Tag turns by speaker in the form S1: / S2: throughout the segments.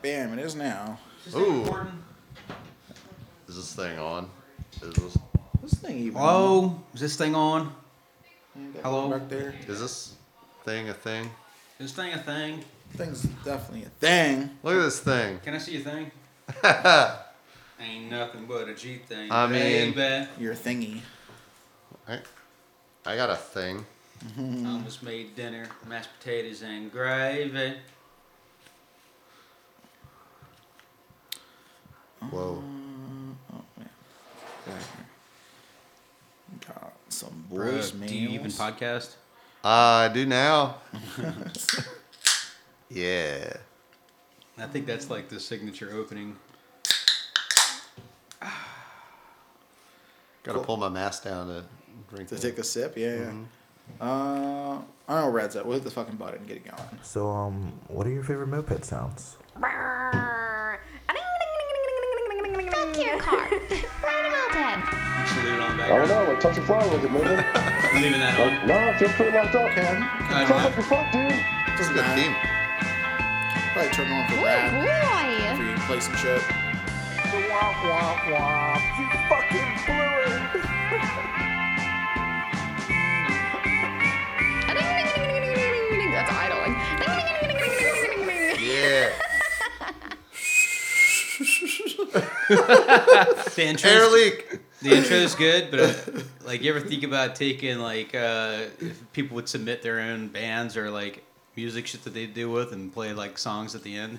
S1: Bam, it is now.
S2: Ooh. Is this thing on? Is this?
S1: This thing even.
S3: Hello? Is this thing on?
S1: on? That
S3: hello?
S1: Right there.
S2: Is this thing a thing?
S3: Is this thing a thing?
S1: Thing's definitely a thing.
S2: Look at this thing.
S3: Can I see your thing? Ain't nothing but a G thing.
S2: I mean-
S3: baby.
S1: Your thingy.
S2: I, I got a thing.
S3: almost made dinner, mashed potatoes and gravy.
S2: Whoa.
S1: Oh, Right here. Got some voice
S3: Bruh, do you even
S1: mails.
S3: podcast?
S2: Uh, I do now. yeah.
S3: I think that's like the signature opening.
S2: Gotta pull my mask down to drink
S1: To
S2: that.
S1: take a sip, yeah. yeah.
S3: Mm-hmm.
S1: Uh, I don't know Red's at. We'll hit the fucking button and get it going.
S4: So, um, what are your favorite moped sounds?
S5: Fuck your car. right about that.
S3: Salute on the
S6: I don't
S3: background.
S6: know, like touch and fly with it, Uh, man.
S3: I'm leaving that on.
S6: like, nah, I feel pretty locked up. Sounds
S1: Can
S6: like you fuck, dude.
S2: It's a
S1: doesn't
S2: good
S1: matter.
S2: team.
S1: Probably turn on for that. If
S5: Boy.
S1: you play some shit.
S5: That's idling.
S2: Yeah.
S3: The intro's,
S2: Air leak.
S3: the intro's good, but uh, like you ever think about taking like uh, if people would submit their own bands or like music shit that they do with and play like songs at the end?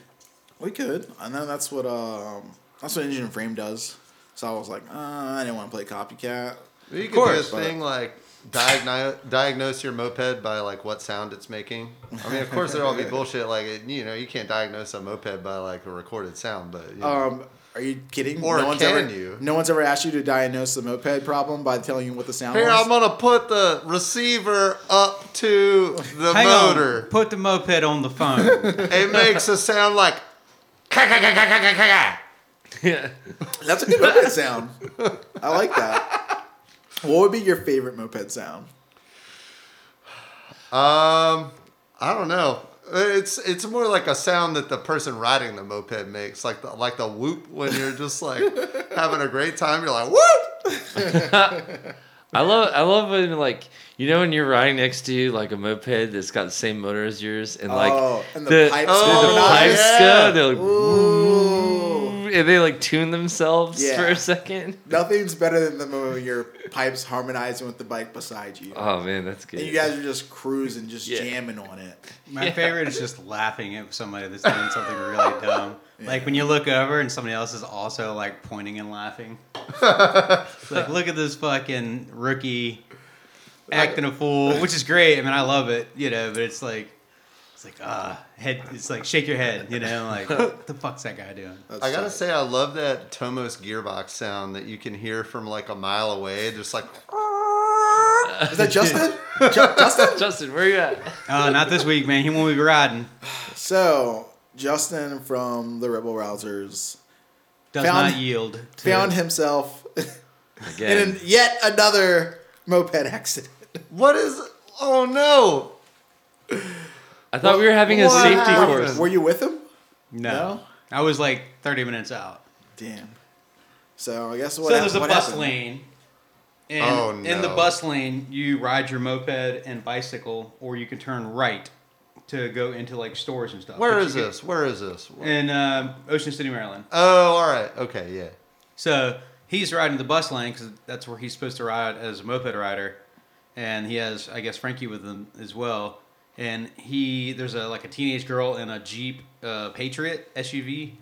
S1: We could. And then that's what um that's what Engine and Frame does. So I was like, uh, I didn't want to play copycat.
S2: You could
S3: course,
S2: do a
S1: but-
S2: thing like diagnose diagnose your moped by like what sound it's making. I mean, of course, there'll all be bullshit. Like it, you know, you can't diagnose a moped by like a recorded sound, but you know.
S1: Um are you kidding?
S2: Or
S1: no one's
S2: can
S1: ever,
S2: you?
S1: No one's ever asked you to diagnose the moped problem by telling you what the sound
S2: Here,
S1: was.
S2: I'm gonna put the receiver up to the
S3: Hang on.
S2: motor.
S3: Put the moped on the phone.
S2: It makes a sound like. Yeah.
S1: That's a good moped sound. I like that. What would be your favorite moped sound?
S2: Um, I don't know. It's it's more like a sound that the person riding the moped makes, like the like the whoop when you're just like having a great time. You're like whoop.
S7: I love I love when like you know when you're riding next to like a moped that's got the same motor as yours and like
S1: Oh, and the pipes
S7: the,
S2: go
S7: the
S2: nuts.
S7: pipes
S2: Yeah.
S7: go they're like,
S1: Ooh.
S7: and they like tune themselves
S1: Yeah.
S7: for a second.
S1: Nothing's better than the moment when your pipes harmonizing with the bike beside you.
S7: Oh man, that's good.
S1: and you guys are just cruising, just
S7: Yeah.
S1: jamming on it.
S3: My favorite is just laughing at somebody that's doing something really dumb. Like when you look over and somebody else is also like pointing and laughing. It's like, look at this fucking rookie acting a fool, which is great. I mean, I love it, you know, but it's like, it's like, ah, head, it's like, shake your head, you know, like, what the fuck's that guy doing?
S1: That's
S2: I gotta
S1: tight.
S2: say, I love that Tomos gearbox sound that you can hear from like a mile away, just like
S1: Is that Justin? Ju- Justin?
S7: Justin, where you at?
S3: Oh, not this week, man. He won't be riding.
S1: So, Justin from the Rebel Rousers
S3: Does
S1: Found-
S3: not yield. To,
S1: found himself in
S7: Again,
S1: an- yet another moped accident.
S2: what is? Oh no!
S7: I thought we were having a
S2: What
S7: safety
S2: happened?
S7: course.
S1: Were you with him?
S3: no.
S1: No?
S3: I was like 30 minutes out.
S1: Damn. So, I guess what
S3: So
S1: hap-
S3: there's a
S1: what
S3: bus
S1: happened?
S3: lane. And
S2: Oh,
S3: in the
S2: no.
S3: bus lane, you ride your moped and bicycle, or you can turn right to go into like stores and stuff.
S2: Where
S3: But
S2: is
S3: you
S2: this? Where is this?
S3: can- In um, Ocean City, Maryland.
S2: Oh, all right. Okay, yeah.
S3: So he's riding the bus lane because that's where he's supposed to ride as a moped rider, and he has, I guess, Frankie with him as well. And he there's a like a teenage girl in a Jeep uh, Patriot SUV,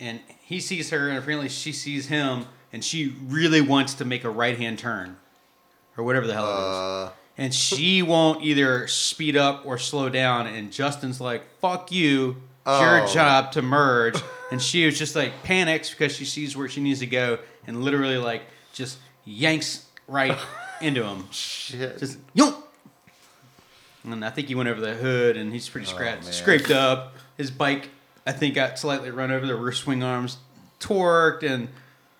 S3: and he sees her, and apparently she sees him, and she really wants to make a right hand turn, or whatever the hell it is.
S2: Uh,
S3: And she won't either speed up or slow down. And Justin's like, fuck you. It's your
S2: Oh.
S3: job to merge. and she was just like panics because she sees where she needs to go and literally like just yanks right into him.
S2: shit.
S3: Just yonk. And I think he went over the hood and he's pretty scratched,
S2: Oh, man.
S3: scraped up. His bike, I think, got slightly run over. The rear swing arms torqued and,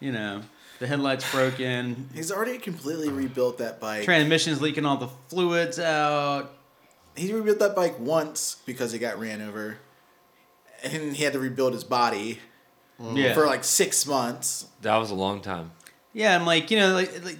S3: you know, the headlights broken.
S1: He's already completely rebuilt that bike.
S3: Transmission's leaking all the fluids out.
S1: he rebuilt that bike once because he got ran over. and he had to rebuild his body
S3: yeah.
S1: for like six months.
S7: That was a long time.
S3: Yeah, I'm like, you know, like, like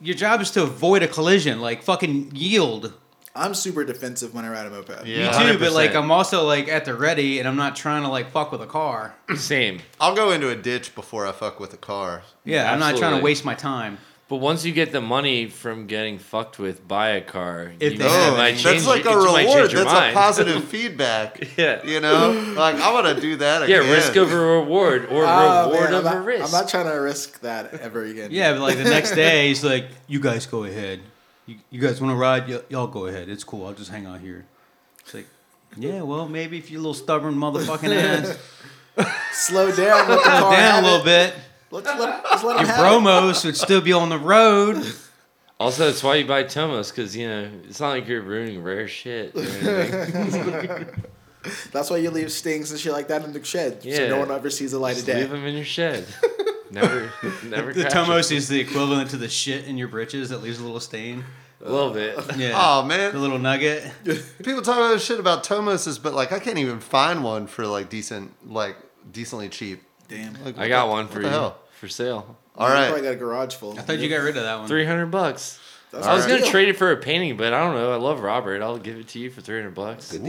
S3: your job is to avoid a collision. Like, fucking yield.
S1: I'm super defensive when I ride a moped.
S2: Yeah.
S3: Me too, but like,
S7: 100%.
S3: I'm also like at the ready, and I'm not trying to like fuck with a car.
S7: Same.
S2: I'll go into a ditch before I fuck with a car.
S3: Yeah, I'm not trying
S7: Absolutely.
S3: to waste my time.
S7: But once you get the money from getting fucked with by a car,
S3: If
S7: you
S3: they have
S7: Oh, it might
S3: any.
S7: change,
S2: That's like
S7: it
S2: a
S7: might change
S2: reward.
S7: your
S2: That's a
S7: mind.
S2: positive feedback.
S7: Yeah.
S2: You know, like I want to do that
S7: Yeah,
S2: again.
S7: risk over reward or
S1: Oh,
S7: reward
S1: man, I'm,
S7: over
S1: not,
S7: risk.
S1: I'm not trying to risk that ever again.
S3: Yeah, but like the next day, he's like, "You guys go ahead. You, you guys want to ride? Y- y'all go ahead. It's cool. I'll just hang out here." It's like, "Yeah, well, maybe if you little stubborn motherfucking ass,
S1: Slow down. Let the car
S3: down
S1: have
S3: a little
S1: it.
S3: bit,
S1: Let, let, just let him
S3: your
S1: have it.
S3: bromos would still be on the road."
S7: also, that's why you buy Tomos because you know it's not like you're ruining rare shit. or anything.
S1: That's why you leave stings and shit like that in the shed, so
S7: Yeah.
S1: no one ever sees the light
S7: Just
S1: of day.
S7: leave them in your shed. Never, never.
S3: The
S7: catch
S3: Tomos is the equivalent to the shit in your britches that leaves a little stain.
S7: it. a little bit.
S3: Yeah.
S2: Oh
S3: The
S2: man,
S3: little nugget.
S2: people talk about shit about Tomoses, but like I can't even find one for like decent, like decently cheap.
S1: Damn.
S2: Like,
S7: I got one for
S2: the
S7: you
S2: hell?
S7: for sale.
S2: All
S1: You probably
S2: right,
S1: got a garage full.
S3: I thought you got rid of that one.
S7: Three hundred bucks.
S1: That's
S7: I was
S1: a
S7: gonna
S1: deal.
S7: trade it for a painting, but I don't know. I love Robert. I'll give it to you for three hundred bucks.
S1: I think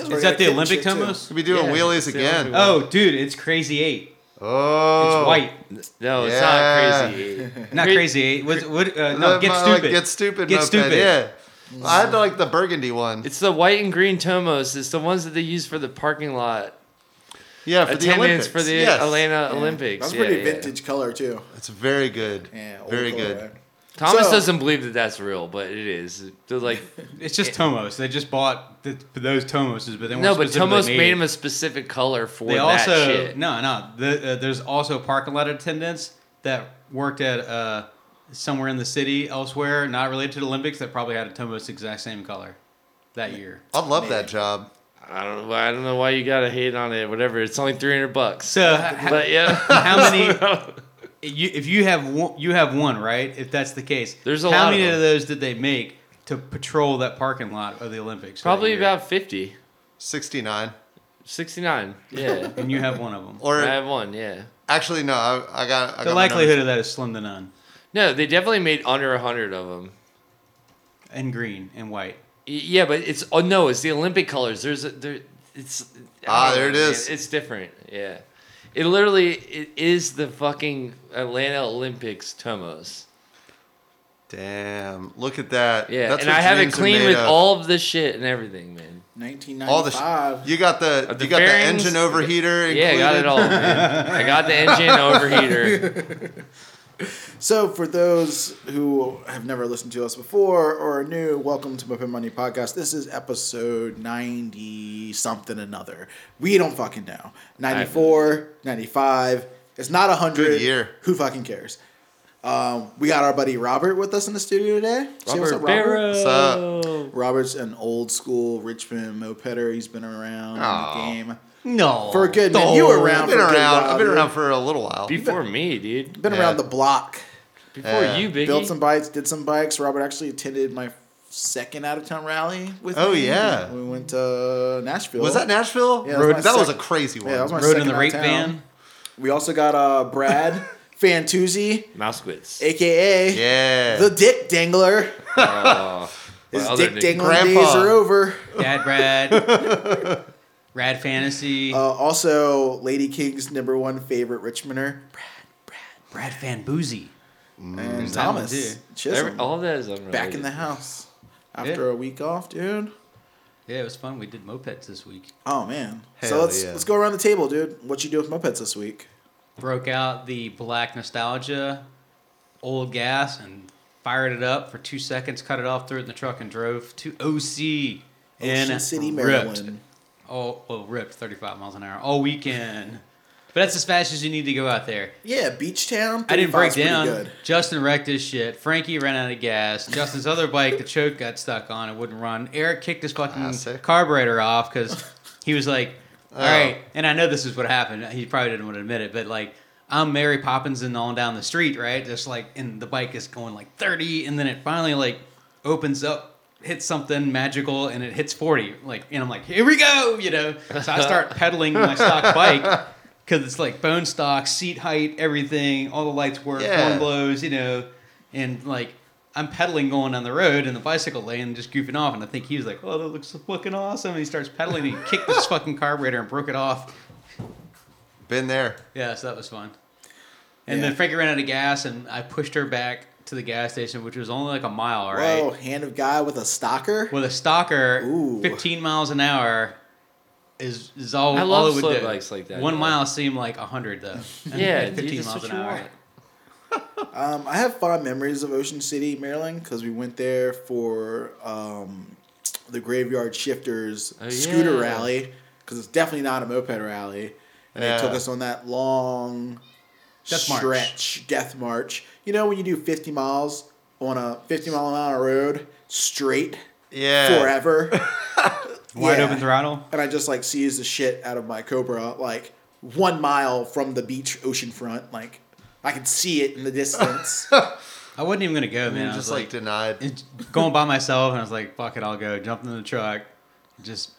S1: it's where
S3: Is
S1: I got
S3: that the
S1: kitten shit,
S3: Olympic
S1: too.
S3: Tomos?
S2: could be doing
S7: Yeah,
S2: wheelies
S7: it's the
S2: again.
S7: only one.
S3: Oh, dude, it's Crazy Eight. It's
S2: Oh,
S3: white.
S7: No, it's
S2: Yeah.
S7: not crazy.
S3: Not
S7: Cra-
S3: Crazy Eight. What? what uh,
S2: The-
S3: no, get
S2: my,
S3: stupid.
S2: Like, get stupid.
S3: Get
S2: moped,
S3: stupid.
S2: Yeah, I had like the burgundy one.
S7: Mm. It's the white and green Tomos. It's the ones that they use for the parking lot
S2: yeah, for the
S7: attendance
S2: Olympics
S7: for the
S2: yes.
S7: Atlanta
S1: Yeah.
S7: Olympics.
S1: That's
S7: yeah,
S1: pretty
S7: yeah.
S1: vintage color too.
S2: It's very good.
S1: Yeah, old
S2: very
S1: color,
S2: good.
S1: right?
S7: Thomas
S1: So-
S7: doesn't believe that that's real, but it is. They're like,
S3: It's just Tomos. They just bought th those Tomoses, but they weren't
S7: no, but
S3: specifically
S7: Tomos
S3: made.
S7: made him a specific color for
S3: They
S7: that
S3: also
S7: shit.
S3: no, no. The, uh, there's also parking lot attendants that worked at uh, somewhere in the city, elsewhere, not related to the Olympics, that probably had a Tomos exact same color that year.
S2: I'd love that job.
S7: I don't. know- I don't know why you gotta hate on it. Whatever. It's only three hundred bucks.
S3: So h- h-
S7: But yeah,
S3: how many? You, if you have one, you have one, right? If that's the case,
S7: There's a
S3: how
S7: lot of
S3: many
S7: them.
S3: those did they make to patrol that parking lot of the Olympics? that
S7: probably
S3: year?
S7: about 50,
S2: Sixty nine.
S7: 69. Yeah,
S3: And you have one of them.
S7: I
S2: Or
S7: have one. Yeah.
S2: actually, no. I, I got I got
S3: the
S2: my
S3: likelihood
S2: numbers.
S3: of that is slim to none.
S7: No, they definitely made under hundred of them.
S3: And green and white.
S7: Yeah, but it's oh no, it's the Olympic colors. There's a, there, it's
S2: Ah,
S7: I don't
S2: there
S7: know,
S2: it
S7: man.
S2: is.
S7: It's different. Yeah, it literally it is the fucking Atlanta Olympics Tomos.
S2: Damn! Look at that.
S7: Yeah,
S2: That's
S7: and
S2: what
S7: I have it
S2: dreams are
S7: clean
S2: made
S7: with
S2: of.
S7: all of the shit and everything, man.
S2: all the.
S1: 1995.
S2: Sh- you got the,
S7: Uh, the
S2: you got the
S7: bearings?
S2: engine overheater.
S7: Yeah, I got
S2: included.
S7: it all. Man. I got the engine overheater.
S1: so for those who have never listened to us before or are new, welcome to Muppet Money Podcast. This is episode 90 something another. We don't fucking know. 94, 95. It's not 100.
S2: Good year.
S1: Who fucking cares? Um, we got our buddy Robert with us in the studio today. Say what's up,
S7: Robert
S1: Robert?
S7: Barrow.
S2: What's up?
S1: Robert's an old school Richmond mopeder. He's been around
S2: Aw.
S1: in the game.
S3: No.
S1: For a good minute. You were around
S2: I've been
S1: for a good
S2: around.
S1: while,
S2: I've been
S1: dude.
S2: around for a little while.
S7: Before me, dude.
S1: Been
S2: Yeah.
S1: around the block.
S7: Before
S2: Yeah.
S7: you, Biggie.
S1: Uh, Built some bikes, did some bikes. Robert actually attended my second out of town rally with
S2: Oh,
S1: me.
S2: yeah.
S1: We went to Nashville.
S2: Was that Nashville?
S1: Yeah, that was my
S2: that was a
S1: sec-
S2: crazy one.
S1: Yeah, that was my
S3: Rode
S1: second
S3: in the rape
S1: out of town.
S3: van.
S1: We also got uh, Brad Fantuzzi,
S7: mouse quits.
S1: aka
S2: Yeah.
S1: the Dick Dangler.
S7: Oh,
S1: His
S7: other
S1: dick
S7: Dick-
S1: dangling
S2: Grandpa.
S1: days are over.
S3: Dad Rad. Rad Fantasy.
S1: Uh, also, Lady King's number one favorite Richmonder,
S3: Brad Fan Boozy.
S1: and
S3: that one,
S1: Thomas
S3: too.
S1: Chisholm.
S7: all that is unrelated.
S1: back in the house after
S3: Yeah.
S1: a week off, dude.
S3: Yeah, it was fun. We did mopeds this week.
S1: Oh man. so
S2: Hell
S1: let's
S2: yeah.
S1: let's go around the table, dude. What you do with mopeds this week?
S3: Broke out the black nostalgia, old gas, and fired it up for two seconds, cut it off, threw it in the truck, and drove to OC.
S1: Ocean
S3: and
S1: City,
S3: ripped.
S1: Maryland.
S3: Oh, well, ripped 35 miles an hour all weekend. But that's as fast as you need to go out there.
S1: Yeah, Beach Town.
S3: I
S1: 35
S3: didn't break
S1: is pretty
S3: down.
S1: Good.
S3: Justin wrecked his shit. Frankie ran out of gas. Justin's other bike, the choke got stuck on. It wouldn't run. Eric kicked his fucking
S2: Classic.
S3: carburetor off because he was like, "All right." And I know this is what happened. He probably didn't want to admit it, but like, I'm Mary Poppins and on down the street, right? Just like, and the bike is going like 30, and then it finally like opens up hits something magical and it hits 40 like and i'm like here we go you know so i start pedaling my stock bike because it's like bone stock seat height everything all the lights work
S2: Yeah.
S3: horn blows you know and like i'm pedaling going down the road in the bicycle lane just goofing off and i think he was like oh that looks fucking awesome and he starts pedaling and he kicked this fucking carburetor and broke it off
S2: Been there.
S3: yeah, so that was fun. And
S1: Yeah.
S3: then Frankie ran out of gas, and I pushed her back to the gas station, which was only like a mile, all right?
S1: Whoa, hand of guy with a stalker.
S3: With a stalker,
S1: Ooh.
S3: 15 miles an hour is, is all,
S7: I
S3: all
S7: love
S3: it would
S7: slow
S3: do.
S7: bikes like that,
S3: One
S7: yeah.
S3: mile seemed like 100, though. And
S7: Yeah, dude,
S3: 15
S7: that's
S3: miles
S7: what
S3: an
S7: you
S3: hour.
S7: want.
S1: Um, I have fond memories of Ocean City, Maryland, because we went there for um, the Graveyard Shifters
S7: Oh,
S1: scooter
S7: yeah.
S1: rally, because it's definitely not a moped rally. And
S2: Yeah.
S1: They took us on that long
S3: Death march.
S1: stretch, death march. You know when you do 50 miles on a 50 mile an hour road straight
S2: Yeah.
S1: forever?
S3: Wide
S1: Yeah.
S3: open throttle.
S1: and I just like seized the shit out of my Cobra, like one mile from the beach ocean front. Like I could see it in the distance.
S3: I wasn't even going to go, man.
S2: You're
S3: I was
S2: just like,
S3: like,
S2: denied.
S3: it's going by myself, and I was like, fuck it, I'll go. Jumped in the truck, just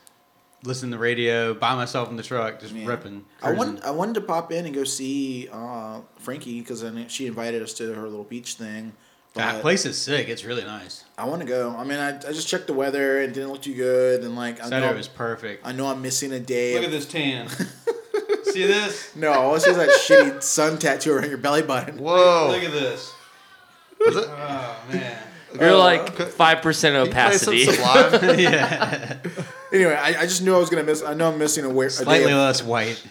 S3: listen to the radio by myself in the truck, just
S1: Yeah.
S3: ripping.
S1: I
S3: cruising.
S1: wanted, I wanted to pop in and go see uh, Frankie because she invited us to her little beach thing.
S3: that
S1: but
S3: place is sick. It's really nice.
S1: I want to go. I mean, I, I just checked the weather and it didn't look too good. And like, I know,
S3: Saturday was perfect.
S1: I know I'm missing a day.
S3: Look
S1: of-
S3: at this tan. See this?
S1: No, all it says that shitty sun tattoo around your belly button.
S3: Look
S2: Whoa.
S3: at this.
S2: Was it?
S3: Oh man.
S7: You're like five percent
S2: You play some
S7: opacity.
S2: Sublime?
S3: yeah.
S1: Anyway, I, I just knew I was gonna miss. I know I'm missing a, wear, a day.
S3: Slightly
S1: Of,
S3: less white.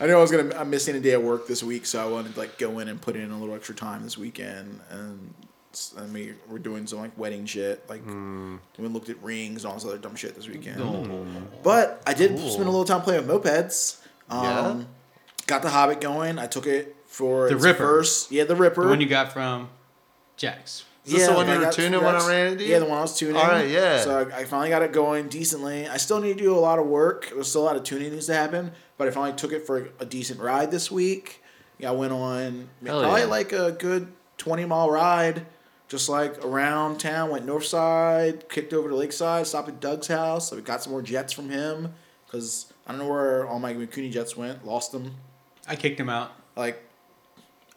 S1: I know I was gonna. I'm missing a day of work this week, so I wanted to like go in and put in a little extra time this weekend. And s- I mean, we're doing some like wedding shit. Like
S3: Hmm.
S1: we looked at rings and all this other dumb shit this weekend. But I did spend a little time playing with mopeds. Um,
S2: Yeah.
S1: Got the Hobbit going. I took it for
S3: The
S1: its
S3: Ripper.
S1: first- yeah, the Ripper.
S3: The one you got from Jack's.
S2: Is this the one
S1: I
S2: you were
S1: got-
S2: tuning when I ran into you?
S1: Yeah, the one I was tuning.
S2: All right, yeah.
S1: So I, I finally got it going decently. I still need to do a lot of work. There's still a lot of tuning needs to happen, but I finally took it for a decent ride this week. Yeah, I went on
S7: Hell
S1: probably
S7: yeah.
S1: like a good 20 mile ride, just like around town. Went north side, kicked over to Lakeside, stopped at Doug's house. I got some more jets from him because I don't know where all my Mikuni jets went. Lost them.
S3: I kicked him out.
S1: Like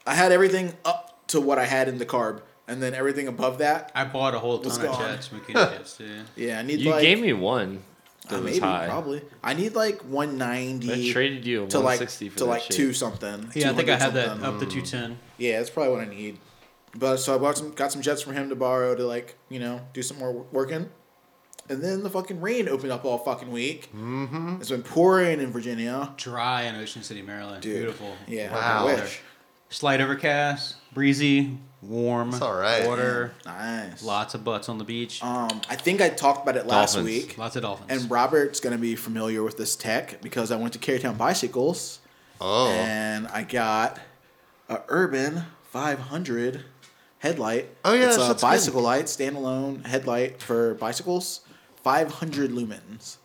S1: I had everything up to what I had in the carb, and then everything above that
S3: I bought a whole ton
S1: What's
S3: of
S1: going on?
S3: Jack's McKinney chips, dude.
S1: Yeah, I need
S7: You
S1: like
S7: gave me one
S1: uh,
S7: that was
S1: maybe
S7: high.
S1: probably. I need like one ninety.
S7: I traded you a
S1: to like
S7: 160 for
S1: to
S7: that
S1: like
S7: shit.
S1: two something.
S3: Yeah, I think I
S1: 200
S3: had that
S1: something.
S3: up to two ten.
S1: Yeah, that's probably what I need. But so I bought some, got some jets from him to borrow to like you know do some more working, and then the fucking rain opened up all fucking week. Mm-hmm. It's been pouring in Virginia.
S3: Dry in Ocean City, Maryland.
S1: Dude.
S3: Beautiful.
S1: Yeah.
S2: Wow.
S1: I wish.
S3: Slight overcast, breezy, warm.
S2: It's all right.
S3: Water.
S1: Nice.
S3: Lots of butts on the beach.
S1: Um, I think I talked about it last
S7: Dolphins.
S1: week.
S3: Lots of dolphins.
S1: And Robert's gonna be familiar with this tech because I went to Carytown Bicycles.
S2: Oh.
S1: and I got a Urban 500 headlight.
S2: Oh, yeah,
S1: it's
S2: that
S1: a
S2: shit's
S1: bicycle light, standalone headlight for bicycles. 500 lumens.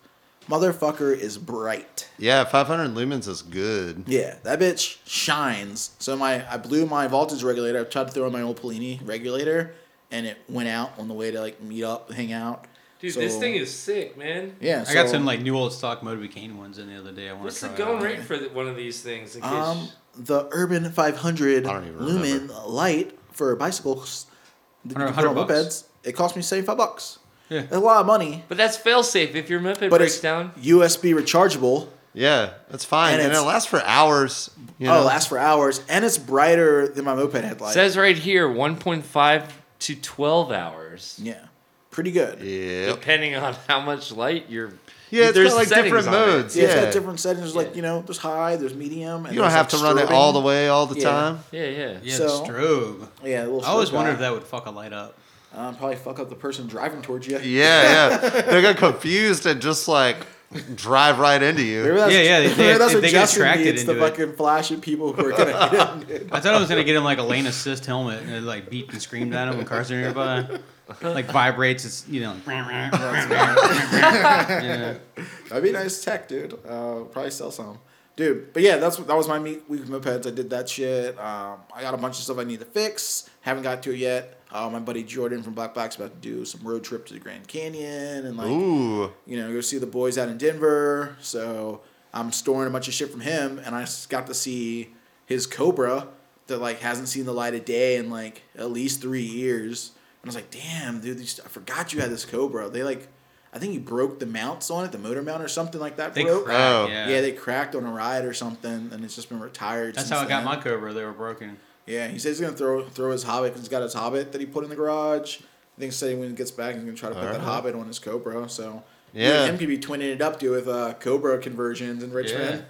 S1: Motherfucker is bright.
S2: Yeah, 500 lumens is good.
S1: Yeah, that bitch shines. So my I blew my voltage regulator. I tried to throw in my old Polini regulator, and it went out on the way to like meet up, hang out.
S8: Dude,
S1: So-
S8: this thing is sick, man.
S1: yeah.
S3: I got
S1: so-
S3: some like new old stock Motorbikane ones in the other day. I want
S8: What's
S3: to
S8: the
S3: try.
S8: going
S3: out.
S8: rate for the, one of these things? In case
S1: Um, the Urban 500
S2: I don't even
S1: lumen
S2: remember.
S1: light for bicycles. that you can
S3: 100
S1: put on
S3: bucks.
S1: mopeds. It cost me seventy-five bucks.
S3: Yeah.
S1: That's a lot of money,
S7: But that's fail safe if your moped
S1: but
S7: breaks
S1: it's
S7: down.
S1: USB rechargeable.
S2: Yeah, that's fine.
S1: And
S2: And,
S1: it's-
S2: it lasts for hours. You
S1: Oh,
S2: know?
S1: it lasts for hours, and it's brighter than my moped headlight.
S7: Says right here 1.5 to 12 hours.
S1: yeah, pretty good. Yeah,
S2: Yep.
S7: Depending on how much light you're.
S2: Yeah, it's
S7: there's
S2: got like
S7: settings
S2: different
S7: on it.
S2: modes.
S1: it's
S2: Yeah.
S1: got different settings. Like you know, there's high, there's medium. And
S2: you don't
S1: there's,
S2: have
S1: like,
S2: to run it all the
S1: strobing.
S2: way all the
S1: Yeah.
S2: time.
S7: Yeah, yeah.
S3: Yeah,
S1: So-
S3: the strobe.
S1: Yeah, a little
S3: I always
S1: strobe
S3: wondered if
S1: guy.
S3: that would fuck a light up.
S1: Um, probably fuck up the person driving towards you.
S2: Yeah, yeah. they got confused and just like drive right into you.
S1: Maybe that's,
S3: Yeah, yeah, they-
S1: maybe that's
S3: they-
S1: what
S3: they get
S1: Justin
S3: attracted
S1: needs, the
S3: into it.
S1: fucking flashing people who are gonna hit him. dude.
S3: I thought I was gonna get him like a lane assist helmet and it, like beat and screamed at him when cars are nearby. Like vibrates, it's you know. yeah.
S1: That'd be nice tech, dude. Uh, probably sell some, dude. But yeah, that's that was my meet week with mopeds. I did that shit. Um, I got a bunch of stuff I need to fix. Haven't got to it yet. Uh, my buddy Jordan from Black Black's about to do some road trip to the Grand Canyon and like
S2: Ooh.
S1: you know, go see the boys out in Denver. So I'm storing a bunch of shit from him, and I s- got to see his Cobra that like hasn't seen the light of day in like at least three years. And I was like, damn, dude, these, I forgot you had this Cobra. They like, I think you broke the mounts on it, the motor mount or something like that.
S3: They
S1: broke.
S3: cracked.
S2: Oh.
S3: Yeah.
S1: Yeah, they cracked on a ride or something, and it's just been retired.
S3: That's
S1: since
S3: how I got
S1: then.
S3: my Cobra. They were broken.
S1: Yeah, he says he's gonna throw throw his Hobbit. 'cause He's got his Hobbit that he put in the garage. I think he said when he gets back, he's gonna try to put that Hobbit on his Cobra. So you
S2: Yeah.
S1: and him could be twinning it up, dude, with uh, Cobra conversions in Richmond.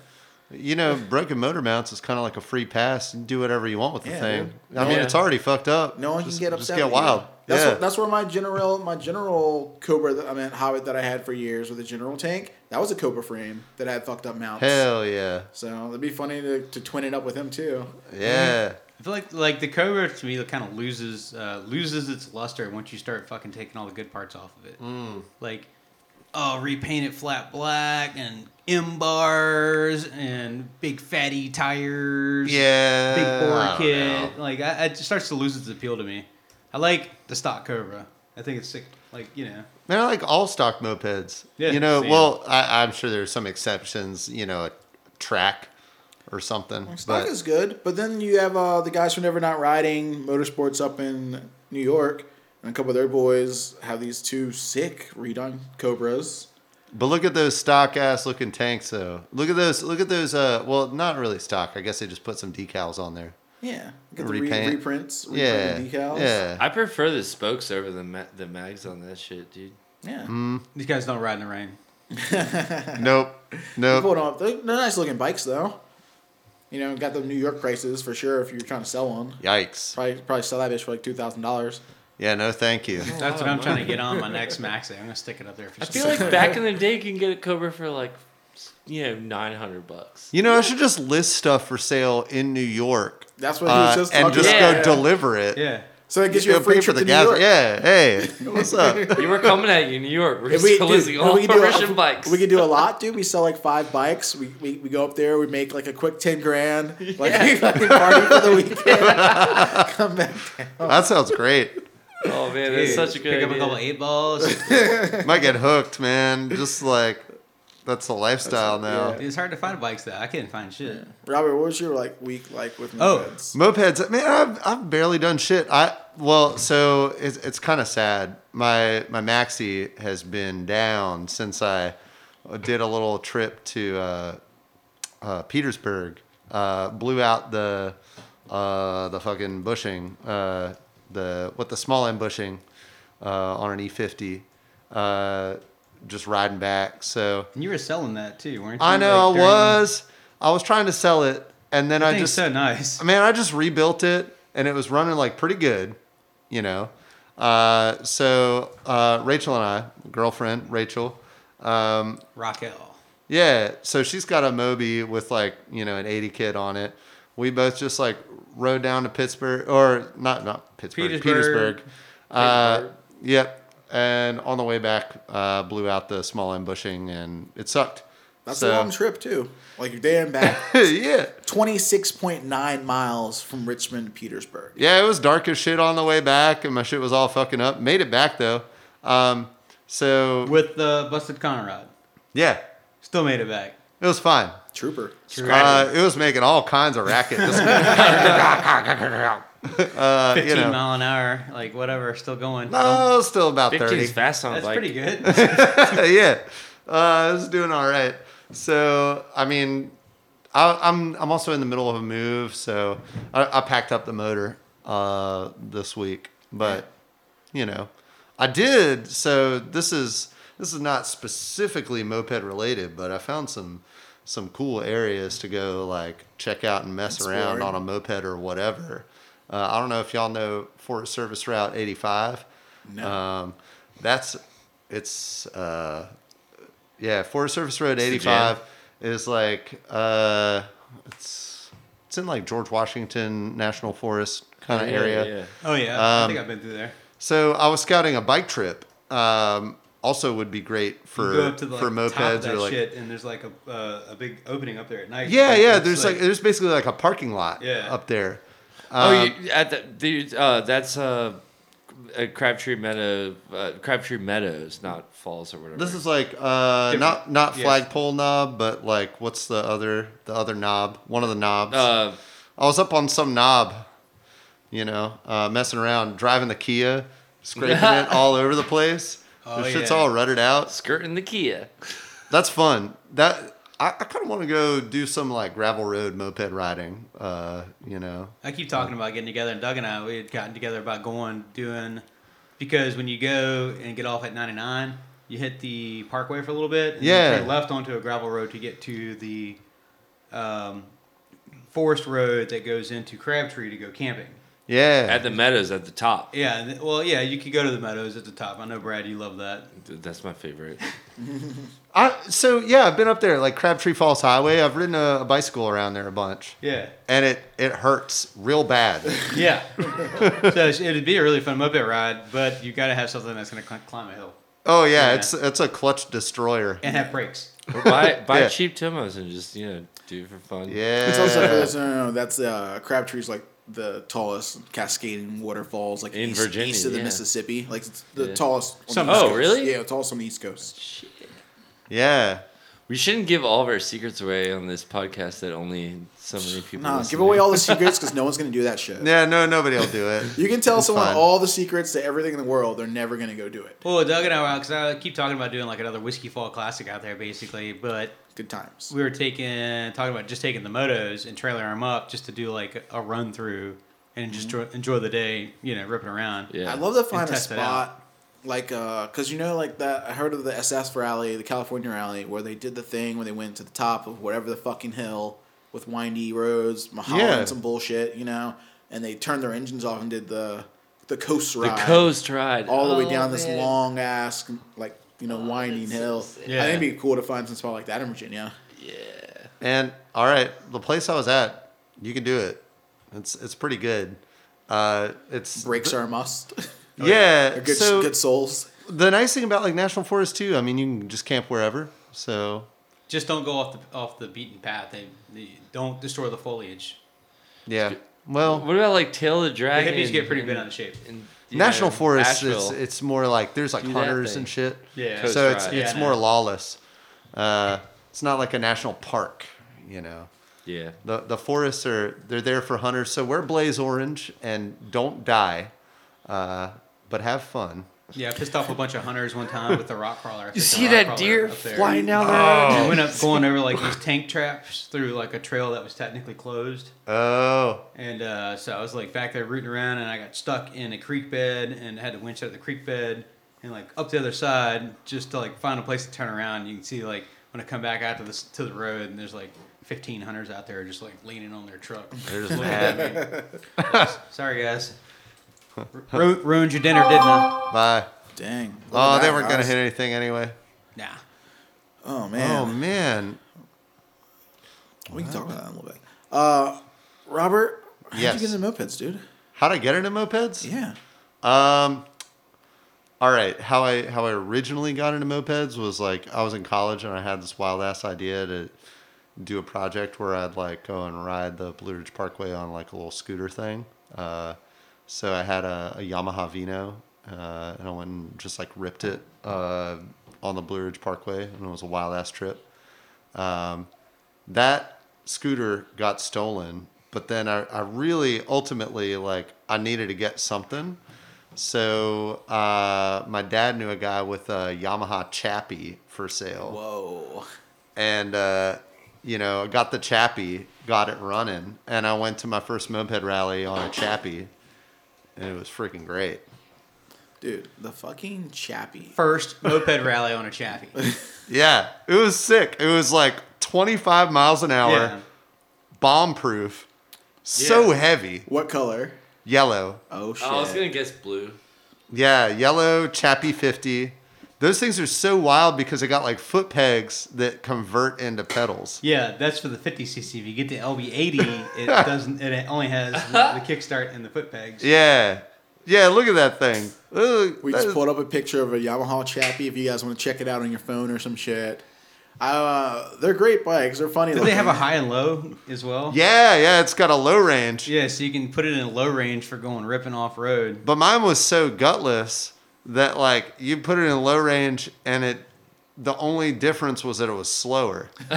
S2: You know, broken motor mounts is kind of like a free pass. You can do whatever you want with the
S1: Yeah,
S2: thing.
S1: dude.
S2: I mean,
S7: Yeah.
S2: it's already fucked up.
S1: No one
S2: Just-
S1: can get upset.
S2: Just get
S1: with you.
S2: wild.
S1: That's
S2: yeah.
S1: what, that's where my general my general Cobra that I meant Hobbit that I had for years with a general tank. That was a Cobra frame that had fucked up mounts.
S2: Hell yeah.
S1: So it'd be funny to, to twin it up with him too.
S2: Yeah.
S3: I feel like like the Cobra to me kind of loses uh, loses its luster once you start fucking taking all the good parts off of it.
S7: Mm.
S3: Like, oh, repaint it flat black and M bars and big fatty tires.
S2: Yeah.
S3: big bore
S7: Oh,
S2: I don't know.
S3: kit. Like, I, I- it starts to lose its appeal to me. I like the stock Cobra. I think it's sick. Like, you know,
S2: They're like all stock mopeds.
S3: Yeah,
S2: you know,
S3: same.
S2: well, I, I'm sure there's some exceptions, you know, a track or something.
S1: Stock
S2: But
S1: is good, but then you have uh, the guys from Never Not Riding Motorsports up in New York, and a couple of their boys have these two sick redone Cobras.
S2: but look at those stock ass looking tanks though. Look at those look at those uh well not really stock. I guess they just put some decals on there.
S1: Yeah, get the re-
S2: Repaint.
S1: reprints,
S2: Yeah.
S1: reprinted decals.
S2: Yeah.
S7: I prefer the spokes over the ma- the mags on that shit, dude.
S1: yeah.
S2: Mm.
S3: these guys don't ride in the rain.
S2: nope. Nope.
S1: Hold on, they're, they're nice looking bikes though. You know, got the New York prices for sure. If you're trying to sell one,
S2: Yikes.
S1: probably probably sell that bitch for like two thousand dollars.
S2: Yeah, no thank you.
S3: That's
S7: Oh,
S3: what I'm trying to get on my next Maxi. I'm gonna stick it up there for.
S7: I feel like back in the day, you can get a Cobra for like, you know, nine hundred bucks.
S2: You know, I should just list stuff for sale in New York.
S1: That's what he was
S2: uh,
S1: just
S2: and
S1: talking
S2: just
S1: about.
S2: go deliver it.
S3: yeah.
S1: So that gives
S2: Go
S1: you a free
S2: pay
S1: trip to New
S2: gas-
S1: York.
S2: Yeah, hey, what's up?
S7: You were coming at you, New York. We're
S1: If we,
S7: still
S1: dude,
S7: losing all
S1: we could
S7: our
S1: do a-
S7: Russian bikes.
S1: We could do a lot, dude. We sell like five bikes. We, we, we go up there. We make like a quick ten grand. Like fucking party for the weekend. Come back. down.
S2: That sounds great.
S7: oh man, that's such a good
S3: Pick up a
S7: idea.
S3: couple eight balls.
S2: Might get hooked, man. Just like that's the lifestyle now.
S3: it's hard to find bikes though. I couldn't find shit.
S1: Robert, what was your like week like with
S3: Oh.
S1: mopeds?
S2: Mopeds, man, I've, I've barely done shit. I well, so it's it's kind of sad. My my maxi has been down since I did a little trip to uh, uh, Petersburg. Uh, blew out the uh, the fucking bushing, uh, the what the small end bushing uh, on an E50. Uh, just riding back, so
S3: And you were selling that too, weren't you?
S2: I know
S3: Like,
S2: I
S3: during-
S2: was. I was trying to sell it, and then I
S3: Thing's
S2: just
S3: so nice.
S2: man, I just rebuilt it and it was running like pretty good, you know. Uh, so uh, Rachel and I, girlfriend Rachel, um,
S3: Raquel.
S2: yeah. So she's got a Moby with like you know an eighty kit on it. We both just like rode down to Pittsburgh or not not Pittsburgh
S3: Petersburg.
S2: Petersburg. Uh,
S8: Pittsburgh.
S2: Yep. And on the way back, uh, blew out the small end bushing and it sucked.
S1: That's
S2: So-
S1: a long trip too. Like your day and back.
S2: yeah.
S1: Twenty six point nine miles from Richmond to Petersburg.
S2: Yeah, it was dark as shit on the way back, and my shit was all fucking up. Made it back though. Um, so
S3: With the busted Conrad.
S2: yeah,
S3: Still made it back.
S2: it was fine.
S1: Trooper.
S2: Uh, it was making all kinds of racket. Just- uh, you
S3: 15
S2: know,
S3: mile an hour, like whatever, still going.
S2: no, still about
S7: 15's
S2: thirty.
S7: fast on a
S3: That's
S7: bike.
S3: pretty good.
S2: yeah, uh, I was doing all right. So I mean, I, I'm I'm also in the middle of a move, so I, I packed up the motor uh, this week, but you know, I did. So this is this is not specifically moped related, but I found some some cool areas to go like check out and mess around
S1: Exploring.
S2: on a moped or whatever. Uh, I don't know if y'all know Fort Service Route 85.
S1: No.
S2: Um, that's it's uh, yeah, Forest Service Road
S7: the
S2: 85 is like uh, it's it's in like George Washington National Forest kind of
S7: Yeah,
S2: area.
S7: yeah.
S3: oh, yeah.
S2: Um,
S3: I think I've been through there.
S2: So I was scouting a bike trip. Um, also would be great for
S3: you go up to the like,
S2: for
S3: top of
S2: mopeds
S3: that
S2: or like
S3: shit, and there's like a, uh, a big opening up there at night.
S2: yeah
S3: Like,
S2: yeah.
S3: it's
S2: There's like, there's basically like a parking lot
S3: Yeah. Oh,
S2: up there. Um,
S7: Um, Oh, you, at the, the, uh, that's uh, uh, Crabtree Meadow, uh, Crabtree Meadows, not Falls or whatever.
S2: This is like uh, not not
S3: Yes.
S2: flagpole knob, but like what's the other the other knob? One of the knobs.
S7: uh,
S2: I was up on some knob, you know, uh, messing around, driving the Kia, scraping it all over the place.
S3: Oh,
S2: the shit's
S3: yeah.
S2: all rutted out.
S7: skirting the Kia.
S2: That's fun. That I, I kind of want to go do some like gravel road moped riding. Uh, you know,
S3: I keep talking about getting together, and Doug and I we had gotten together about going doing because when you go and get off at 99, you hit the parkway for a little bit. And you
S2: Yeah.
S3: turn left onto a gravel road to get to the um, forest road that goes into Crabtree to go camping.
S2: yeah.
S7: At the Meadows at the top.
S3: Yeah, and- well, yeah, you could go to the meadows at the top. I know Brad, you love that.
S7: Dude, That's my favorite.
S2: I, so yeah, I've been up there like Crabtree Falls Highway. I've ridden a, a bicycle around there a bunch,
S3: Yeah,
S2: and it it hurts real bad.
S3: yeah. so it's- it'd be a really fun moped ride, but you got to have something that's going to climb a hill
S2: Oh yeah,
S3: Yeah.
S2: it's it's a clutch destroyer.
S3: and have brakes.
S7: Or buy buy
S2: Yeah.
S7: cheap Timos and just you know do it for fun.
S2: Yeah,
S1: It's also for those no, no, no, that's uh, Crabtree's like the tallest cascading waterfalls like
S7: In
S1: east,
S7: Virginia,
S1: east of the
S7: yeah.
S1: Mississippi, like it's the
S7: Yeah.
S1: tallest. On
S3: Some-
S1: the East
S7: oh,
S1: Coast.
S7: really?
S1: Yeah, tallest on the East Coast.
S2: yeah.
S7: We shouldn't give all of our secrets away on this podcast that only so many people.
S1: Nah,
S7: listen
S1: give
S7: to.
S1: away all the secrets because no one's gonna do that shit.
S2: Yeah, no, nobody will do it.
S1: You can tell
S2: It's
S1: someone
S2: fine.
S1: all the secrets to everything in the world; they're never gonna go do it.
S3: Well, Doug and I were out because I keep talking about doing like another whiskey fall classic out there, basically. But
S1: Good times.
S3: we were taking talking about just taking the motos and trailer them up just to do like a run through and just enjoy, enjoy the day, you know, ripping around.
S7: Mm-hmm. Yeah.
S1: I love to
S3: And
S1: find a
S3: test it
S1: spot like uh, cause you know like that I heard of the SS rally, the California rally, where they did the thing where they went to the top of whatever the fucking hill with windy roads, Mahalo
S2: Yeah.
S1: and some bullshit, you know, and they turned their engines off and did the the coast
S7: the
S1: ride
S7: coast ride
S1: all the way
S7: Oh,
S1: down this
S7: man. Oh,
S1: long ass like you know winding hill.
S3: Yeah.
S1: I think it'd be cool to find some spot like that in Virginia.
S2: And all right, the place I was at, you can do it. It's it's pretty good. Uh, it's
S1: Breaks are a must. Oh,
S2: yeah.
S1: They're good,
S2: so
S1: good souls.
S2: the nice thing about like national forest too, I mean, you can just camp wherever. So
S3: Just don't go off the off the beaten path. They, they don't destroy the foliage.
S2: yeah. Well,
S7: Uh, What about like Tail of the
S3: The
S7: Dragon?
S3: hippies get pretty bent out of shape.
S7: and, you
S2: national
S7: know,
S2: forest
S7: Asheville.
S2: is it's more like there's like
S7: Do that
S2: hunters
S7: thing.
S2: and shit.
S3: Yeah.
S7: Coast
S2: so it's
S7: ride.
S2: it's
S3: Yeah,
S2: more
S3: no.
S2: lawless. Uh, it's not like a national park, you know.
S7: yeah.
S2: The the forests are they're there for hunters. So wear blaze orange and don't die, uh, but have fun.
S3: Yeah, I pissed off a bunch of hunters one time with the rock crawler. I
S7: You
S3: fished a
S7: see
S3: rock
S7: that
S3: crawler
S7: deer
S3: up there.
S7: flying Oh. down
S3: We
S7: there?
S3: went up going over like these tank traps through like a trail that was technically closed.
S2: Oh,
S3: And uh, so I was like back there rooting around, and I got stuck in a creek bed, and had to winch out of the creek bed, and like up the other side just to like find a place to turn around. You can see like when I come back out to the s- to the road, and there's like 15 hunters out there just like leaning on their truck. They're just looking at me. Sorry guys, Ru- ruined your dinner, didn't I?
S2: bye.
S1: Dang. Look
S2: Oh,
S1: at
S2: they
S1: that,
S2: weren't gonna
S1: guys.
S2: hit anything anyway.
S3: Nah.
S1: Oh man.
S2: Oh man, Oh,
S1: We can talk about that in a little bit. Uh, Robert, how
S2: Yes.
S1: would you get into mopeds, dude?
S2: how'd I get into mopeds?
S1: Yeah.
S2: Um, all right. How I how I originally got into mopeds was like I was in college and I had this wild ass idea to do a project where I'd like go and ride the Blue Ridge Parkway on like a little scooter thing. Uh, so I had a, a Yamaha Vino uh, and I went and just like ripped it uh, on the Blue Ridge Parkway and it was a wild ass trip. Um, that scooter got stolen, but then I, I really ultimately like I needed to get something. So uh, my dad knew a guy with a Yamaha Chappie for sale,
S1: Whoa.
S2: and uh, you know I got the Chappie, got it running, and I went to my first moped rally on a Chappie, and it was freaking great.
S1: Dude, the fucking chappy.
S3: First moped rally on a chappy.
S2: Yeah, it was sick. It was like 25 miles an hour,
S3: Yeah.
S2: bomb proof, so heavy,
S1: What color?
S2: yellow.
S1: Oh shit.
S7: I was gonna guess blue.
S2: Yeah, yellow Chappie 50. Those things are so wild because they got like foot pegs that convert into pedals.
S3: Yeah, that's for the 50cc. If you get the LB80, it doesn't. It only has the kickstart and the foot pegs.
S2: Yeah. Yeah, look at that thing. Ugh,
S1: we
S2: that
S1: just
S2: is-
S1: pulled up a picture of a Yamaha Chappy if you guys want to check it out on your phone or some shit. Uh, they're great bikes. They're funny.
S3: Did they have a
S1: looking.
S3: high and low as well?
S2: Yeah, yeah, it's got a low range.
S3: Yeah, so you can put it in a low range for going ripping off road.
S2: But mine was so gutless that like you put it in low range and it the only difference was that it was slower.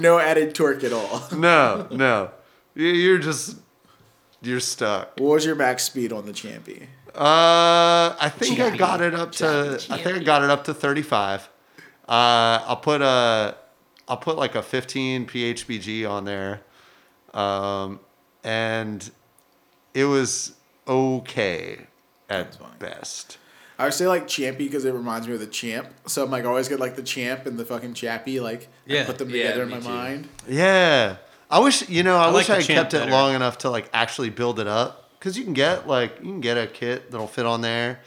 S1: no added torque at all?
S2: No, no. You- You're just you're stuck.
S1: What was your max speed on the Champy?
S2: Uh I think I got it up to
S7: Champion.
S2: I think I got it up to 35. Uh I'll put a I'll put like a 15 PHBG on there. Um and it was okay at
S1: fine.
S2: best.
S1: I would say like Champy because it reminds me of the Champ. So I'm like I always get like the Champ and the fucking Chappy. Like I
S3: Yeah.
S1: put them
S8: Yeah,
S1: together in
S8: me
S1: my
S8: too.
S1: mind.
S2: Yeah. I wish you know, I,
S3: like
S2: wish
S3: the
S2: I had
S3: champ
S2: kept it
S3: better.
S2: long enough to like actually build it up. Cause you can get like you can get a kit that'll fit on there.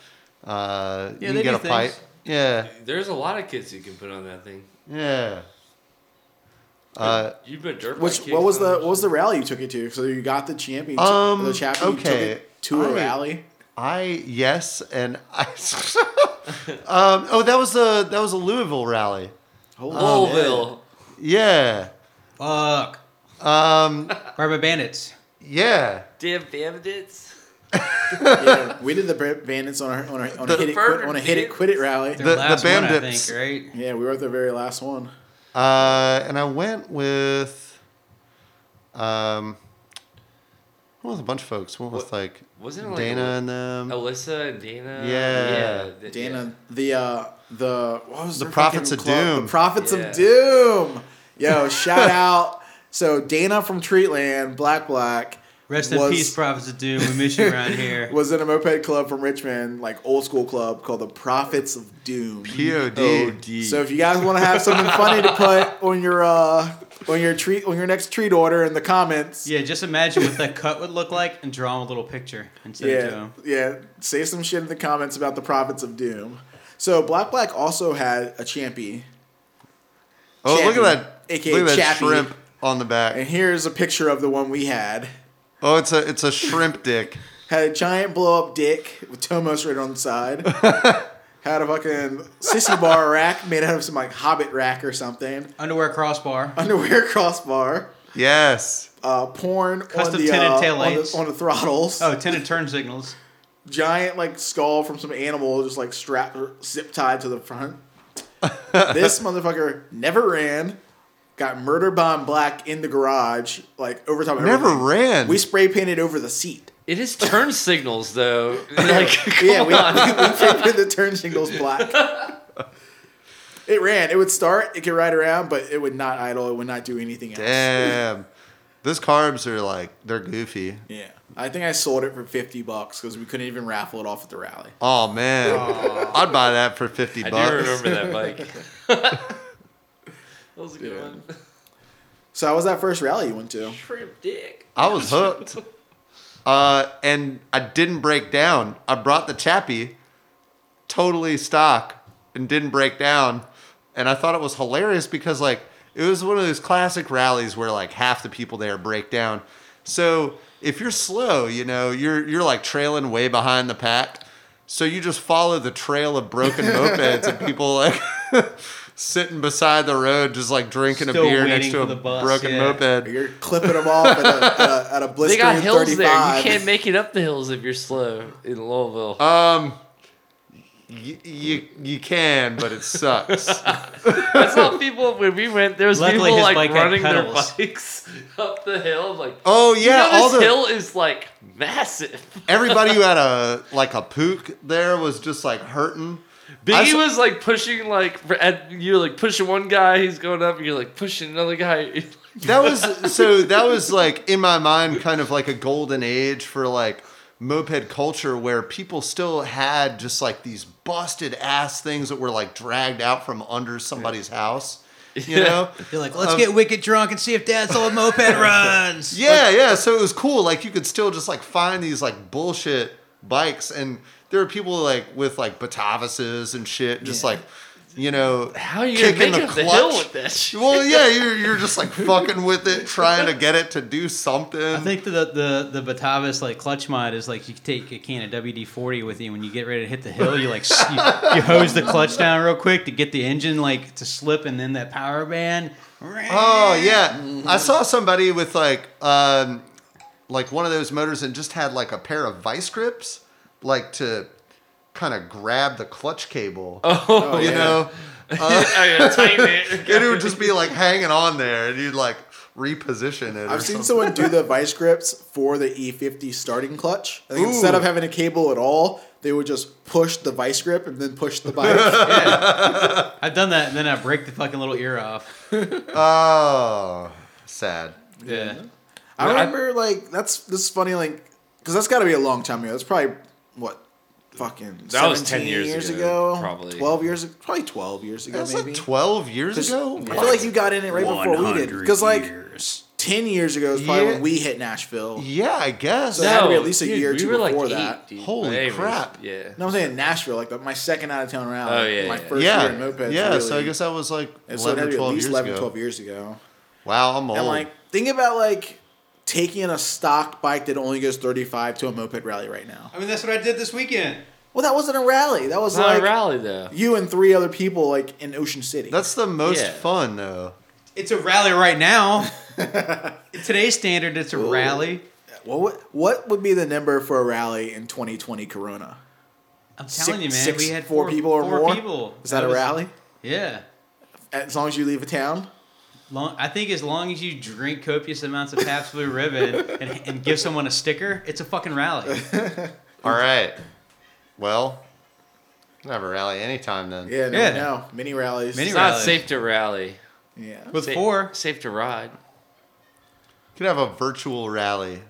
S2: Uh
S3: Yeah,
S2: you
S3: they
S2: can get
S3: do
S2: a pipe.
S3: things.
S2: Yeah.
S8: There's a lot of kids you can put on that thing.
S2: Yeah. Uh
S8: You've been dirt. bike
S1: Which
S8: kicks
S1: what was
S8: on
S1: the
S8: that
S1: what was the rally you took it to? So you got the Champy, you
S2: Um,
S1: took- the Chappy, you took
S2: okay.
S1: it to a
S2: I-
S1: rally.
S2: I yes and I Um oh that was a that was a Louisville rally.
S1: Holy
S8: shit.
S2: Oh,
S8: Louisville.
S2: Yeah.
S3: Fuck.
S2: Um
S3: Right by bandits.
S2: yeah.
S8: Damn bandits.
S1: shit. yeah, we did the Bra- Bandits on our on our on a
S2: The
S1: hit it quit, on a hit it quit it rally.
S3: Their
S2: The- the
S3: last one, I
S2: bandits.
S3: think, right?
S1: yeah, we were at the very last one.
S2: Uh, and I went with, um, I went with a bunch of folks. Went with
S8: What-
S2: like
S8: wasn't it
S2: Dana
S8: like a-
S2: and them.
S7: Oh,
S8: Alyssa and Dana.
S2: Yeah.
S8: th-
S1: Dana, the uh, the what was
S2: The
S1: their
S2: Prophets
S1: fucking
S2: of
S1: club?
S2: Doom.
S1: The Prophets
S8: Yeah.
S1: of Doom. Yo, shout out. So Dana from Treatland, Black Black.
S3: Rest in
S1: was-
S3: peace, prophets of doom. We miss you around here.
S1: Was in a moped club from Richmond, like old school club called the Prophets of Doom.
S2: POD.
S1: So if you guys want to have something funny to put on your uh on your treat on your next treat order in the comments,
S3: Yeah, just imagine what that cut would look like and draw him a little picture instead of
S1: yeah, yeah, say some shit in the comments about the Prophets of Doom. So Black Black also had a champy
S2: oh, look at that!
S1: AKA
S2: look at that
S1: Chappy.
S2: shrimp on the
S1: And
S2: back.
S1: here's a picture of the one we had.
S2: Oh, it's a it's a shrimp dick.
S1: Had a giant blow up dick with Tomos right on the side. Had a fucking sissy bar rack made out of some like hobbit rack or something.
S3: Underwear crossbar.
S1: Underwear crossbar.
S2: Yes.
S1: Uh, porn on
S3: Custom
S1: the,
S3: tinted
S1: uh, on, the,
S3: taillights.
S1: on the throttles.
S3: Oh, tinted turn signals.
S1: Giant like skull from some animal just like strapped or zip tied to the front. this motherfucker never ran. Got murder bomb black in the garage, like over top of
S2: Never
S1: everything.
S2: ran.
S1: We spray painted over the seat.
S7: It is turn signals though. Like, come
S1: yeah, we,
S7: on.
S1: we painted the turn signals black. it ran. It would start. It could ride around, but it would not idle. It would not do anything else.
S2: Damn. Those carbs are like they're goofy.
S1: Yeah, I think I sold it for fifty bucks because we couldn't even raffle it off at the rally.
S2: Oh man, I'd buy that for fifty
S7: I
S2: bucks.
S7: do remember that bike. that was a good
S1: Yeah.
S7: one.
S1: So how was that first rally you went to?
S8: Shrimp dick.
S2: I was hooked. Uh, and I didn't break down. I brought the chappy totally stock and didn't break down. And I thought it was hilarious because like it was one of those classic rallies where like half the people there break down. So if you're slow, you know, you're you're like trailing way behind the pack. So you just follow the trail of broken mopeds and people like sitting beside the road just like drinking
S3: Still
S2: a beer next
S3: waiting
S2: to
S3: for
S2: a
S3: the bus,
S2: broken
S3: yeah.
S2: moped.
S1: You're clipping them off at a, at a, at a
S7: They
S1: blistering
S7: got hills there. You
S1: thirty-five.
S7: can't make it up the hills if you're slow in Louisville.
S2: Um, you, you you can, but it sucks.
S7: I saw people when we went. There was
S3: Luckily,
S7: people
S3: his
S7: like
S3: bike had
S7: running their
S3: pedals.
S7: bikes up the hill. I'm like,
S2: oh
S7: you know
S2: yeah, all
S7: this
S2: the
S7: hill is like massive.
S2: everybody who had a like a pook there was just like hurting. I
S7: Biggie
S2: saw-
S7: was like pushing like for- at, you're like pushing one guy, he's going up, and you're like pushing another guy.
S2: That was so that was like in my mind kind of like a golden age for like moped culture where people still had just like these busted ass things that were like dragged out from under somebody's house. You
S7: Yeah.
S2: know?
S3: You're like,
S2: Um,
S3: let's get wicked drunk and see if dad's old moped runs.
S2: Yeah, yeah.
S7: uh,
S2: So it was cool. Like you could still just like find these like bullshit bikes, and there were people like with like Batavises and shit, just like you know,
S7: How are you gonna
S2: kicking
S7: make
S2: the
S7: it up the hill
S2: clutch.
S7: with that shit?
S2: Well, yeah, you're you're just like fucking with it, trying to get it to do something.
S3: I think the the the Batavis like clutch mod is like you take a can of WD forty with you when you get ready to hit the hill. You like s- you, you hose the clutch down real quick to get the engine like to slip, and then that power band.
S2: Oh yeah, I saw somebody with like um, like one of those motors and just had like a pair of vice grips, like to kind of grab the clutch cable.
S7: Oh,
S2: you know,
S7: I gotta Oh, tighten it.
S2: and it would just be like hanging on there, and you'd like reposition it. or
S1: I've seen
S2: something.
S1: someone do the vice grips for the E50 starting clutch. I think
S2: Ooh.
S1: instead of having a cable at all, they would just push the vice grip and then push the bike.
S3: I've done that, and then I break the fucking little ear off.
S2: Oh, sad.
S3: Yeah,
S1: I remember like that's this is funny like because that's got to be a long time ago. That's probably what fucking
S7: That was
S1: 17
S7: 10 years
S1: ago,
S7: ago, probably.
S1: twelve years probably twelve years ago
S2: That's
S1: maybe.
S2: like twelve years
S1: 'Cause
S2: ago.
S1: I feel like you got in it right before we did because like
S3: years.
S1: ten years ago is probably
S2: Yeah.
S1: when we hit Nashville.
S2: yeah, I guess.
S1: So it had to be at least a year or two before
S7: eight,
S1: that.
S7: dude.
S2: Holy
S7: Anyways,
S2: crap.
S7: Yeah.
S1: No, I'm saying Nashville, like the, my second out of town round.
S7: Oh, yeah,
S1: my
S7: yeah.
S1: first year in
S2: yeah,
S1: mopeds.
S2: yeah.
S1: Really.
S2: So I guess that was like
S1: And
S2: eleven
S1: so it had
S2: or
S1: to be at
S2: twelve
S1: least
S2: years
S1: 11,
S2: ago.
S1: 12 years ago.
S2: Wow, I'm old.
S1: And like, think about like taking a stock bike that only goes 35 to a moped rally right now.
S3: I mean, that's what I did this weekend.
S1: Well, that wasn't a rally. That was
S7: It's not
S1: like
S7: a rally though.
S1: you and three other people like in Ocean City.
S2: That's the most
S7: Yeah.
S2: fun though.
S3: It's a rally right now. In Today's standard, it's a rally.
S1: what would, what would be the number for a rally in 2020 Corona?
S3: I'm telling
S1: Six-
S3: you, man,
S1: six-
S3: we had
S1: four, people or
S3: four
S1: more.
S3: people.
S1: Is that, a
S3: was-
S1: rally?
S3: Yeah.
S1: As long as you leave a town.
S3: Long, I think as long as you drink copious amounts of Pabst Blue Ribbon and, and give someone a sticker, it's a fucking rally.
S2: All right. Well, I have a rally anytime then.
S1: Yeah, no,
S3: Yeah.
S1: no. mini rallies.
S3: Mini
S7: It's
S3: rally.
S7: not safe to rally.
S1: yeah.
S3: With
S7: Sa-
S3: four,
S7: Safe to ride.
S2: Could have a virtual rally.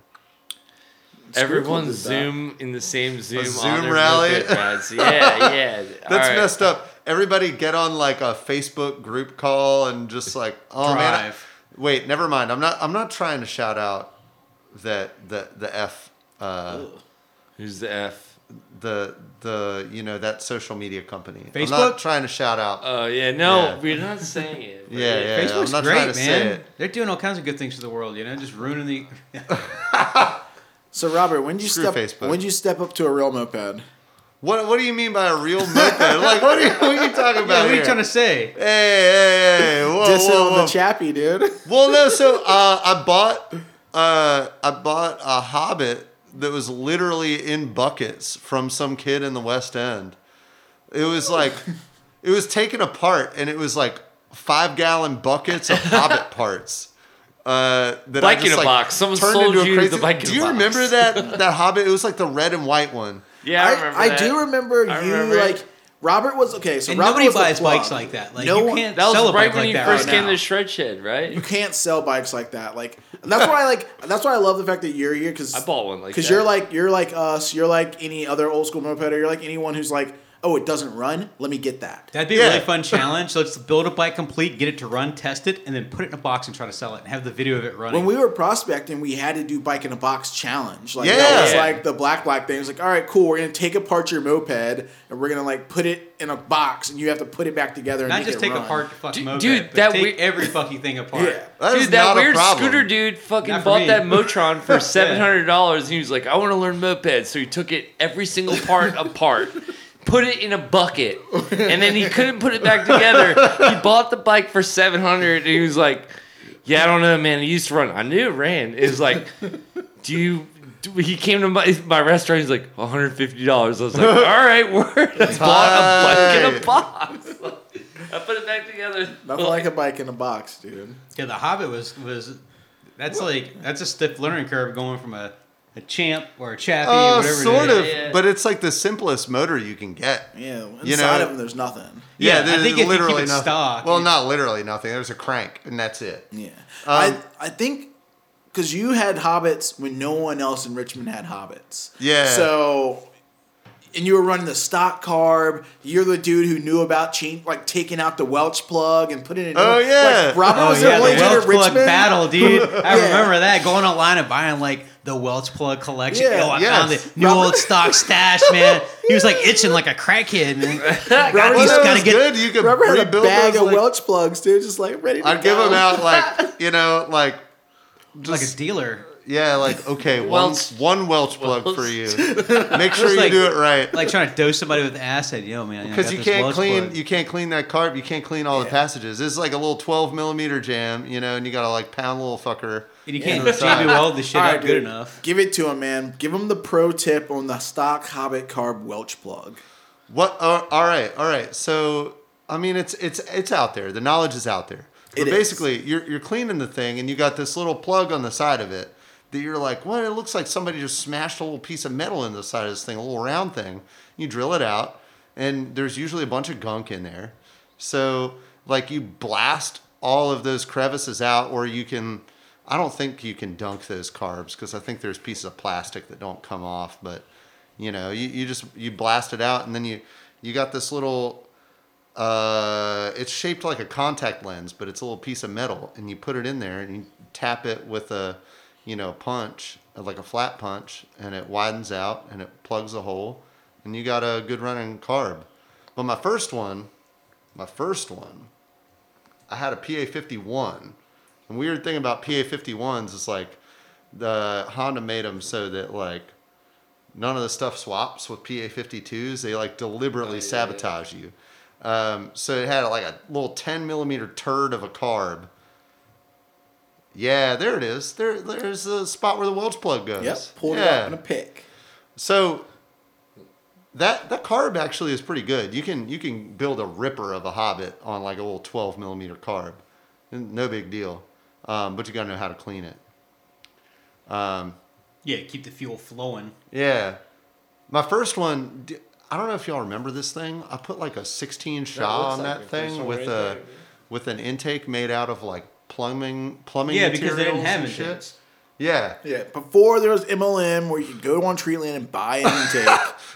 S7: Everyone
S1: did that.
S7: Zoom in the same Zoom.
S2: Zoom
S7: on their
S2: rally?
S7: moped rides. Yeah, yeah.
S2: That's messed up. Everybody get on like a Facebook group call and just like, oh man. I-
S3: Drive.
S2: wait, never mind. I'm not. I'm not trying to shout out that the the f uh,
S7: Who's the F?
S2: the the you know that social media company. I'm
S3: Facebook? Uh.
S2: not trying to shout out.
S7: Oh yeah, no,
S2: Yeah.
S7: we're not saying it. but
S2: yeah,
S7: it-
S2: yeah.
S3: Facebook's
S2: I'm not
S3: great,
S2: trying to
S3: man.
S2: say it.
S3: They're doing all kinds of good things for the world, you know, just ruining the.
S1: So Robert, when did you
S2: Screw
S1: step
S2: Facebook.
S1: when did you step up to a real moped?
S2: What What do you mean by a real moped? like, what are you, what are you talking about?
S3: what are you
S2: here?
S3: trying to say?
S2: Hey, hey, hey! Whoa,
S1: Dissing
S2: whoa,
S1: on
S2: whoa.
S1: the chappy, dude.
S2: Well, no. So uh, I bought uh, I bought a Hobbit that was literally in buckets from some kid in the West End. It was like it was taken apart, and it was like five gallon buckets of Hobbit parts. Uh, that I
S7: Bike in
S2: just,
S7: a
S2: like,
S7: box. Someone
S2: turned
S7: sold
S2: into a
S7: you
S2: crazy-
S7: the bike in
S2: Do
S7: a
S2: you
S7: box.
S2: remember that that Hobbit? It was like the red and white one.
S7: yeah. I, remember.
S1: I
S7: that.
S1: do remember
S7: I
S1: you
S7: remember it.
S1: like Robert was okay. So
S3: And
S1: Robert
S3: nobody
S1: was the
S3: buys
S1: plug.
S3: bikes like that. Like
S1: No
S3: you
S1: one-
S3: can't
S7: That
S3: sell a
S7: was right
S3: bike
S7: when
S3: like
S7: you
S3: that
S7: first
S3: right
S7: came
S3: now.
S7: to the shred shed, right?
S1: You can't sell bikes like that. Like that's why I like that's why I love the fact that you're here because
S7: I bought one like
S1: because
S7: that.
S1: you're like you're like us. You're like any other old school moped. Or you're like anyone who's like oh it doesn't run. Let me get that.
S3: That'd be
S2: Yeah.
S3: a really fun challenge. Let's build a bike complete, get it to run, test it, and then put it in a box and try to sell it and have the video of it
S1: When
S3: running.
S1: we were prospecting, we had to do bike in a box challenge. Like
S2: Yeah.
S1: that was
S7: Yeah.
S1: like the black black thing. It's like, all right, cool. We're gonna take apart your moped and we're gonna like put it in a box, and you have to put it back together. And
S3: Not
S1: make
S3: just
S1: it
S3: take
S1: run.
S3: apart the fucking
S7: Dude-
S3: moped,
S7: dude,
S3: but
S7: that
S3: take
S7: we-
S3: every fucking thing apart.
S1: Yeah.
S2: That is
S7: dude, that
S2: not a
S7: weird
S2: problem.
S7: scooter dude fucking
S3: Not for
S7: bought
S3: me.
S7: that Motron for
S3: Yeah.
S7: seven hundred dollars, and he was like, "I want to learn moped," so he took it every single part apart, put it in a bucket, and then he couldn't put it back together. He bought the bike for seven hundred, and he was like, "Yeah, I don't know, man. It used to run. I knew it ran." It was like, "Do you?" do- He came to my, my restaurant. He's like, one hundred fifty dollars. I was like, all right, word. I bought a bike in a
S2: Tight.
S7: box. I put it back together.
S1: Nothing like a bike in a box, dude.
S3: Yeah, the Hobbit was was that's like that's a stiff learning curve going from a, a champ or a chappy or
S2: Oh,
S3: whatever. it
S2: sort
S3: is.
S2: of,
S7: Yeah.
S2: but it's like the simplest motor you can get.
S1: Yeah, inside
S2: You know-
S1: of them, there's nothing.
S3: Yeah, I
S2: there's
S3: think if you keep it stock,
S2: Well,
S3: you-
S2: not literally nothing. There's a crank, and that's it.
S1: Yeah,
S2: Um,
S1: I I think because you had hobbits when no one else in Richmond had hobbits.
S2: Yeah.
S1: So and you were running the stock carb. You're the dude who knew about chain, like taking out the Welch plug and putting it. in.
S2: Oh, yeah.
S1: like, Robin
S3: Oh
S1: was
S3: yeah,
S1: the
S3: the
S1: only dude
S3: Welch
S1: at
S3: plug
S1: Richmond.
S3: battle, dude. I
S1: Yeah.
S3: remember that going online and buying like the Welch plug collection.
S1: Yeah,
S3: Yo, I
S2: yes.
S3: found it. New old stock stash, man. He was like itching like a crackhead, man. I
S1: Robert-
S3: gotta,
S2: Well,
S1: He's
S2: that
S3: gotta
S2: was
S3: get.
S2: good. You could
S1: Robert had a
S2: rebuild
S1: bag
S2: those,
S1: of
S2: like-
S1: Welch plugs, dude, just like ready. To
S2: I'd give
S1: go.
S2: them out like you know, like
S3: like
S2: just
S3: a dealer.
S2: yeah, like okay,
S7: Welch.
S2: one one Welch plug
S7: Welch.
S2: for you. Make sure you
S3: like-
S2: do it right.
S3: Like trying to dose somebody with acid, yo man.
S2: because you can't clean
S3: You,
S2: you can't clean that carb you can't clean all the passages this is like a little 12 millimeter jam you know and you gotta like pound little fucker
S3: and you
S2: on
S3: can't
S2: the
S3: JB
S2: side.
S3: weld the shit
S1: All
S3: up
S1: right,
S3: good
S1: dude.
S3: enough.
S1: Give it to him, man. Give him the pro tip on the stock Hobbit carb Welch plug.
S2: what uh, all right all right so i mean it's it's it's out there the knowledge is out there but
S1: It is.
S2: basically you're you're cleaning the thing and you got this little plug on the side of it that you're like well it looks like somebody just smashed a little piece of metal into the side of this thing a little round thing you drill it out and there's usually a bunch of gunk in there So like you blast all of those crevices out, or you can. I don't think you can dunk those carbs because I think there's pieces of plastic that don't come off. But you know, you, you just you blast it out, and then you you got this little. Uh, it's shaped like a contact lens, but it's a little piece of metal, and you put it in there, and you tap it with a, you know, punch uh, like a flat punch, and it widens out, and it plugs a hole, and you got a good running carb. But my first one, my first one, I had a PA 51. And weird thing about PA 51s is like the Honda made them so that like none of the stuff swaps with PA 52s. They like
S1: Oh,
S2: deliberately sabotage you. Um, so it had like a little 10 millimeter turd of a carb. Yeah, there it is. There, there's the spot where the Welch plug goes.
S1: Yep, pulled it
S2: Yeah.
S1: up in a pick.
S2: So that that carb actually is pretty good. You can you can build a ripper of a hobbit on like a little twelve millimeter carb, N- no big deal. Um, but you gotta know how to clean it.
S3: Yeah, keep the fuel flowing.
S2: Yeah, my first one. d- I don't know if y'all remember this thing. I put like a sixteen Shaw
S8: looks
S2: on
S8: like your
S2: that
S8: first
S2: thing
S8: one
S2: with
S8: right
S2: a
S8: there.
S2: with an intake made out of like plumbing plumbing.
S3: Yeah, because they didn't
S2: materials
S3: have
S2: and
S3: it.
S2: shit. Yeah,
S1: Yeah, before there was MLM where you could go on Treeland and buy an intake.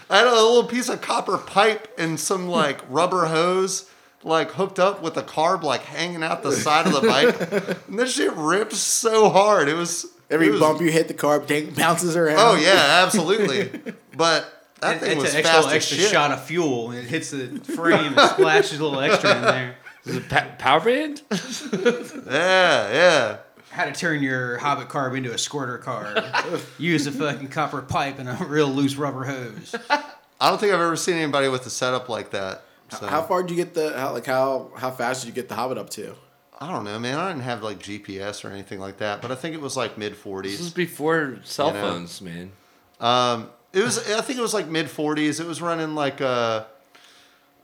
S2: I had a little piece of copper pipe and some like rubber hose, like hooked up with a carb, like hanging out the side of the bike. And this shit ripped so hard. It was
S1: Every
S2: it was-
S1: bump you hit the carb, dang, bounces around.
S2: Oh yeah, absolutely. but that
S3: It-
S2: thing
S3: it's
S2: was
S3: an
S2: fast
S3: extra,
S2: as
S3: extra
S2: shit.
S3: shot of fuel, and it hits the frame and splashes a little extra in there.
S7: Is it pa- power band?
S2: Yeah, yeah.
S3: How to turn your Hobbit carb into a squirter carb? Use a fucking copper pipe and a real loose rubber hose.
S2: I don't think I've ever seen anybody with a setup like that. So
S1: How far did you get the how, like how how fast did you get the Hobbit up to?
S2: I don't know, man. I didn't have like GPS or anything like that, but I think it was like mid
S7: This is
S2: forties.
S7: before cell
S2: You know.
S7: phones, man.
S2: Um, it was. I think it was like mid forties. It was running like a,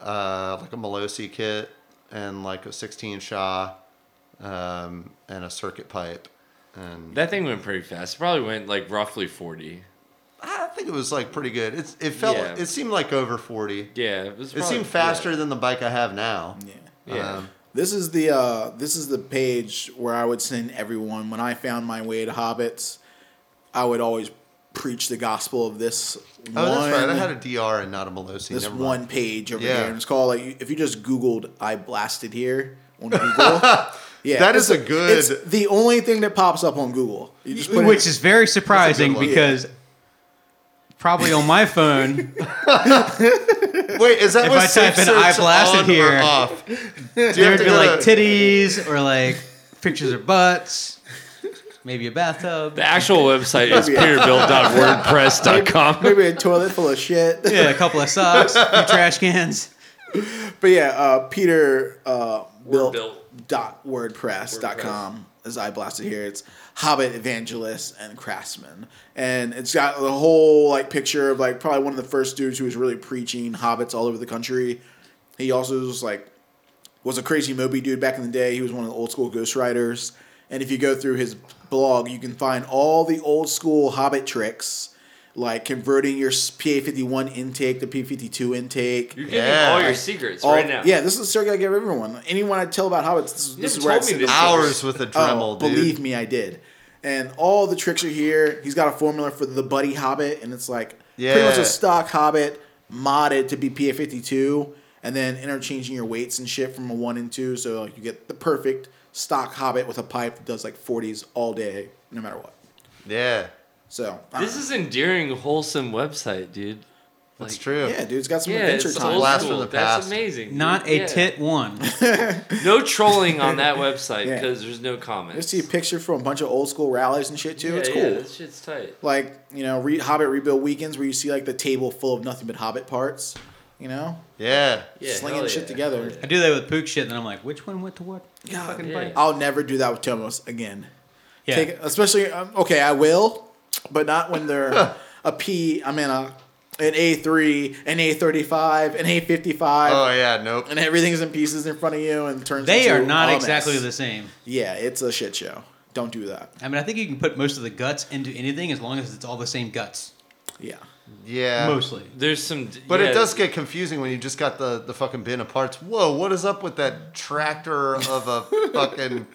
S2: uh, like a Melosi kit and like a sixteen Shaw, um, and a circuit pipe, and
S7: That thing went pretty fast. It probably went like roughly 40.
S2: I think it was like pretty good. It's. It felt.
S7: Yeah.
S2: It seemed like over forty.
S7: Yeah, it was.
S2: It
S7: probably-
S2: seemed faster
S7: yeah.
S2: than the bike I have now.
S1: Yeah.
S7: Yeah.
S2: Um,
S1: This is the uh, this is the page where I would send everyone when I found my way to Hobbits. I would always preach the gospel of this
S2: oh,
S1: one
S2: that's right. I had a DR and not a Melosi.
S1: this
S2: Never mind.
S1: one page over
S2: Yeah.
S1: here. And it's called like if you just Googled "I blasted here" on Google. Yeah,
S2: That
S1: it's-
S2: is a good-
S1: It's the only thing that pops up on Google. You just put
S3: Which
S1: in-
S3: is very surprising
S2: one.
S3: because probably on my phone,
S2: Wait, is that
S3: If
S2: what
S3: I type
S2: safe
S3: in I
S2: search
S3: blasted
S2: on or
S3: here,
S2: off? Do you have
S3: there would
S2: to
S3: be
S2: go
S3: like
S2: to-
S3: titties or like pictures of butts, maybe a bathtub.
S7: The actual website is peterbilt.wordpress.com.
S1: maybe a toilet full of shit.
S3: Yeah, a couple of socks, a few trash cans.
S1: But yeah, uh, Peter uh, built,
S7: built.
S1: dot WordPress dot com as I blasted here. It's Hobbit Evangelist and Craftsman, and it's got the whole like picture of like probably one of the first dudes who was really preaching hobbits all over the country. He also was like was a crazy Moby dude back in the day. He was one of the old school ghostwriters. And if you go through his blog, you can find all the old school Hobbit tricks, like converting your PA 51 intake to P 52 intake.
S7: You're giving
S2: Yeah.
S7: all your secrets
S1: All-
S7: right now.
S1: Yeah, this is the circuit I give everyone. Anyone I tell about hobbits, this,
S7: You
S1: this is
S7: never
S1: where I
S7: told me
S1: send
S7: this.
S1: them.
S2: hours with a Dremel,
S1: Oh,
S2: dude.
S1: believe me, I did. And all the tricks are here. He's got a formula for the buddy hobbit, and it's like pretty much
S2: Yeah.
S1: a stock hobbit modded to be PA fifty two, and then interchanging your weights and shit from a one and two, so like you get the perfect stock Hobbit with a pipe that does like forties all day, no matter what.
S2: Yeah,
S1: So I don't
S7: This
S1: know.
S7: is endearing, wholesome website, dude.
S2: that's
S7: Like,
S2: true.
S1: yeah, dude, it's got some
S7: Yeah,
S1: adventure
S7: it's
S1: time.
S7: old
S2: Blast
S7: school.
S2: from the
S7: That's
S2: past.
S7: amazing. dude.
S3: Not a
S7: Yeah.
S3: tit one.
S7: No trolling on that website
S1: Yeah.
S7: because there's no
S1: You
S7: comments.
S1: see a picture from a bunch of old school rallies and shit too.
S7: yeah,
S1: it's cool.
S7: yeah, that shit's tight.
S1: like you know, re- Hobbit rebuild weekends where you see like the table full of nothing but Hobbit parts. You know,
S2: Yeah.
S7: Yeah,
S1: slinging
S7: hell
S1: shit
S7: yeah,
S1: together.
S7: hell
S3: I do that with Pook shit, and then I'm like, which one went to what?
S1: God,
S7: yeah. Yeah.
S1: I'll never do that with Tomos again.
S3: Yeah.
S1: Take, especially um, okay, I will, but not when they're a P. I'm in a an A three, an A thirty five, an A fifty five,
S2: Oh yeah. Nope.
S1: and everything's in pieces in front of you and turns.
S3: Uh, they
S1: into
S3: are not
S1: a mess.
S3: exactly the same.
S1: Yeah, it's a shit show. Don't do that.
S3: I mean, I think you can put most of the guts into anything as long as it's all the same guts.
S1: Yeah,
S2: Yeah.
S3: Mostly.
S7: There's some,
S2: But
S7: yeah,
S2: it does get confusing when you just got the, the fucking bin of parts. Whoa, what is up with that tractor of a fucking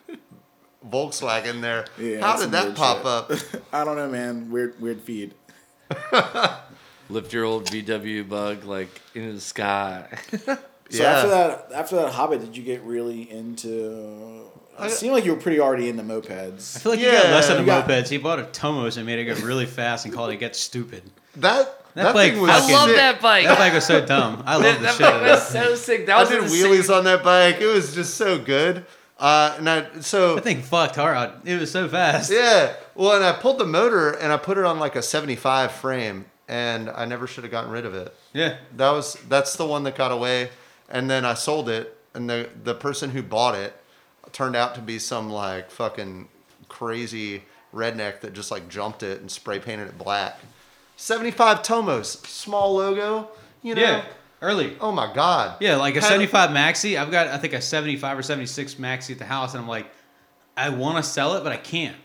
S2: Volkswagen there?
S1: Yeah,
S2: How
S1: that's some
S2: did that
S1: weird
S2: pop
S1: shit.
S2: up?
S1: I don't know, man. Weird, weird feed.
S7: lift your old VW bug like into the sky.
S1: So
S2: yeah.
S1: after that, after that Hobbit, did you get really into? uh, It seemed like you were pretty already into
S3: I
S1: mopeds.
S3: feel like he got
S2: Yeah,
S3: less than
S2: you
S3: the
S1: got-
S3: mopeds. He bought a Tomos and made it go really fast and called it Get Stupid.
S2: that
S3: That
S2: that,
S3: bike
S2: thing was
S7: I
S3: fucking-
S7: love
S2: sick.
S7: that bike.
S3: That bike was so dumb. I love the
S7: That
S3: shit out
S7: bike
S3: of that.
S7: was
S3: thing.
S7: so sick. That
S2: I
S7: was
S2: did
S7: in the
S2: wheelies
S7: same-
S2: on that bike. It was just so good. Uh, and I so
S3: That thing fucked hard out. It was so fast.
S2: yeah. Well, and I pulled the motor and I put it on like a seventy five frame, and I never should have gotten rid of it.
S3: Yeah.
S2: That was that's the one that got away, and then I sold it, and the the person who bought it turned out to be some like fucking crazy redneck that just like jumped it and spray painted it black. Seventy five Tomos, small logo, you know.
S3: Yeah. Early.
S2: Oh my god.
S3: Yeah, like a
S2: Had-
S3: 75 Maxi. I've got, I think, a 75 or 76 Maxi at the house, and I'm like, I want to sell it, but I can't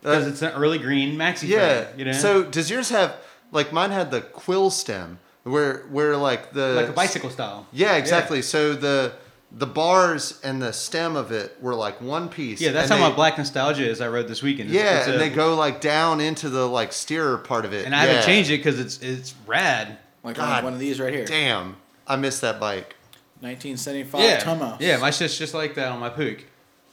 S3: because
S2: Uh,
S3: it's an early green Maxi.
S2: Yeah.
S3: frame, you know?
S2: So does yours have like mine had the quill stem where where like the
S3: like a bicycle style.
S2: Yeah, exactly. So the the bars and the stem of it were like one piece.
S3: Yeah, that's
S2: and
S3: how
S2: they-
S3: my black nostalgia is. I rode this weekend. It's-
S2: Yeah,
S3: it's a-
S2: and they go like down into the like steerer part of it.
S3: and I
S2: Yeah.
S3: haven't changed it because it's it's rad.
S1: Like
S2: God
S1: one of these right here,
S2: Damn, I missed that bike.
S1: 1975
S3: yeah,
S1: Tomos.
S3: yeah, my shit's just like that on my Pook.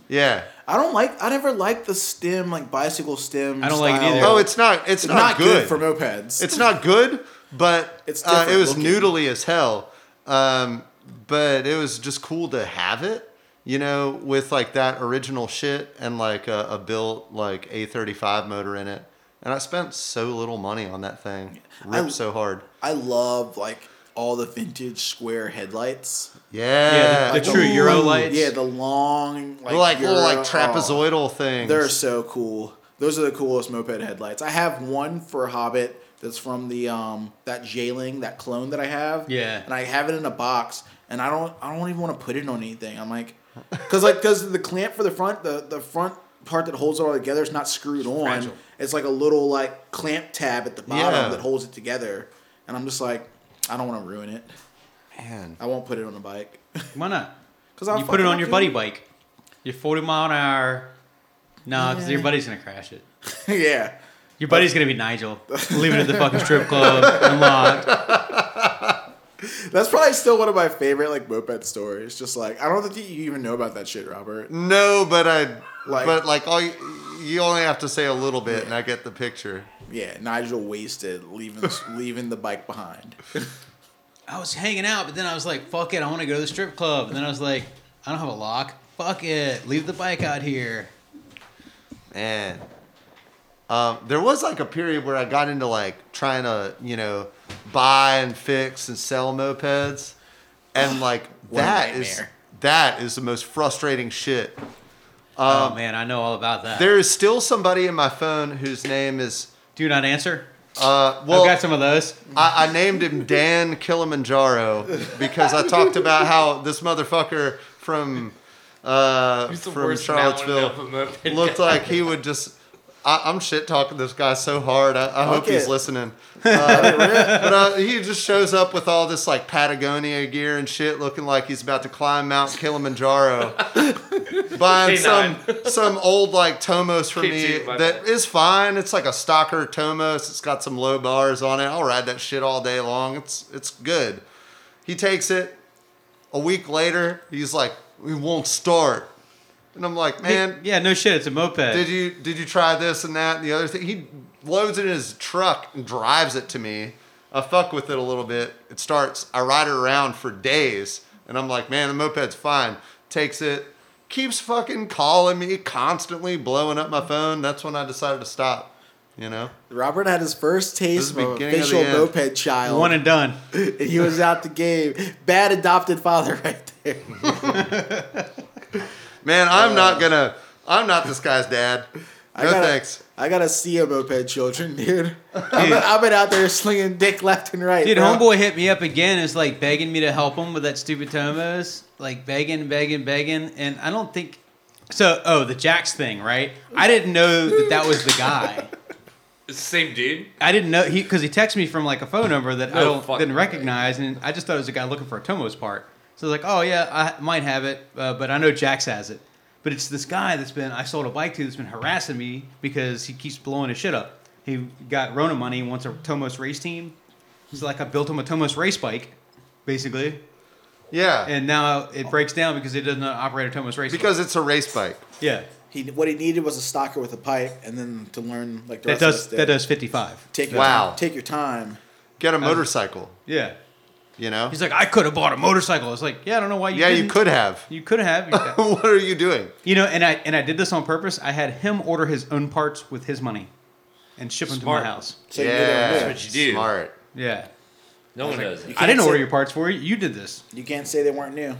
S2: Yeah.
S1: I don't like. I never liked the stem, like bicycle stem.
S3: I don't like it
S1: style.
S3: either.
S2: Oh, it's not. It's,
S1: It's
S2: not, good.
S1: for mopeds.
S2: it's not good, but
S1: It's
S2: uh, it
S1: different
S2: was
S1: looking.
S2: noodly as hell. Um, but it was just cool to have it, you know, with like that original shit and like a, a built like A35 motor in it. And I spent so little money on that thing. Ripped
S1: I-
S2: so hard.
S1: I love like all the vintage square headlights.
S2: Yeah.
S3: the-
S1: Like,
S3: the true Euro lights.
S1: Yeah, the long like
S2: like little
S1: Euro-
S2: like
S1: oh.
S2: trapezoidal things.
S1: They're so cool. Those are the coolest moped headlights. I have one for Hobbit that's from the um that Jailing, that clone that I have.
S3: Yeah.
S1: And I have it in a box and I don't I don't even want to put it on anything. I'm like cuz like cuz the clamp for the front, the the front part that holds it all together is not screwed on.
S3: fragile.
S1: It's like a little like clamp tab at the bottom
S2: Yeah.
S1: that holds it together. And I'm just like I don't want to ruin it.
S2: Man.
S1: I won't put it on a bike.
S3: Why not?
S1: Cuz I
S3: you put it on your buddy bike. You're 40 mile an hour. No, because your buddy's gonna crash it.
S1: yeah.
S3: Your buddy's gonna be Nigel. Leave it at the fucking strip club. Unlocked.
S1: That's probably still one of my favorite like moped stories. Just like I don't think you even know about that shit, Robert.
S2: No, but I
S1: Like-
S2: but like all you, you only have to say a little bit and I get the picture.
S1: Yeah, Nigel wasted leaving leaving the bike behind.
S3: I was hanging out, but then I was like, "Fuck it, I want to go to the strip club." And then I was like, "I don't have a lock. Fuck it, leave the bike out here."
S2: Man. Um, there was like a period where I got into like trying to, you know, buy and fix and sell mopeds. And like
S1: What a
S2: that is
S1: nightmare.
S2: that is the most frustrating shit.
S3: oh man, I know all about that.
S2: Um, There is still somebody in my phone whose name is
S3: Do not answer.
S2: uh well
S3: I've got some of those.
S2: I, I named him Dan Kilimanjaro because I talked about how this motherfucker from uh,
S7: Who's the
S2: from
S7: worst mountain
S2: Charlottesville
S7: of a moped
S2: looked like he would just I, I'm shit talking this guy so hard. I, I hope
S1: Fuck
S2: he's
S1: it.
S2: listening. Uh, but uh, he just shows up with all this like Patagonia gear and shit, looking like he's about to climb Mount Kilimanjaro, buying some
S7: K9.
S2: some old like Tomos for
S7: K2,
S2: me
S7: my
S2: that
S7: bad.
S2: is fine. It's like a Stalker Tomos. It's got some low bars on it. I'll ride that shit all day long. It's it's good. He takes it. A week later, he's like, "We won't start," and I'm like, "Man."
S3: yeah, no shit. It's a moped.
S2: did you did you try this and that and the other thing? He loads it in his truck and drives it to me. I fuck with it a little bit. It starts. I ride it around for days, and I'm like, man, the moped's fine. Takes it, keeps fucking calling me constantly, blowing up my phone. That's when I decided to stop. You know,
S1: Robert had his first
S2: is
S1: taste
S2: the
S1: of a
S2: beginning of the
S1: official
S2: end.
S1: moped child.
S3: One and done.
S1: and he was out the game. Bad adopted father right there.
S2: man, I'm not gonna. I'm not this guy's dad. No
S1: gotta,
S2: thanks.
S1: uh, I gotta see a moped children, dude. I've, been, I've been out there slinging dick left and right.
S3: Dude,
S1: bro.
S3: homeboy hit me up again. Is like begging me to help him with that stupid Tomos, like begging, begging, begging, and I don't think so. Oh, the Jax thing, right? I didn't know that that was the guy.
S7: It's the same dude.
S3: I didn't know he because he texted me from like a phone number that I
S7: No
S3: don't,
S7: fucking
S3: didn't
S7: way.
S3: recognize, and I just thought it was a guy looking for a Tomos part. So I was like, oh yeah, I might have it, uh, but I know Jax has it. But it's this guy that's been I sold a bike to that's been harassing me because he keeps blowing his shit up. He got Rona money, wants a Tomos race team. He's like, I built him a Tomos race bike, basically,
S2: Yeah,
S3: and now it breaks down because it doesn't operate a Tomos race.
S2: because it's a race bike.
S3: bike. yeah,
S1: He, what he needed was a stalker with a pipe, and then to learn like the rest
S3: that does
S1: of us
S3: that
S1: did.
S3: does fifty five.
S1: Take your
S2: Wow.
S1: Time, take your time.
S2: Get a motorcycle.
S3: Yeah,
S2: You know.
S3: Um, he's like, I could have bought a motorcycle. I was like, yeah, I don't know why you.
S2: yeah, you
S3: didn't."
S2: could have.
S3: You could have.
S2: what are you doing?
S3: You know, and I and I did this on purpose. I had him order his own parts with his money, and ship them
S7: Smart.
S3: to my house.
S1: So you knew
S2: yeah,
S1: they were
S7: That's what you do.
S2: Smart.
S3: Yeah,
S7: No one knows.
S1: You
S7: it.
S3: I
S1: can't
S3: didn't order
S1: say-
S3: your parts for you. You did this.
S1: new. You can't say they weren't new.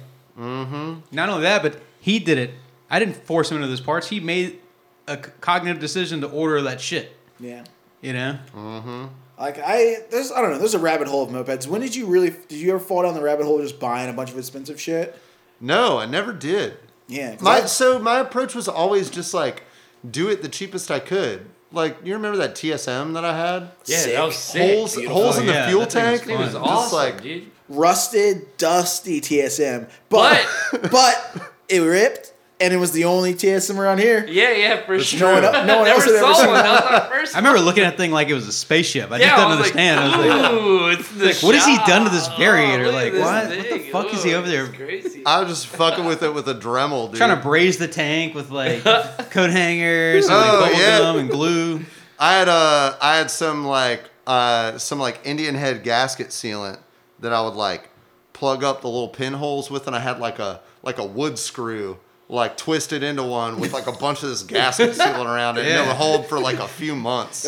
S3: Not only that, but he did it. I didn't force him into those parts. He made a c- cognitive decision to order that shit.
S1: Yeah.
S3: You know,
S1: Like I, there's I don't know. There's a rabbit hole of mopeds. When did you really? Did you ever fall down the rabbit hole of just buying a bunch of expensive shit?
S2: No, I never did.
S1: Yeah. 'cause
S2: My
S1: I-
S2: so my approach was always just like do it the cheapest I could. Like you remember that TSM that I had?
S7: Yeah,
S1: Sick.
S7: that was sick.
S2: holes
S7: dude.
S2: holes
S3: Oh,
S2: in
S3: yeah,
S2: the fuel
S3: that thing was
S2: tank.
S7: It was
S3: Fun.
S7: awesome,
S2: Just like
S7: dude.
S1: rusted, dusty TSM, but but it ripped, and it was the only TSM around here.
S7: Yeah, yeah, for sure.
S1: No one, no one else
S7: Never
S1: had ever
S7: saw
S1: seen
S7: one.
S1: one.
S7: That was our first.
S3: I remember looking at that thing like it was a spaceship. I
S7: yeah,
S3: just didn't
S7: I was
S3: understand. I
S7: Like,
S3: was like,
S7: Ooh, it's the
S3: like, what has he
S7: shop.
S3: done to this variator?
S7: look
S3: Like,
S7: at this
S3: what? What the
S7: thing.
S3: fuck is he
S7: Ooh,
S3: over there-
S7: it's Crazy.
S2: I was just fucking with it with a Dremel, dude.
S3: trying to braise the tank with like coat hangers and like,
S2: Oh,
S3: bubble
S2: yeah.
S3: gum and glue.
S2: I had uh I had some like uh some like Indian head gasket sealant that I would like plug up the little pinholes with and I had like a like a wood screw like twisted into one with like a bunch of this gasket sealant around it and it
S3: Yeah.
S2: would hold for like a few months.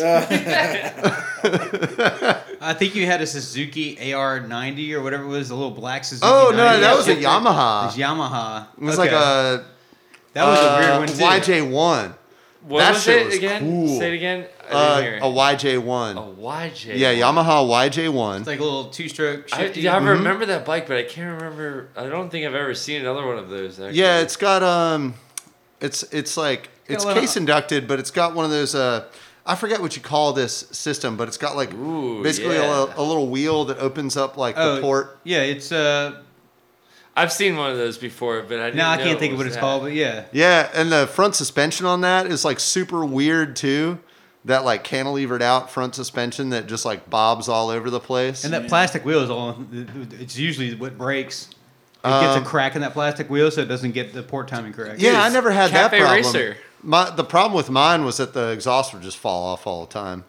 S3: I think you had a Suzuki AR ninety or whatever it was, a little black Suzuki.
S2: Oh no,
S3: 90.
S2: that was a
S3: It
S2: Yamaha.
S3: was Yamaha.
S2: It was
S3: Okay.
S2: like a
S3: that was a weird
S2: uh,
S3: one too.
S2: YJ one.
S7: What
S2: That
S7: was
S2: shit
S7: it
S2: was
S7: again?
S2: cool.
S7: Say it again. I
S2: Uh,
S7: didn't
S2: a
S7: hear it.
S2: YJ one.
S7: A YJ.
S2: Yeah, Yamaha YJ one.
S3: It's like a little two stroke.
S7: I, yeah, I remember
S2: Mm-hmm.
S7: that bike, but I can't remember. I don't think I've ever seen another one of those. Actually.
S2: Yeah, it's got um, it's it's like
S3: got
S2: it's
S3: a little-
S2: case inducted, but it's got one of those uh, I forget what you call this system, but it's got like
S7: Ooh,
S2: basically a
S7: yeah.
S2: little- a, little wheel that opens up like
S3: Oh,
S2: the port.
S3: Yeah, it's uh.
S7: I've seen one of those before, but I didn't
S3: Now I
S7: know
S3: can't think of what
S7: was
S3: it's
S7: that.
S3: called, but yeah,
S2: Yeah, and the front suspension on that is like super weird too. That like cantilevered out front suspension that just like bobs all over the place.
S3: and that plastic wheel is all. It's usually what breaks. It gets a
S2: Um,
S3: crack in that plastic wheel, so it doesn't get the port timing correct.
S2: Yeah, I
S7: Yes.
S2: never had that
S7: Cafe
S2: problem.
S7: Racer.
S2: My the problem with mine was that the exhaust would just fall off all the time.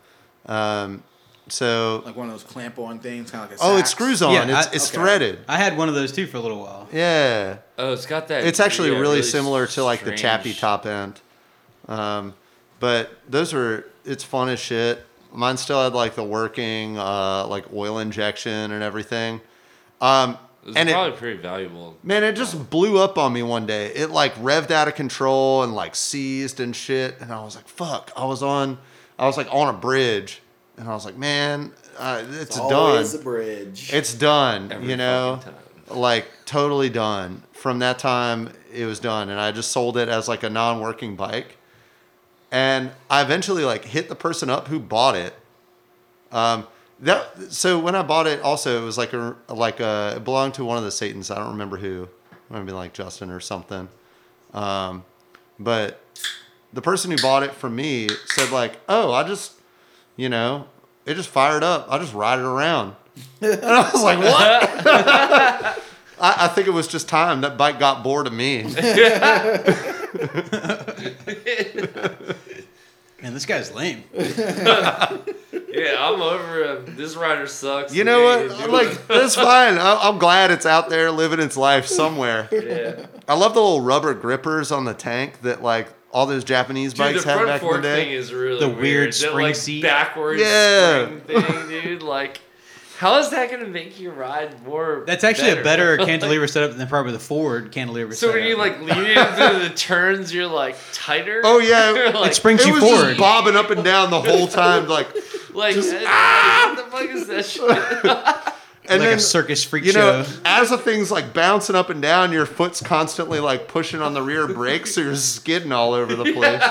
S2: Um, so
S1: Like one of those clamp-on things, kind of like a
S2: oh, it
S1: sax.
S2: screws on.
S3: Yeah,
S2: it's
S3: I-
S2: it's
S1: okay.
S2: threaded.
S3: I had one of those too for a little while.
S2: Yeah,
S7: Oh, it's got that.
S2: it's actually
S7: yeah,
S2: really, similar to like the Chappie
S7: strange-
S2: top end. Um, but those are it's fun as shit. Mine still had like the working uh, like oil injection and everything. Um,
S7: It's
S2: and it,
S7: probably pretty valuable.
S2: Man, it just blew up on me one day. It like revved out of control and like seized and shit. And I was like, fuck. I was on, I was like on a bridge. And I was like, man, uh, it's, done.
S1: Always the bridge.
S2: it's done.
S7: Every
S2: you know,
S7: fucking
S2: like totally done. From that time, it was done. And I just sold it as like a non working bike. and I eventually like hit the person up who bought it. Um, that so when I bought it, also it was like a like a it belonged to one of the Satans. I don't remember who. It might have been like Justin or something. Um, but the person who bought it from me said like, "Oh, I just, you know, it just fired up. I just ride it around." and I was like, "What?" I, I think it was just time. That bike got bored of me.
S3: Man, this guy's lame.
S7: Yeah, I'm over him. This rider sucks.
S2: You
S7: He
S2: know
S7: ain't
S2: what?
S7: gonna do
S2: Like that's fine. I, I'm glad it's out there living its life somewhere.
S7: it.
S2: I love the little rubber grippers on the tank that like all those Japanese
S7: Dude, the
S2: bikes had
S7: front
S2: back in the
S7: fork thing
S2: day.
S7: is really
S3: The
S7: weird.
S3: weird
S7: That,
S3: spring
S7: like,
S3: seat.
S7: backwards
S2: Yeah.
S7: spring thing, dude. Like, how is that gonna make you ride more?
S3: That's actually a better cantilever setup than probably the forward cantilever
S7: So
S3: setup.
S7: when you like lean into the turns, you're like tighter.
S2: oh yeah,
S7: You're, like,
S3: it springs
S2: it
S3: you
S2: was
S3: forward.
S2: just bobbing up and down the whole time. Like,
S7: Like, ah! what the fuck is that shit?
S2: and
S3: like
S2: then
S3: a circus freak
S2: you know,
S3: show.
S2: as the thing's like bouncing up and down, your foot's constantly like pushing on the rear brake, so you're skidding all over the place.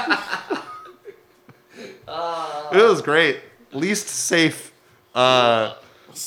S2: it was great. Least safe uh,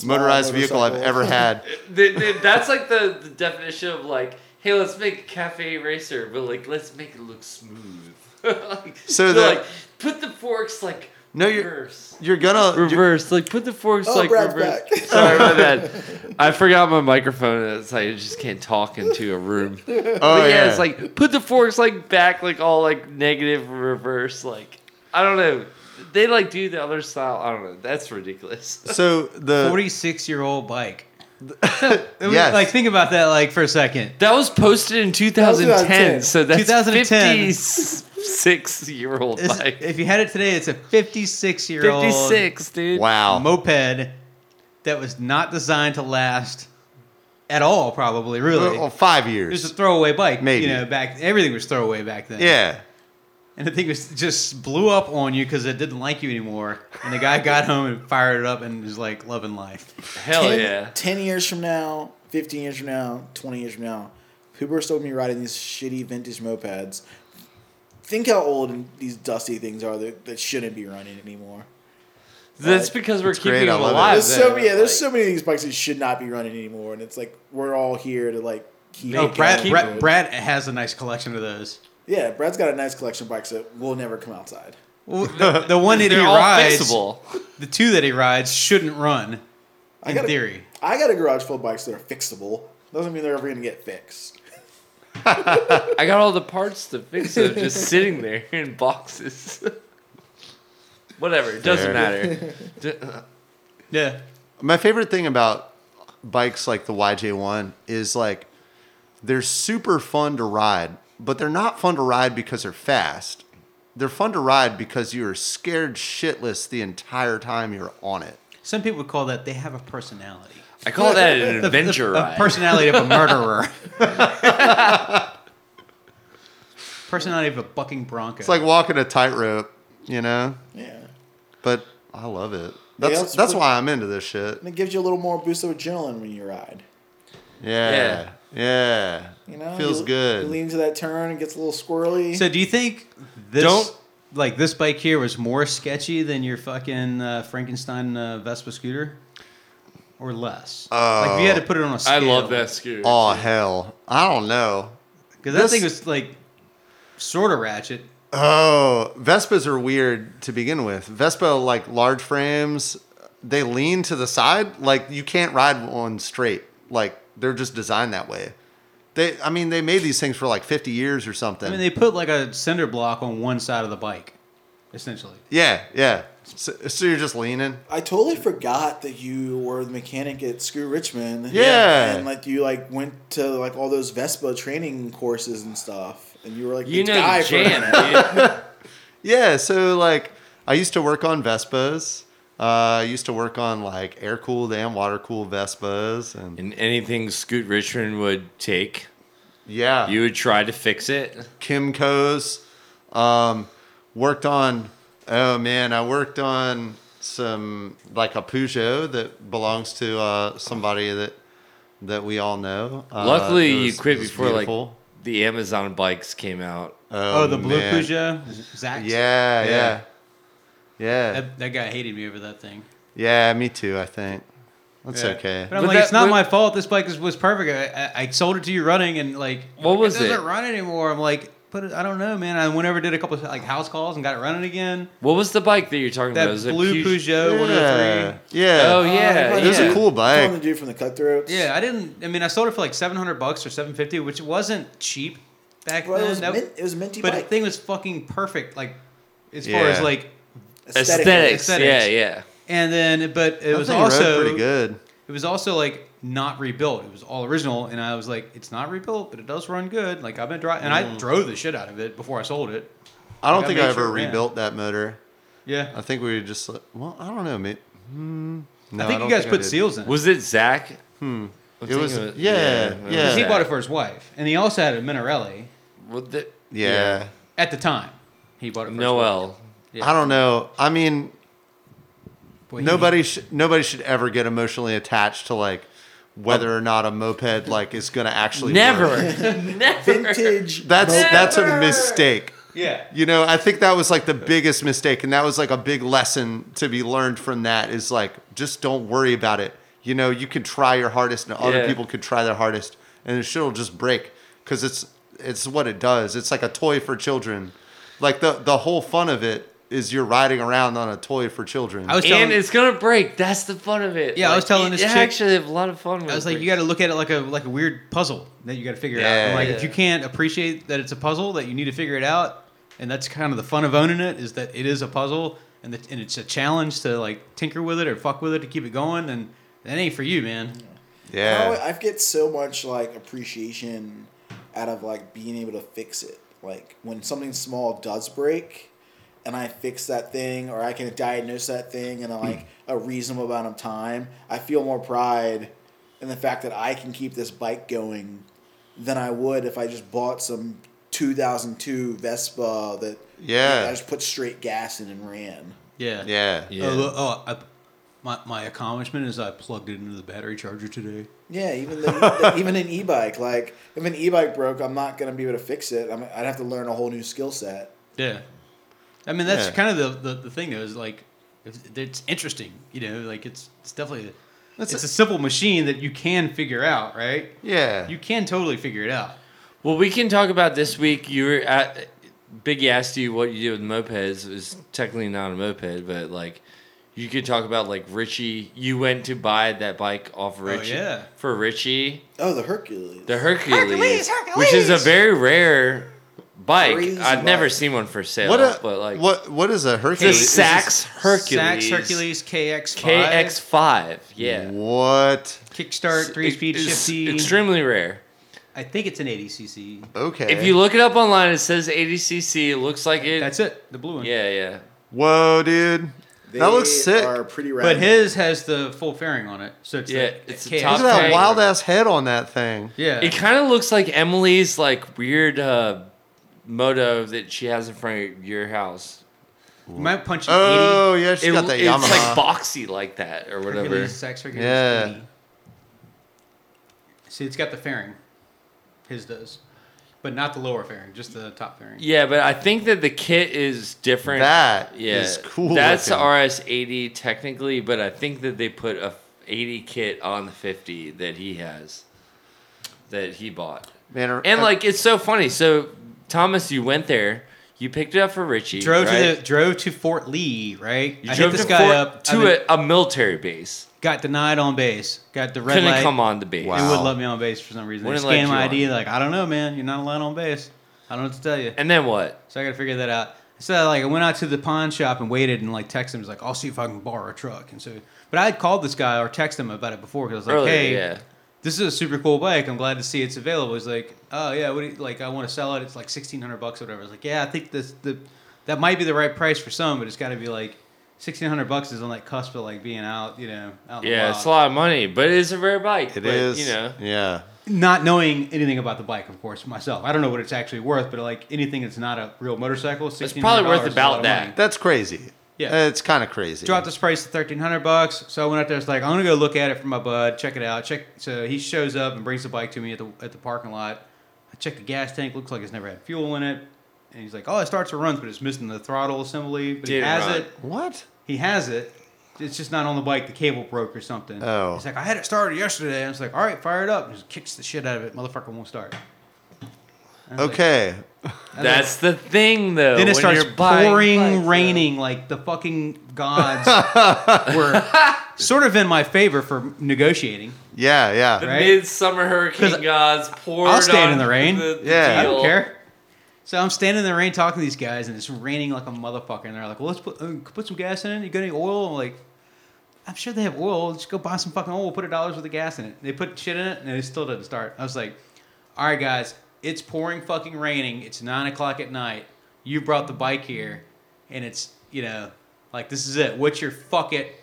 S2: motorized vehicle I've
S1: motorcycle.
S2: ever had.
S7: Th- th- That's like the, the definition of like, hey, let's make a cafe racer, but like, let's make it look smooth. like,
S2: So
S7: so
S2: the-
S7: like, put the forks like
S2: No, you're-
S7: reverse.
S2: You're gonna you're-
S7: Reverse, like put the forks
S1: Oh,
S7: like
S1: Brad's
S7: reverse.
S1: back.
S7: Sorry about that. I forgot my microphone. And it's like I just can't talk into a room.
S2: Oh
S7: but yeah,
S2: yeah,
S7: it's like put the forks like back, like all like negative reverse. Like I don't know. They like do the other style. I don't know. That's ridiculous.
S2: so the
S3: Forty-six year old bike. It was-
S2: Yes.
S3: Like think about that like for a second.
S7: That was posted in 2010,
S1: 2010.
S7: so that's
S3: 2010.
S7: 56 year old
S3: This-
S7: bike.
S3: if you had it today, it's a fifty-six year old
S7: 56, dude.
S2: wow.
S3: moped that was not designed to last at all. Probably really.
S2: Well, Oh, five
S3: It was a
S2: years.
S3: throwaway bike.
S2: Maybe.
S3: you know back everything was throwaway back then.
S2: Yeah.
S3: And the thing was just blew up on you because it didn't like you anymore. And the guy got home and fired it up and was like loving life.
S7: Hell
S1: 10,
S7: yeah.
S1: 10 years from now, 15 years from now, 20 years from now, people are still going to be riding these shitty vintage mopeds. Think how old these dusty things are that, that shouldn't be running anymore.
S7: That's because we're keeping
S2: great, I
S7: them
S2: love it.
S7: alive.
S1: There's so,
S7: though,
S1: yeah,
S7: like-
S1: there's so many of these bikes that should not be running anymore, and it's like we're all here to like keep.
S3: Oh,
S1: it
S3: Brad,
S1: going.
S3: Brad, Brad has a nice collection of those.
S1: Yeah, Brad's got a nice collection of bikes that will never come outside.
S3: Well, the, the one that he
S7: They're all
S3: rides,
S7: fixable.
S3: the two that he rides shouldn't run. In
S1: gotta-
S3: theory,
S1: I got a garage full of bikes that are fixable. Doesn't mean they're ever gonna get fixed.
S7: I got all the parts to fix them just sitting there in boxes. Whatever, it doesn't
S2: Fair.
S7: matter. D-
S3: yeah.
S2: My favorite thing about bikes like the YJ1 is like they're super fun to ride, but they're not fun to ride because they're fast. They're fun to ride because you're scared shitless the entire time you're on it.
S3: Some people would call that they have a personality,
S7: I call that an
S3: The- the-
S7: adventure
S3: a
S7: ride.
S3: personality of a murderer, personality of a bucking bronco.
S2: It's like walking a tightrope, you know?
S1: Yeah,
S2: But I love it.
S1: Yeah,
S2: That's
S1: it's
S2: that's
S1: put-
S2: why I'm into this shit.
S1: and it gives you a little more boost of adrenaline when you ride.
S2: Yeah. Yeah.
S1: You know,
S2: Feels
S1: you,
S2: good.
S1: You lean to that turn, it gets a little squirrely.
S3: So do you think this
S7: Don't-
S3: like this bike here was more sketchy than your fucking uh, Frankenstein uh, Vespa scooter, or less? like if you had to put it on a scale,
S7: Oh. I love that scooter.
S2: oh hell. I don't know.
S3: because that
S2: This-
S3: thing was like sort of ratchet.
S2: Oh, Vespas are weird to begin with. Vespa like large frames, they lean to the side. Like you can't ride one straight. Like they're just designed that way. They, I mean, they made these things for like fifty years or something.
S3: I mean, they put like a cinder block on one side of the bike, essentially.
S2: yeah, yeah. So, so you're just leaning.
S1: I totally forgot that you were the mechanic at Screw Richmond.
S2: Yeah.
S1: and like you like went to like all those Vespa training courses and stuff, and you were like
S7: You
S1: the
S7: know,
S1: guy
S7: you
S1: for
S7: jam,
S1: it.
S7: dude.
S2: Yeah. So like, I used to work on Vespas. Uh, I used to work on like air cooled and water cooled Vespas, and
S7: And anything Scoot Richmond would take,
S2: yeah,
S7: you would try to fix it.
S2: Kimco's. Um, worked on. Oh man, I worked on some like a Peugeot that belongs to uh, somebody that that we all know. Uh,
S7: Luckily,
S2: it
S7: you quit
S2: it
S7: before, like, the Amazon bikes came out.
S3: Oh, the blue
S2: man.
S3: Peugeot, Zach.
S2: Yeah, yeah,
S7: Yeah.
S2: yeah, yeah.
S3: That, that guy hated me over that thing.
S2: me too. I think that's
S3: Yeah.
S2: okay.
S3: But I'm
S7: But
S3: like,
S7: that-
S3: it's not
S7: but-
S3: my fault. This bike is, was perfect. I, I, I sold it to you running, and like,
S7: What was
S3: it?
S7: it?
S3: Doesn't run anymore. I'm like, but it- I don't know, man. I went over, did a couple of, like house calls, and got it running again.
S7: What was the bike that you're talking
S3: That
S7: about? Was it
S3: blue
S7: Peugeot-
S3: Peugeot 103.
S2: yeah, yeah.
S7: Oh yeah,
S2: It was
S7: yeah.
S2: a cool
S1: That's one
S2: bike.
S1: of the dude from the cutthroats.
S3: Yeah, I didn't. I mean, I sold it for like 700 bucks or 750, which wasn't cheap back
S1: Well,
S3: then.
S1: it was,
S3: That-
S1: mint, it was a minty
S3: but the
S1: bike.
S3: thing was fucking perfect. Like, as far as
S2: Yeah.
S3: like,
S7: aesthetics. Yeah,
S3: Aesthetics.
S7: yeah.
S3: and then, but it
S2: That
S3: was
S2: thing rode
S3: also
S2: pretty good.
S3: It was also like not rebuilt. It was all original, and I was like, it's not rebuilt, but it does run good. Like I've been driving, and
S2: Mm.
S3: I drove the shit out of it before I sold it.
S2: I don't
S3: I
S2: think
S3: made
S2: I ever
S3: sure it ran.
S2: rebuilt that motor.
S3: Yeah,
S2: I think we were just like, well, I don't know, mate. Hmm. No,
S3: I think you
S2: don't
S3: guys
S2: I
S3: put
S2: did.
S3: seals in. it.
S7: Was it Zach? Hmm.
S2: It was- yeah, yeah.
S3: 'Cause he bought it for his wife, and he also had a Minarelli
S2: Yeah.
S3: at the time. He bought it for
S7: Noel.
S2: I don't know. I mean,
S3: His wife.
S2: nobody sh- nobody should ever get emotionally attached to like whether or not a moped like is going to actually
S7: Never.
S2: work.
S7: Never.
S1: vintage.
S2: That's
S1: moped.
S2: that's a mistake.
S3: Yeah.
S2: You know, I think that was like the biggest mistake, and that was like a big lesson to be learned from that. Is like just don't worry about it. You know, you can try your hardest, and other
S7: Yeah.
S2: people could try their hardest, and the shit will just break because it's it's what it does. It's like a toy for children. Like the the whole fun of it is you're riding around on a toy for children.
S3: I was telling,
S7: And it's gonna break. That's the fun of it.
S3: Yeah, I was telling
S7: you-
S3: this
S7: you
S3: chick-
S7: actually have a lot of fun. With
S3: I was
S7: it.
S3: like, you got to look at it like a like a weird puzzle that you got to figure out.
S2: Yeah.
S3: And like if
S7: Yeah.
S3: you can't appreciate that it's a puzzle, that you need to figure it out, and that's kind of the fun of owning it is that it is a puzzle and that and it's a challenge to like tinker with it or fuck with it to keep it going. And that ain't for you, man.
S1: I,
S2: yeah,
S1: I get so much like appreciation out of like being able to fix it. Like when something small does break, and I fix that thing, or I can diagnose that thing in
S2: Hmm.
S1: a, like a reasonable amount of time, I feel more pride in the fact that I can keep this bike going than I would if I just bought some 2002 Vespa that
S2: Yeah.
S1: I just put straight gas in and ran.
S3: Yeah.
S2: yeah, Uh,
S7: Yeah.
S3: Oh, look, oh I, my my accomplishment is I plugged it into the battery charger today.
S1: Yeah, even the, even an e-bike. Like if an e-bike broke, I'm not gonna be able to fix it. I'm, I'd have to learn a whole new skill set.
S3: Yeah. I mean, that's
S2: Yeah.
S3: kind of the, the, the thing, though, is like, it's, it's interesting, you know, like it's, it's definitely, a,
S2: That's
S3: it's
S2: a-
S3: a simple machine that you can figure out, right?
S2: yeah.
S3: You can totally figure it out.
S7: Well, we can talk about this week. You were at Biggie asked you what you do with mopeds. It was technically not a moped, but like you could talk about like Richie. You went to buy that bike off Richie
S3: yeah.
S7: for Richie
S1: Oh, the Hercules.
S7: the Hercules, which is a very rare bike.
S1: Crazy
S7: I've never
S1: bike.
S7: seen one for sale,
S2: What a
S7: but like
S2: what what is a
S7: it's a
S2: Hercules?
S7: Sax Hercules,
S3: Sax Hercules KX5.
S7: KX five. Yeah,
S2: What?
S3: Kickstart, three speed
S7: It's
S3: shifty.
S7: extremely rare.
S3: I think it's an 80cc.
S2: Okay.
S7: If you look it up online, it says 80cc. It looks like it.
S3: That's it, the blue one.
S7: yeah, yeah.
S2: Whoa, dude.
S1: They
S2: that looks sick.
S1: Are pretty rad.
S3: But his has the full fairing on it. So it's
S7: Yeah,
S3: the,
S7: it's a
S3: KX.
S7: top
S2: Look at that
S7: tank.
S2: wild ass head on that thing.
S3: Yeah.
S7: It kind of looks like Emily's like weird uh, moto that she has in front of your house.
S3: you might punch an 80.
S2: Oh yeah, she's
S7: It-
S2: got that
S7: it's
S2: Yamaha.
S7: like boxy like that or whatever.
S3: Hercules, Sax Hercules
S2: Yeah.
S3: 80. See, it's got the fairing. His does. But not the lower fairing, just the top fairing.
S7: Yeah, but I think that the kit is different.
S2: That
S7: yeah,
S2: is cool
S7: That's
S2: looking.
S7: RS80 technically, but I think that they put a 80 kit on the 50 that he has, that he bought.
S2: Man, or-
S7: And like it's so funny. So Thomas, you went there, you picked it up for Richie.
S3: Drove
S7: right?
S3: to the drove to Fort Lee, right?
S7: You
S3: I hit
S7: drove
S3: this
S7: to
S3: guy
S7: Fort-
S3: up
S7: to
S3: I've been-
S7: a, a military base.
S3: Got denied on base. Got the red
S7: Couldn't
S3: light.
S7: come on the base.
S2: Wow.
S3: They would let me on base for some reason. They
S7: Wouldn't let
S3: scan my
S7: you
S3: ID.
S7: on.
S3: Like I don't know, man. You're not allowed on base. I don't know what to tell you.
S7: And then what?
S3: So I got to figure that out. So like I went out to the pawn shop and waited and like texted him. He's like, I'll see if I can borrow a truck. And so, but I had called this guy or texted him about it before because I was like,
S7: Earlier,
S3: Hey,
S7: yeah.
S3: this is a super cool bike. I'm glad to see it's available. He's like, Oh yeah, what do you, like I want to sell it. It's like sixteen hundred bucks or whatever. I was like, Yeah, I think this the that might be the right price for some, but it's got to be like sixteen hundred bucks is on that cusp of like being out, you know, out in the
S7: Yeah,
S3: wild.
S7: it's a lot of money, but it is a rare bike.
S2: It
S7: but,
S2: is.
S7: You know,
S2: Yeah.
S3: not knowing anything about the bike, of course, myself. I don't know what it's actually worth, but like anything that's not a real motorcycle, it's
S7: probably worth about that.
S2: That's crazy.
S3: Yeah.
S2: It's kind of crazy.
S3: Dropped this price to thirteen hundred bucks. So I went out there. I was like, I'm gonna go look at it for my bud. Check it out. Check. So he shows up and brings the bike to me at the at the parking lot. I checked the gas tank. Looks like it's never had fuel in it. And he's like, "Oh, it starts to run, but it's missing the throttle assembly." But he
S7: Didn't
S3: has
S7: run.
S3: it.
S2: What?
S3: He has it. It's just not on the bike. The cable broke or something.
S2: Oh.
S3: He's like, I had it started yesterday. And it's like, all right, fire it up. And just kicks the shit out of it. Motherfucker won't start. And I was like-
S2: Okay.
S3: I was like,
S7: That's the thing, though.
S3: then it
S7: when
S3: starts
S7: you're buying
S3: pouring,
S7: bikes, though.
S3: raining like the fucking gods were sort of in my favor for negotiating.
S2: Yeah, yeah.
S7: The
S3: right?
S7: midsummer hurricane
S3: 'Cause
S7: gods poured.
S3: I'll stand
S7: on
S3: in the rain.
S2: Yeah.
S3: I don't
S7: deal.
S3: care. So I'm standing in the rain talking to these guys, and it's raining like a motherfucker. And they're like, "Well, let's put uh, put some gas in it. You got any oil?" I'm like, "I'm sure they have oil. Just go buy some fucking oil. Put a dollar's worth of gas in it." They put shit in it, and it still didn't start. I was like, "All right, guys, it's pouring fucking raining. It's nine o'clock at night. You brought the bike here, and it's you know, like this is it. What's your fuck it?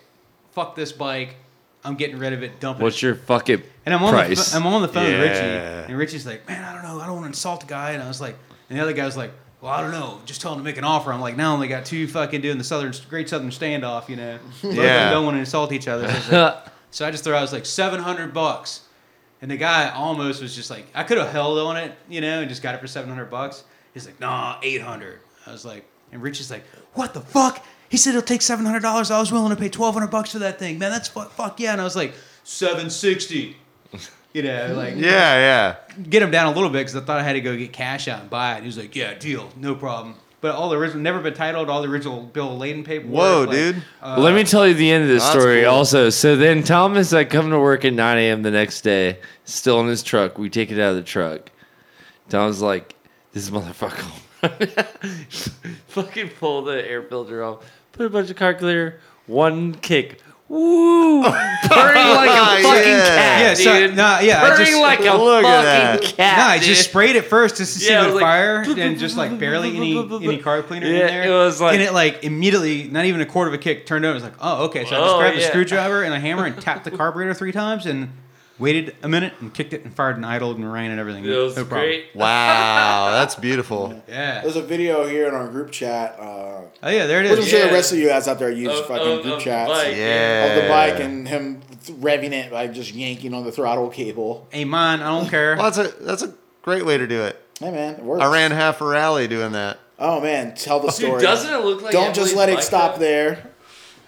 S3: Fuck this bike. I'm getting rid of it. Dumping it.
S7: What's your fucking
S3: And I'm on
S7: price?
S3: the ph- I'm on the phone with
S2: Yeah.
S3: Richie, and Richie's like, "Man, I don't know. I don't want to insult the guy." And I was like, and the other guy was like, "Well, I don't know. Just tell him to make an offer." I'm like, "Now I only got two fucking doing the southern great southern standoff, you know. Both of them
S2: Yeah.
S3: don't want to insult each other." So, I was like- so I just threw. I was like, 700 bucks," and the guy almost was just like, "I could have held on it, you know, and just got it for 700 bucks." He's like, "Nah, 800." I was like, and Richie's like, "What the fuck?" He said it'll take seven hundred dollars. I was willing to pay twelve hundred bucks for that thing, man. That's fuck, fuck yeah. And I was like, seven sixty. You know, like
S2: Yeah,
S3: get him down a little bit because I thought I had to go get cash out and buy it. He was like, "Yeah, deal, no problem." But all the original, never been titled, all the original Bill Layden paperwork.
S2: Whoa,
S3: like,
S2: dude.
S3: uh,
S7: Let me tell you the end of this
S2: That's
S7: story.
S2: cool.
S7: Also, so then Thomas, I come to work at 9 a.m. the next day, still in his truck. We take it out of the truck. Tom's like, "This motherfucker, fucking pull the air filter off, put a bunch of car clear, one kick, woo, purring like a fucking
S2: Yeah.
S7: cat,
S3: Yeah, so
S7: dude.
S3: nah, yeah, I
S7: purring
S3: just
S7: like a
S2: Look at
S7: fucking cat.
S3: nah, I
S7: dude.
S3: just sprayed it first just to see
S7: Yeah, it
S3: what
S7: was like,
S3: fire and just like barely any any car cleaner in
S7: Yeah,
S3: there.
S7: it was like-
S3: and it like immediately, not even a quarter of a kick turned over. It was like, oh okay. So I just
S7: Whoa,
S3: grabbed a
S7: yeah.
S3: screwdriver and a hammer and tapped the carburetor three times and waited a minute and kicked it and fired and idled and rain and everything.
S7: It was
S3: no problem.
S7: great.
S2: yeah. Wow, that's beautiful.
S3: Yeah.
S1: There's a video here in our group chat. Uh,
S3: Oh yeah, there it
S1: what
S3: is.
S1: does say
S7: Yeah.
S1: the rest of you guys out there use
S7: Of-
S1: fucking
S7: of-
S1: group
S7: of
S1: chats
S7: bike,
S2: Yeah.
S1: of the bike and him th- revving it by just yanking on the throttle cable.
S3: Hey, mine. I don't care.
S2: Well, that's a that's a great way to do it.
S1: Hey man, it works.
S2: I ran half a rally doing that.
S1: Oh man, tell the
S7: Dude,
S1: story.
S7: doesn't it look like
S1: Don't just
S7: Emily's
S1: let it
S7: like
S1: stop
S7: that?
S1: there.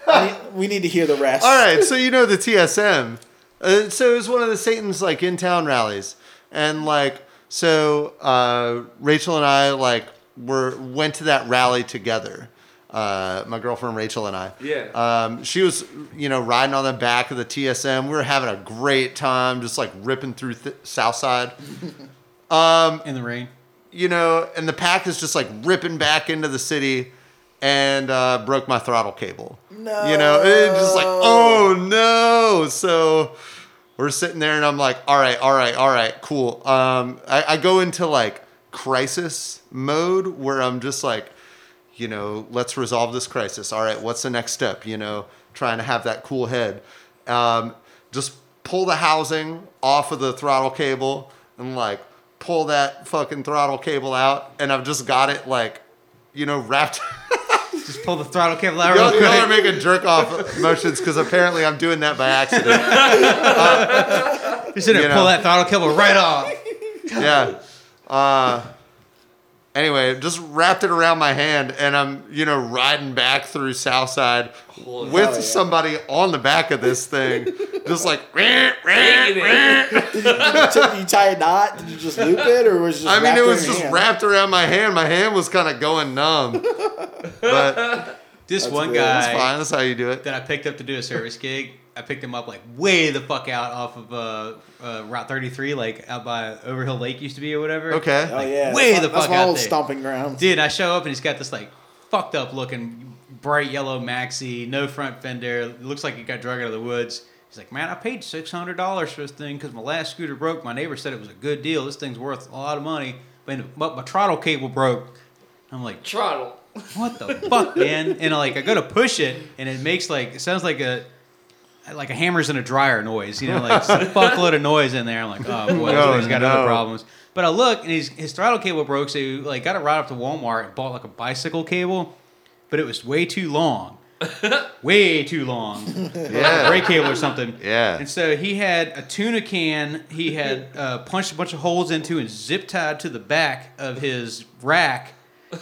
S1: I need- we need to hear the rest.
S2: All right, so you know the TSM. Uh, so it was one of the Satan's like in town rallies, and like so uh, Rachel and I like were went to that rally together. Uh, my girlfriend Rachel and I.
S7: Yeah.
S2: Um, she was you know riding on the back of the TSM. We were having a great time, just like ripping through th- Southside
S3: in the rain.
S2: you know, and the pack is just like ripping back into the city and uh, broke my throttle cable. No. You know, and just like, oh no. So we're sitting there and I'm like, all right, all right, all right, cool. Um, I, I go into like crisis mode where I'm just like, you know, let's resolve this crisis. All right, what's the next step? You know, trying to have that cool head. Um, just pull the housing off of the throttle cable and like pull that fucking throttle cable out. And I've just got it like, you know, wrapped.
S3: Just pull the throttle cable out real
S2: Y'all,
S3: quick.
S2: y'all are making jerk off motions because apparently I'm doing that by accident.
S3: Just in there,
S2: you
S3: pull
S2: know.
S3: that throttle cable right off.
S2: Yeah. Uh, anyway, just wrapped it around my hand and I'm, you know, riding back through Southside with
S1: yeah.
S2: somebody on the back of this thing, just like,
S1: Did you, did you tie a knot? Did you just loop it, or was it just?
S2: I mean,
S1: wrapped
S2: it
S1: in
S2: was
S1: your
S2: just
S1: hand?
S2: wrapped around my hand. My hand was kind of going numb. But
S3: This
S1: That's
S3: one
S1: good.
S3: guy.
S1: That's
S2: it's fine. That's how you do it.
S3: that I picked up to do a service gig. I picked him up like way the fuck out off of uh, uh, Route 33, like out by Overhill Lake used to be or whatever.
S2: Okay.
S1: Oh yeah,
S3: Way
S1: that's
S3: the
S1: my- that's
S3: fuck
S1: my
S3: out
S1: old
S3: there.
S1: stomping ground.
S3: Dude, I show up and he's got this like fucked up looking bright yellow maxi, no front fender. Looks like he got drug out of the woods. He's like, man, I paid six hundred dollars for this thing because my last scooter broke. My neighbor said it was a good deal. This thing's worth a lot of money, but but my throttle cable broke. I'm like,
S7: Throttle.
S3: what the fuck, man? And like I go to push it, and it makes like it sounds like a like a hammer's in a dryer noise, you know, like some fuckload of noise in there. I'm like, oh boy,
S2: No,
S3: he's got other
S2: no.
S3: problems. But I look, and his his throttle cable broke, so he like got it right up to Walmart and bought like a bicycle cable, but it was way too long. way too long,
S2: Yeah.
S3: brake cable or something.
S2: Yeah.
S3: And so he had a tuna can he had uh, punched a bunch of holes into and zip tied to the back of his rack,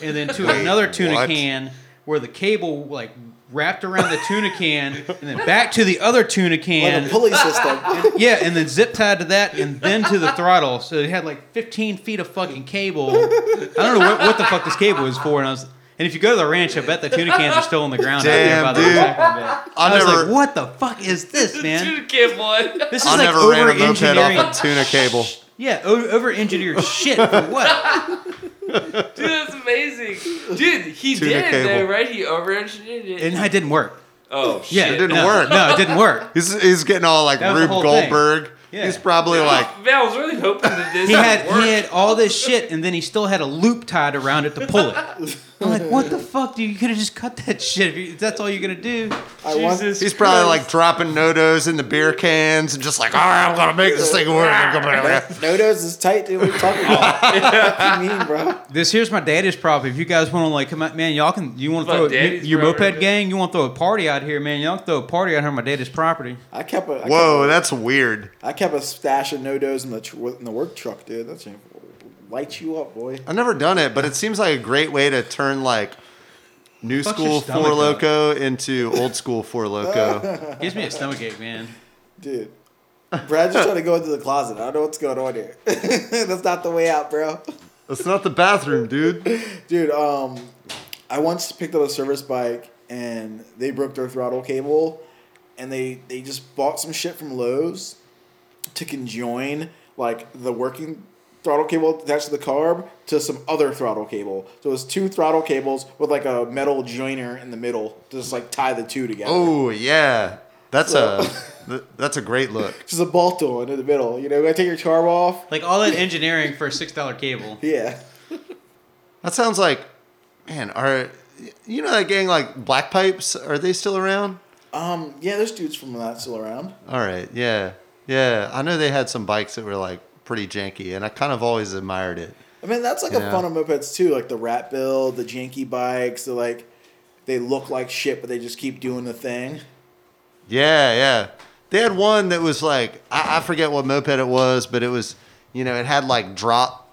S3: and then to
S2: Wait,
S3: another tuna
S2: what?
S3: can where the cable like wrapped around the tuna can and then back to the other tuna
S1: Like
S3: can.
S1: a pulley system.
S3: Yeah, and then zip tied to that, and then to the throttle. So it had like 15 feet of fucking cable. I don't know what, what the fuck this cable was for. And I was, and if you go to the ranch, I bet the tuna cans are still on the ground
S2: Damn,
S3: out there by
S2: dude.
S3: the recycling bin.
S2: I
S3: I was
S2: never-
S3: like, what the fuck is this, man?
S7: Dude, kid one.
S3: This is
S2: I
S3: like
S2: never
S3: over
S2: ran a moped
S3: engineering.
S2: off a tuna cable.
S3: yeah, over engineered shit. For what?
S7: Dude, that's amazing. Dude, he
S2: Tuna
S7: did it though,
S2: cable.
S7: right? He over engineered it.
S3: And it didn't work.
S7: oh, shit.
S3: Yeah,
S2: It didn't
S3: no,
S2: work.
S3: No, it didn't work.
S2: He's, he's getting all like
S3: That was the
S2: Rube
S3: whole thing.
S2: Goldberg.
S3: Yeah.
S2: He's probably like,
S7: Man, I was really hoping that this
S3: He
S7: would
S3: had
S7: work.
S3: he had all this shit, and then he still had a loop tied around it to pull it. I'm like, what the fuck? Dude, you could have just cut that shit if, you, if that's all you're gonna do.
S1: I want
S7: Jesus
S2: he's probably
S7: Christ.
S2: like dropping nodos in the beer cans and just like, all right, I'm gonna make this thing work.
S1: Nodos is tight, dude. What are you talking about? what do you mean, bro?
S3: This here's my daddy's problem. If you guys want to like come out, man, y'all can. You want to
S7: My
S3: throw a,
S7: daddy's
S3: your
S7: property.
S3: moped gang? You want to throw a party out here, man? Y'all can throw a party out here on my daddy's property.
S1: I kept a I kept
S2: Whoa, that's weird.
S1: I kept a stash of no dos in the tr- in the work truck, dude. That's light you up, boy.
S2: I've never done it, but it seems like a great way to turn like new
S3: Fucks your
S2: school
S3: stomach
S2: four
S3: up.
S2: loco into old school four loco.
S3: Gives me a stomachache, man.
S1: Dude, Brad's just trying to go into the closet. I don't know what's going on here. That's not the way out, bro.
S2: That's not the bathroom, dude.
S1: Dude, um, I once picked up a service bike and they broke their throttle cable, and they they just bought some shit from Lowe's to conjoin like the working throttle cable attached to the carb to some other throttle cable. So it was two throttle cables with like a metal joiner in the middle to just like tie the two together.
S2: Oh yeah, that's a th- that's a great look.
S1: Just a bolt on in the middle. You know, gotta take your carb off.
S3: Like all that engineering for a six dollar cable.
S1: Yeah.
S2: That sounds like, man, are you know that gang like Black Pipes? Are they still around?
S1: Um, yeah, there's dudes from that still around.
S2: All right, yeah, yeah. I know they had some bikes that were like pretty janky, and I kind of always admired it.
S1: I mean, that's like a
S2: Yeah.
S1: fun on mopeds too, like the rat build, the janky bikes. They're like, they look like shit, but they just keep doing the thing.
S2: Yeah, yeah. They had one that was like I, I forget what moped it was, but it was you know it had like drop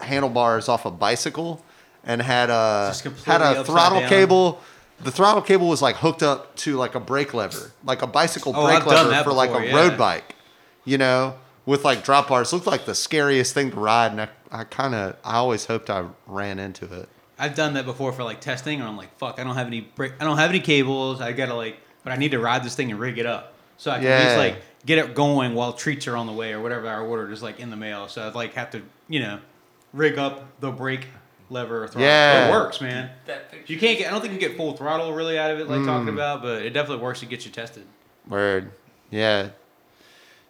S2: handlebars off a bicycle and had a
S3: Just completely
S2: had a
S3: upside
S2: throttle
S3: down.
S2: cable. The throttle cable was like hooked up to like a brake lever, like a bicycle
S3: Oh,
S2: brake
S3: I've done
S2: lever
S3: that
S2: for like
S3: before,
S2: a
S3: yeah.
S2: road bike, you know, with like drop bars. Looked like the scariest thing to ride, and I, I kind of I always hoped I ran into it.
S3: I've done that before for like testing, and I'm like, fuck, I don't have any break, I don't have any cables. I gotta like, but I need to ride this thing and rig it up so I can at
S2: Yeah.
S3: least like get it going while treats are on the way or whatever I ordered is like in the mail. So I'd like have to, you know, rig up the brake lever. Or throttle.
S2: Yeah.
S3: it works, man.
S7: That picture.
S3: You can't get. I don't think you can get full throttle really out of it, like
S2: Mm.
S3: talking about, but it definitely works to get you tested.
S2: Word. Yeah.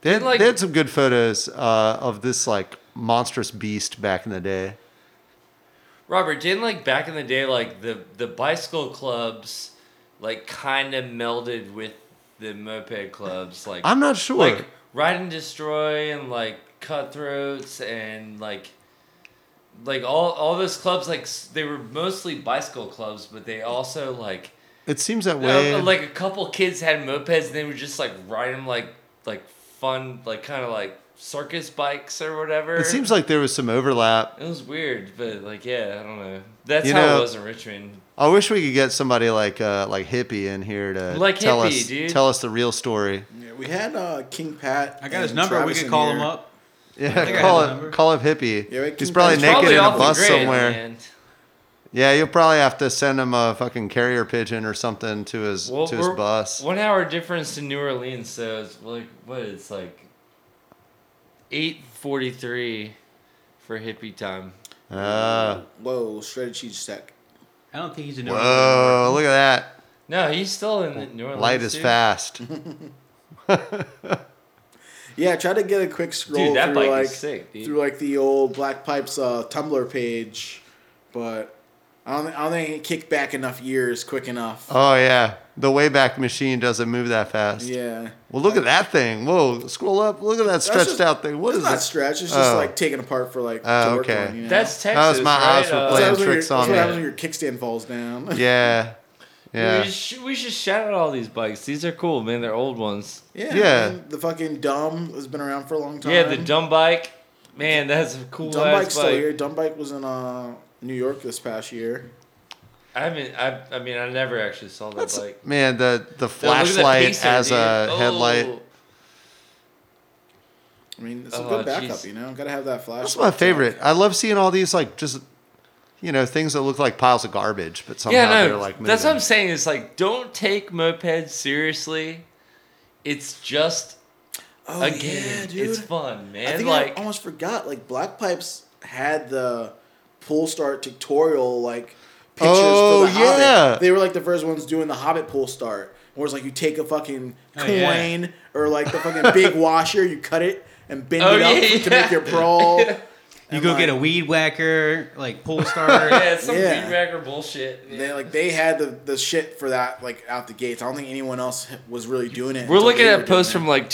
S2: They had,
S7: like-
S2: they had some good photos uh, of this like monstrous beast back in the day.
S7: Robert, didn't like back in the day, like the the bicycle clubs, like kind of melded with the moped clubs. Like
S2: I'm not sure.
S7: like ride and destroy and like cutthroats and like like all all those clubs like s- they were mostly bicycle clubs, but they also like
S2: it seems that way.
S7: uh, like a couple kids had mopeds and they were just like riding 'em, like like fun like kind of like circus bikes or whatever.
S2: it seems like there was some overlap.
S7: It was weird, but like, yeah, I don't know. That's
S2: You
S7: how
S2: know-
S7: it was in Richmond.
S2: I wish we could get somebody like uh, like hippie in here to
S7: Like
S2: tell
S7: Hippie,
S2: us
S7: dude.
S2: tell us the real story.
S1: Yeah, we had uh, King Pat.
S3: I got his
S1: and
S3: number.
S1: Travis
S3: we
S1: in
S3: could call him
S1: here.
S3: up. think
S2: Yeah,
S3: I
S2: call
S3: have a number.
S2: it call up hippie.
S1: Yeah, we can-
S2: He's probably
S1: He's
S2: naked
S7: Probably
S2: in a
S7: off the
S2: bus
S7: grid,
S2: somewhere.
S7: man.
S2: Yeah, you'll probably have to send him a fucking carrier pigeon or something to his
S7: Well,
S2: to his
S7: we're
S2: bus.
S7: One hour difference to New Orleans, so it's like what? It's like eight forty three for hippie time.
S2: Ah.
S1: Uh, Whoa, shredded cheese sack.
S3: I don't think he's a new.
S2: whoa, Oh, look at that.
S7: No, he's still in the New Orleans.
S2: Light is
S7: dude.
S2: fast.
S1: Yeah, I tried to get a quick scroll
S7: Dude, that
S1: through
S7: bike is
S1: like
S7: sick, dude.
S1: through like the old Black Pipes uh, Tumblr page, but I don't, I don't think it kicked back enough years quick enough.
S2: Oh yeah, the Wayback Machine doesn't move that fast.
S1: yeah,
S2: Well, look at that thing. Whoa, scroll up. Look at that
S1: That's
S2: stretched
S1: just-
S2: out thing. What
S1: it's
S2: is
S1: not
S2: that?
S1: stretch. It's just
S2: Oh.
S1: like taken apart for like
S2: Oh,
S1: to work
S2: okay.
S1: on. You know?
S7: That's Texas.
S2: That was my
S7: right?
S2: house we're
S1: That's
S7: Uh,
S1: what
S2: playing
S1: happens when
S2: tricks
S1: your- That's
S2: on
S1: what
S2: me.
S1: happens when your kickstand falls down.
S2: Yeah. Yeah.
S7: We, should, we should shout out all these bikes. These are cool, man. They're old ones.
S1: Yeah.
S2: Yeah.
S1: I mean, the fucking dumb has been around for a long time.
S7: Yeah, the dumb bike. Man, that's a cool
S1: Dumb
S7: ass
S1: bike's still
S7: bike.
S1: here. Dumb bike was in uh, New York this past year.
S7: I haven't. I, I mean, I never actually saw that
S2: That's-
S7: bike.
S2: man, the the
S7: Yo, look at that
S2: flashlight
S7: Pacer,
S2: as a
S7: dude. Oh.
S2: headlight.
S1: I mean, it's a
S7: Oh,
S1: good backup,
S7: jeez.
S1: you know. Got to have that flash.
S2: That's my favorite. I love seeing all these like just you know things that look like piles of garbage, but somehow
S7: Yeah,
S2: they're
S7: no.
S2: like
S7: that's what I'm
S2: moving.
S7: saying. It's like don't take mopeds seriously. It's just
S1: Oh,
S7: a game.
S1: yeah, dude.
S7: it's fun, man.
S1: I think
S7: like
S1: I almost forgot. Like Black Pipes had the pool start tutorial like pictures
S2: Oh,
S1: for the
S2: yeah.
S1: Hobbit. They were like the first ones doing the Hobbit pool start. Where it's like you take a fucking
S3: Oh,
S1: coin
S3: yeah.
S1: or like the fucking big washer, you cut it and bend
S7: Oh,
S1: it up
S7: yeah,
S1: to
S7: yeah.
S1: make your brawl.
S3: You
S1: And,
S3: go
S1: like,
S3: get a weed whacker, like pool starter.
S7: yeah, it's some
S1: Yeah.
S7: weed whacker bullshit.
S1: They like they had the, the shit for that like out the gates. I don't think anyone else was really doing it.
S7: We're
S1: until
S7: looking
S1: they
S7: at
S1: were doing
S7: posts
S1: it.
S7: from like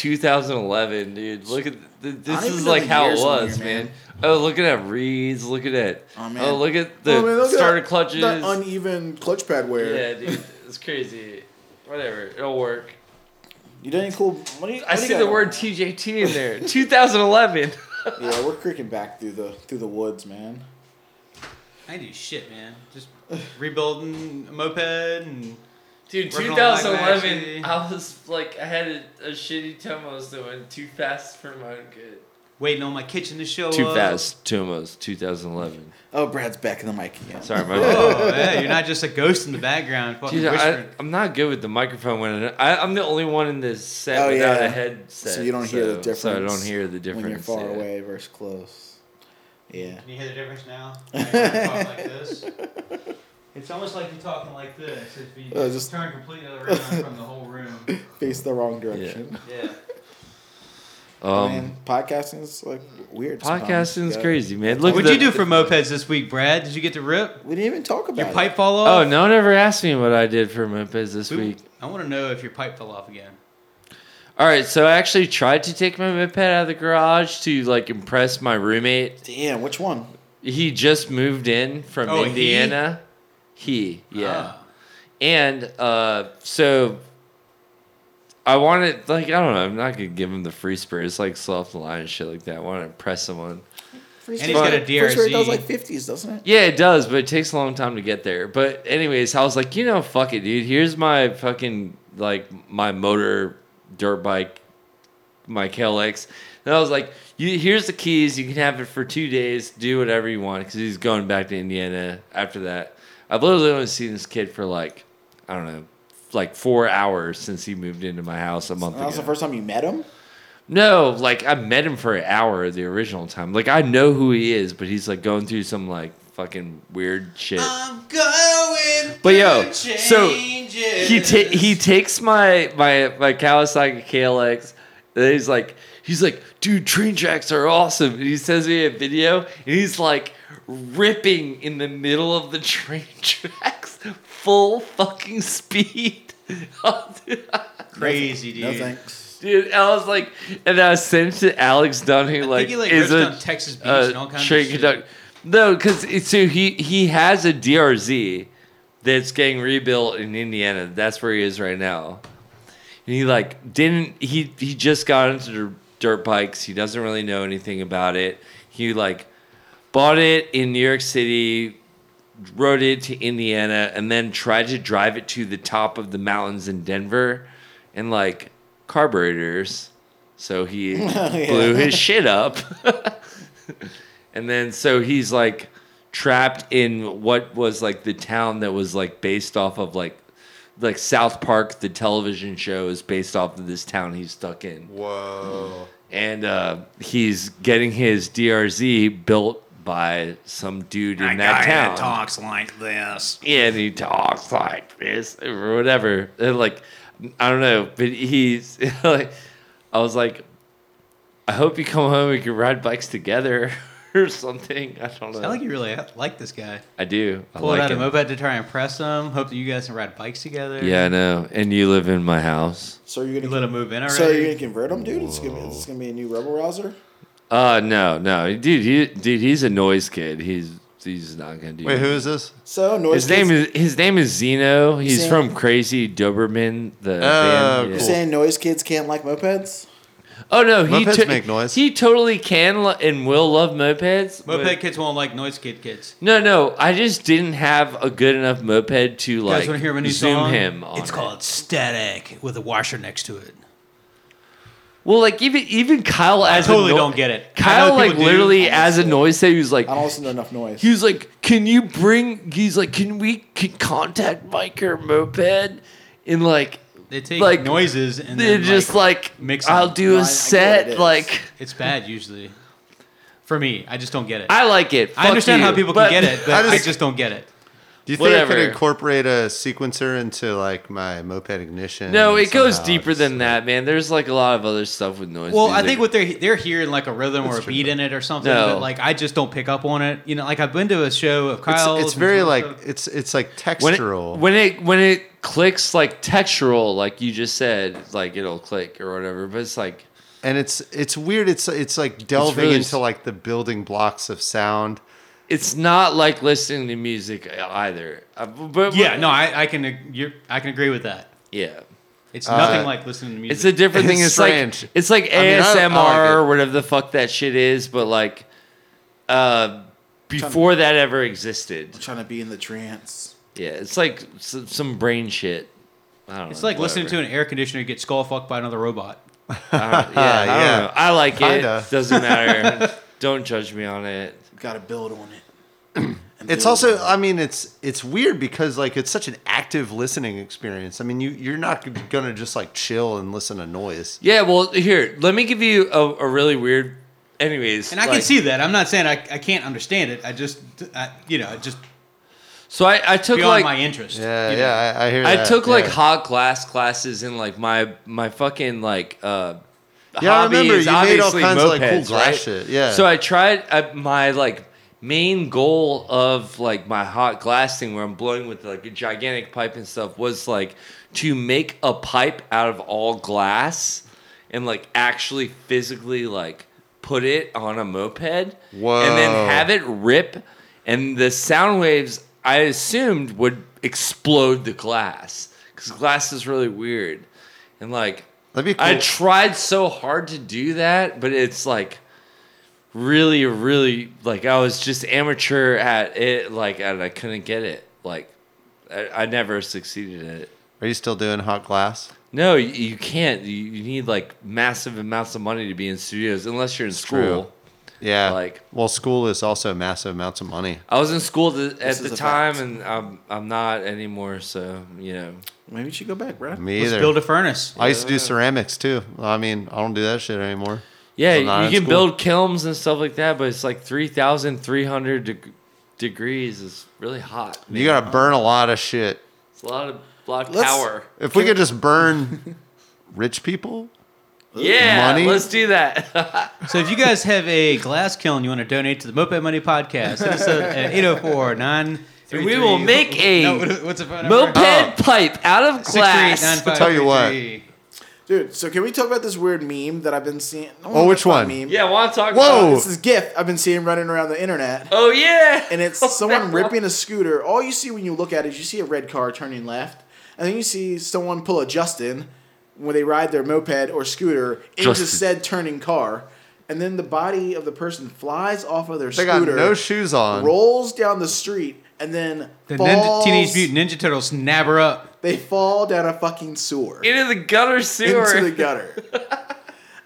S7: 2011, dude. Look at th-
S1: I
S7: this
S1: don't even
S7: is
S1: know
S7: like
S1: the
S7: how it
S1: years on
S7: was,
S1: here,
S7: man.
S1: man.
S7: Oh, looking at reeds. Looking at
S1: Oh,
S7: oh,
S1: man.
S7: look at the
S1: Oh, man, look at that-
S7: starter clutches.
S1: that uneven clutch pad wear.
S7: yeah, dude, it's crazy. Whatever, it'll work.
S1: You done any cool? What do you,
S7: I
S1: what do you
S7: see
S1: got
S7: the
S1: on?
S7: word TJT in there. 2011.
S1: Yeah, we're creaking back through the through the woods, man.
S3: I do shit, man. Just rebuilding a moped and
S7: Dude,
S3: Working on Black
S7: 2011.
S3: Maxi.
S7: I was like, I had a, a shitty time I was doing too fast for my own good.
S3: waiting on my kitchen to show
S7: Too
S3: up.
S7: fast, Tomos. 2011.
S1: Oh, Brad's back in the mic again.
S7: Sorry, my
S3: Oh, yeah, you're not just a ghost in the background. Fucking
S7: Dude, I,
S3: whispering.
S7: I'm not good with the microphone when I, I, I'm the only one in this set
S1: Oh,
S7: without
S1: yeah.
S7: a headset.
S1: So you don't hear the
S7: so- So I don't
S1: difference
S7: hear the difference.
S1: when you're far
S7: yeah.
S1: away versus close. Yeah.
S3: Can you hear the difference now? Like, when I talk like this. It's almost like you're talking like this. If you
S1: Uh, just-
S3: turn completely around from the whole room.
S1: Face the wrong direction.
S3: Yeah.
S1: I
S7: Um,
S1: mean, podcasting's like weird. sometimes.
S7: podcasting's
S1: Yeah.
S7: crazy, man. Look,
S3: What'd
S7: the-
S3: you do for mopeds this week, Brad? Did you get to rip?
S1: We didn't even talk about
S3: Your
S1: it.
S3: pipe fall off?
S7: Oh, no one ever asked me what I did for Memphis this
S3: We-
S7: week.
S3: I want to know if your pipe fell off again.
S7: All right, so I actually tried to take my moped out of the garage to like impress my roommate.
S1: Damn, which one?
S7: He just moved in from
S3: Oh, he?
S7: Indiana. He, yeah.
S3: Ah.
S7: And uh, so I wanted, like, I don't know, I'm not gonna give him the free spirit. It's like slow off the line and shit like that. I want to impress someone.
S1: Free
S3: And he's got a
S1: First rate does
S3: DRZ.
S1: like fifties, doesn't it?
S7: Yeah, it does, but it takes a long time to get there. But anyways, I was like, you know, fuck it, dude. Here's my fucking like my motor dirt bike, my KLX. And I was like, you, here's the keys. You can have it for two days. Do whatever you want because he's going back to Indiana after that. I've literally only seen this kid for like, I don't know, like four hours since he moved into my house a month
S1: And that was
S7: ago.
S1: the first time you met him.
S7: No, like I met him for an hour the original time. Like I know who he is, but he's like going through some like fucking weird shit.
S3: I'm going
S7: But yo,
S3: through
S7: so he
S3: Um,
S7: ta- he takes my my my Kawasaki KLX. And he's like he's like, dude, train tracks are awesome. And he sends me a video, and he's like ripping in the middle of the train tracks, full fucking speed. Oh,
S3: crazy, dude.
S1: No thanks.
S7: Dude, I was like, and I sent it to Alex Dunn, who
S3: think
S7: like,
S3: he, like,
S7: is
S3: rips
S7: a
S3: down Texas Beach
S7: uh,
S3: and all kinds of
S7: train
S3: shit.
S7: conduct- No, because so he he has a DRZ that's getting rebuilt in Indiana. That's where he is right now. And he like didn't he he just got into dir- dirt bikes. He doesn't really know anything about it. He like bought it in New York City, rode it to Indiana, and then tried to drive it to the top of the mountains in Denver, and like carburetors. So he blew his shit up. and then so he's like trapped in what was like the town that was like based off of like like South Park the television show is based off of this town he's stuck in
S2: Whoa.
S7: and uh, he's getting his DRZ built by some dude in that town.
S3: talks like this.
S7: Yeah, and he talks like this or whatever. And like, I don't know, but he's like, I was like, I hope you come home and we can ride bikes together or something. I don't know.
S3: I like you really like this guy.
S7: I do. I
S3: Pulled
S7: like
S3: out
S7: him.
S3: a moped to try and impress him. Hope that you guys can ride bikes together.
S7: Yeah, I know. And you live in my house.
S1: So you're
S3: You
S1: gonna
S3: let him move in already.
S1: so you're gonna convert him, dude? It's gonna be it's gonna be a new rebel rouser.
S7: Uh no, no, dude, he, dude, he's a noise kid. He's he's not gonna do.
S2: Wait,
S7: it.
S2: who is this?
S1: So noise.
S7: His name
S1: kids,
S7: is his name is Zeno. He's
S1: Zeno.
S7: from Crazy Doberman. The
S2: Oh,
S7: band.
S2: cool.
S1: You're
S7: Yeah.
S1: saying noise kids can't like mopeds?
S7: Oh no, he
S2: Mopeds
S7: to-
S2: make noise.
S7: He totally can lo- and will love mopeds.
S3: Moped
S7: but-
S3: kids won't like noise kid kids.
S7: No, no, I just didn't have a good enough moped to
S3: You
S7: like
S3: guys want to hear my new
S7: zoom
S3: song?
S7: him. On
S3: it's
S7: it.
S3: called Static with a washer next to it.
S7: Well, like even even Kyle as
S3: totally
S7: a
S3: don't get it. I
S7: Kyle
S3: know people
S7: like
S3: do.
S7: literally as a noise said he was like
S1: I don't listen to enough noise.
S7: he was like, "Can you bring?" He's like, "Can we can contact Mike or moped?" And like
S3: They take
S7: Like,
S3: noises and
S7: they're
S3: then
S7: just like,
S3: mix
S7: I'll
S3: them.
S7: do
S1: No, I- I
S7: a
S1: get what it
S7: set
S1: is.
S7: like.
S3: it's bad usually. For me, I just don't get it.
S7: I like it.
S3: I
S7: Fuck
S3: understand
S7: you,
S3: how people
S7: but-
S3: can get it, but
S2: I
S3: I
S2: just-
S3: just, don't get it.
S2: Do you think I
S7: Whatever.
S2: could incorporate a sequencer into like my moped ignition?
S7: No, it goes
S2: somehow?
S7: deeper
S2: Just
S7: than
S2: like-
S7: that, man. There's like a lot of other stuff with noise.
S3: Well, I
S7: music.
S3: think what they're they're hearing like a rhythm or a beat in it or something.
S7: No.
S3: But like I just don't pick up on it. You know, like I've been to a show of
S2: It's,
S3: Kyle's.
S2: it's
S3: and
S2: very
S3: some
S2: like
S3: stuff.
S2: it's it's like
S7: when it,
S2: textural.
S7: when it when it clicks like textural, like you just said, it's like it'll click or whatever. But it's like
S2: and it's it's weird. It's it's like delving
S7: really s-
S2: into like the building blocks of sound.
S7: it's not like listening to music either. Uh, but
S3: yeah, no, I, I can ag- you're, I can agree with that.
S7: yeah.
S3: It's nothing like listening to music.
S7: It's a different thing.
S2: Uh, It's
S7: It's,
S2: strange.
S7: like it's like
S2: I mean, I- I like
S7: ASMR
S2: it.
S7: or whatever the fuck that shit is, but like uh, before that ever existed.
S1: trying to be in the trance.
S7: Yeah, it's like some, some brain shit. I don't
S3: It's
S7: know,
S3: like listening to
S7: whatever.
S3: an air conditioner get skull fucked by another robot.
S7: I don't- yeah, Uh, I,
S2: Yeah.
S7: don't know. I like
S2: Kinda.
S7: it. Doesn't matter. don't judge me on it.
S1: Got to build on it. And
S2: It's
S1: build
S2: also,
S1: on it.
S2: I mean, it's it's weird because like it's such an active listening experience. I mean, you you're not gonna just like chill and listen to noise.
S7: Yeah, well, here, let me give you a, a really weird. Anyways,
S3: And I can
S7: like-
S3: see that. I'm not saying I, I can't understand it. I just, I, you know, it just
S7: So I, I took
S3: beyond
S7: like
S3: my interest.
S2: Yeah,
S3: you know.
S2: yeah, I, I hear.
S7: I
S2: that,
S7: took like
S2: yeah.
S7: hot glass classes and like my my fucking like uh
S2: Yeah, I
S7: hobby
S2: remember
S7: is
S2: you made all
S7: obviously
S2: kinds of, like, cool
S7: mopeds,
S2: glass
S7: right?
S2: shit, yeah.
S7: So I tried I, my like main goal of like my hot glass thing where I'm blowing with like a gigantic pipe and stuff was like to make a pipe out of all glass and like actually physically like put it on a moped and
S2: Whoa.
S7: then have it rip and the sound waves I assumed would explode the glass because glass is really weird and like
S2: That'd be cool.
S7: I tried so hard to do that but it's like really really like I was just amateur at it like and I couldn't get it like I, I never succeeded at it
S2: Are you still doing hot glass?
S7: no you, you can't you, you need like massive amounts of money to be in studios unless you're in school
S2: true. Yeah.
S7: Like-
S2: well, school is also massive amounts of money.
S7: I was in school th-
S1: This
S7: at
S1: is
S7: the
S1: a
S7: time,
S1: fact.
S7: and I'm I'm not anymore. So you know,
S1: maybe you should go back, bro.
S2: Me
S3: Let's
S2: either.
S3: build a furnace.
S2: I used to do ceramics too. I mean, I don't do that shit anymore.
S7: yeah,
S2: So not
S7: you
S2: in
S7: can
S2: school.
S7: build kilns and stuff like that, but it's like three thousand three hundred deg- degrees. It's really hot. Man.
S2: You gotta burn a lot of shit.
S7: it's a lot of lot of
S1: Let's-
S7: power.
S2: If we could just burn rich people,
S7: Yeah,
S2: money?
S7: let's do that.
S3: So if you guys have a glass kiln you want to donate to the Moped Money Podcast, hit us up at 804 933
S7: We will make a
S3: what's the phone number? Oh,
S7: Moped pipe out of glass.
S3: 638-9533.
S2: Tell you what.
S1: Dude, so can we talk about this weird meme that I've been seeing?
S2: Oh, which one?
S1: Meme.
S7: Yeah, want to talk?
S2: Whoa.
S7: About-
S1: It's this GIF I've been seeing running around the internet.
S7: oh yeah,
S1: and it's someone ripping a scooter. All you see when you look at it is you see a red car turning left, and then you see someone pull a Justin when they ride their moped or scooter into
S7: Justin.
S1: said turning car, and then the body of the person flies off of their
S2: they got
S1: scooter,
S2: no shoes on.
S1: rolls down the street, and then
S3: The ninja,
S1: falls.
S3: Teenage Mutant Ninja Turtles snap her up.
S1: They fall down a fucking sewer
S7: into the gutter sewer.
S1: into the gutter.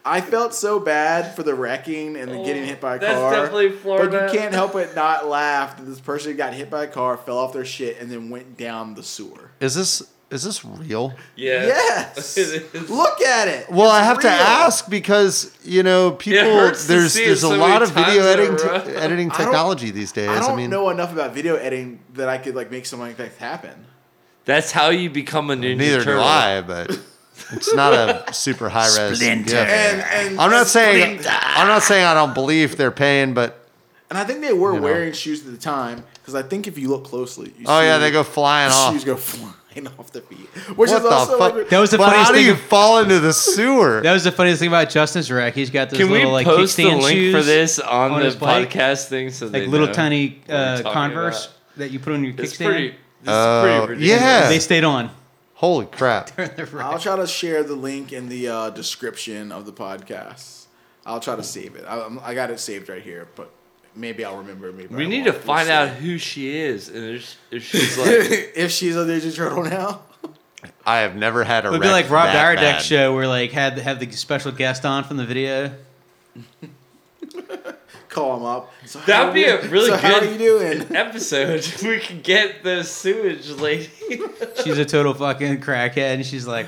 S1: I felt so bad for the wrecking and the getting hit by a
S7: Oh, that's
S1: car.
S7: definitely Florida.
S1: But you can't help but not laugh that this person got hit by a car, fell off their shit, and then went down the sewer.
S2: Is this is this real?
S7: yeah.
S1: Yes. Look at it.
S2: Well, I
S1: It's
S2: have to
S1: real.
S2: ask because you know people.
S7: hurts to
S2: There's
S7: see it
S2: there's
S7: so
S2: a
S7: many
S2: lot of video
S7: times in
S2: editing
S7: a
S2: te-
S7: row.
S2: editing
S1: I don't-
S2: technology these days.
S1: I
S2: I,
S1: don't
S2: mean,
S1: know enough about video editing that I could like make something like that happen.
S7: That's how you become a ninja.
S2: neither do
S7: turtle.
S2: I, but it's not a super high res.
S1: And, and
S2: I'm not saying I'm not saying I don't believe they're paying, but
S1: And I think they were
S2: You know.
S1: wearing shoes at the time because I think if you look closely, you
S2: Oh
S1: see
S2: yeah, they go flying
S1: the
S2: off.
S1: shoes go flying off the feet, which
S2: what
S1: is
S2: the
S1: also
S2: fuck?
S1: like-
S3: That was the
S2: Well,
S3: funniest
S2: how do
S3: thing
S2: you
S3: of-
S2: fall into the sewer?
S3: That was the funniest thing about Justin's rack. He's got those
S7: Can we
S3: little like
S7: post the
S3: kickstand
S7: link
S3: shoes
S7: for this on,
S3: on
S7: the
S3: his bike?
S7: podcast thing? So they
S3: like little
S7: know
S3: tiny
S7: what we're
S3: uh,
S7: talking
S3: Converse
S7: about?
S3: that you put on your
S7: It's
S3: kickstand.
S7: pretty. This
S2: Oh,
S7: is pretty ridiculous.
S2: yeah.
S3: They stayed on.
S2: Holy crap!
S1: I'll try to share the link in the uh, description of the podcast. I'll try to save it. I, I'm- I got it saved right here, but maybe I'll remember. Maybe
S7: We
S1: I
S7: need to
S1: won't.
S7: find out who she is, and if- if she's like,
S1: if she's a Ninja Turtle now.
S2: I have never had a.
S3: It would be
S2: wreck
S3: like Rob
S2: that
S3: Dyrdek's
S2: bad.
S3: show where like had have the special guest on from the video.
S1: Call him up. So
S7: That'd be a really
S1: so How are
S7: good-
S1: you doing?
S7: episode, we could get the sewage lady.
S3: She's a total fucking crackhead, and she's like,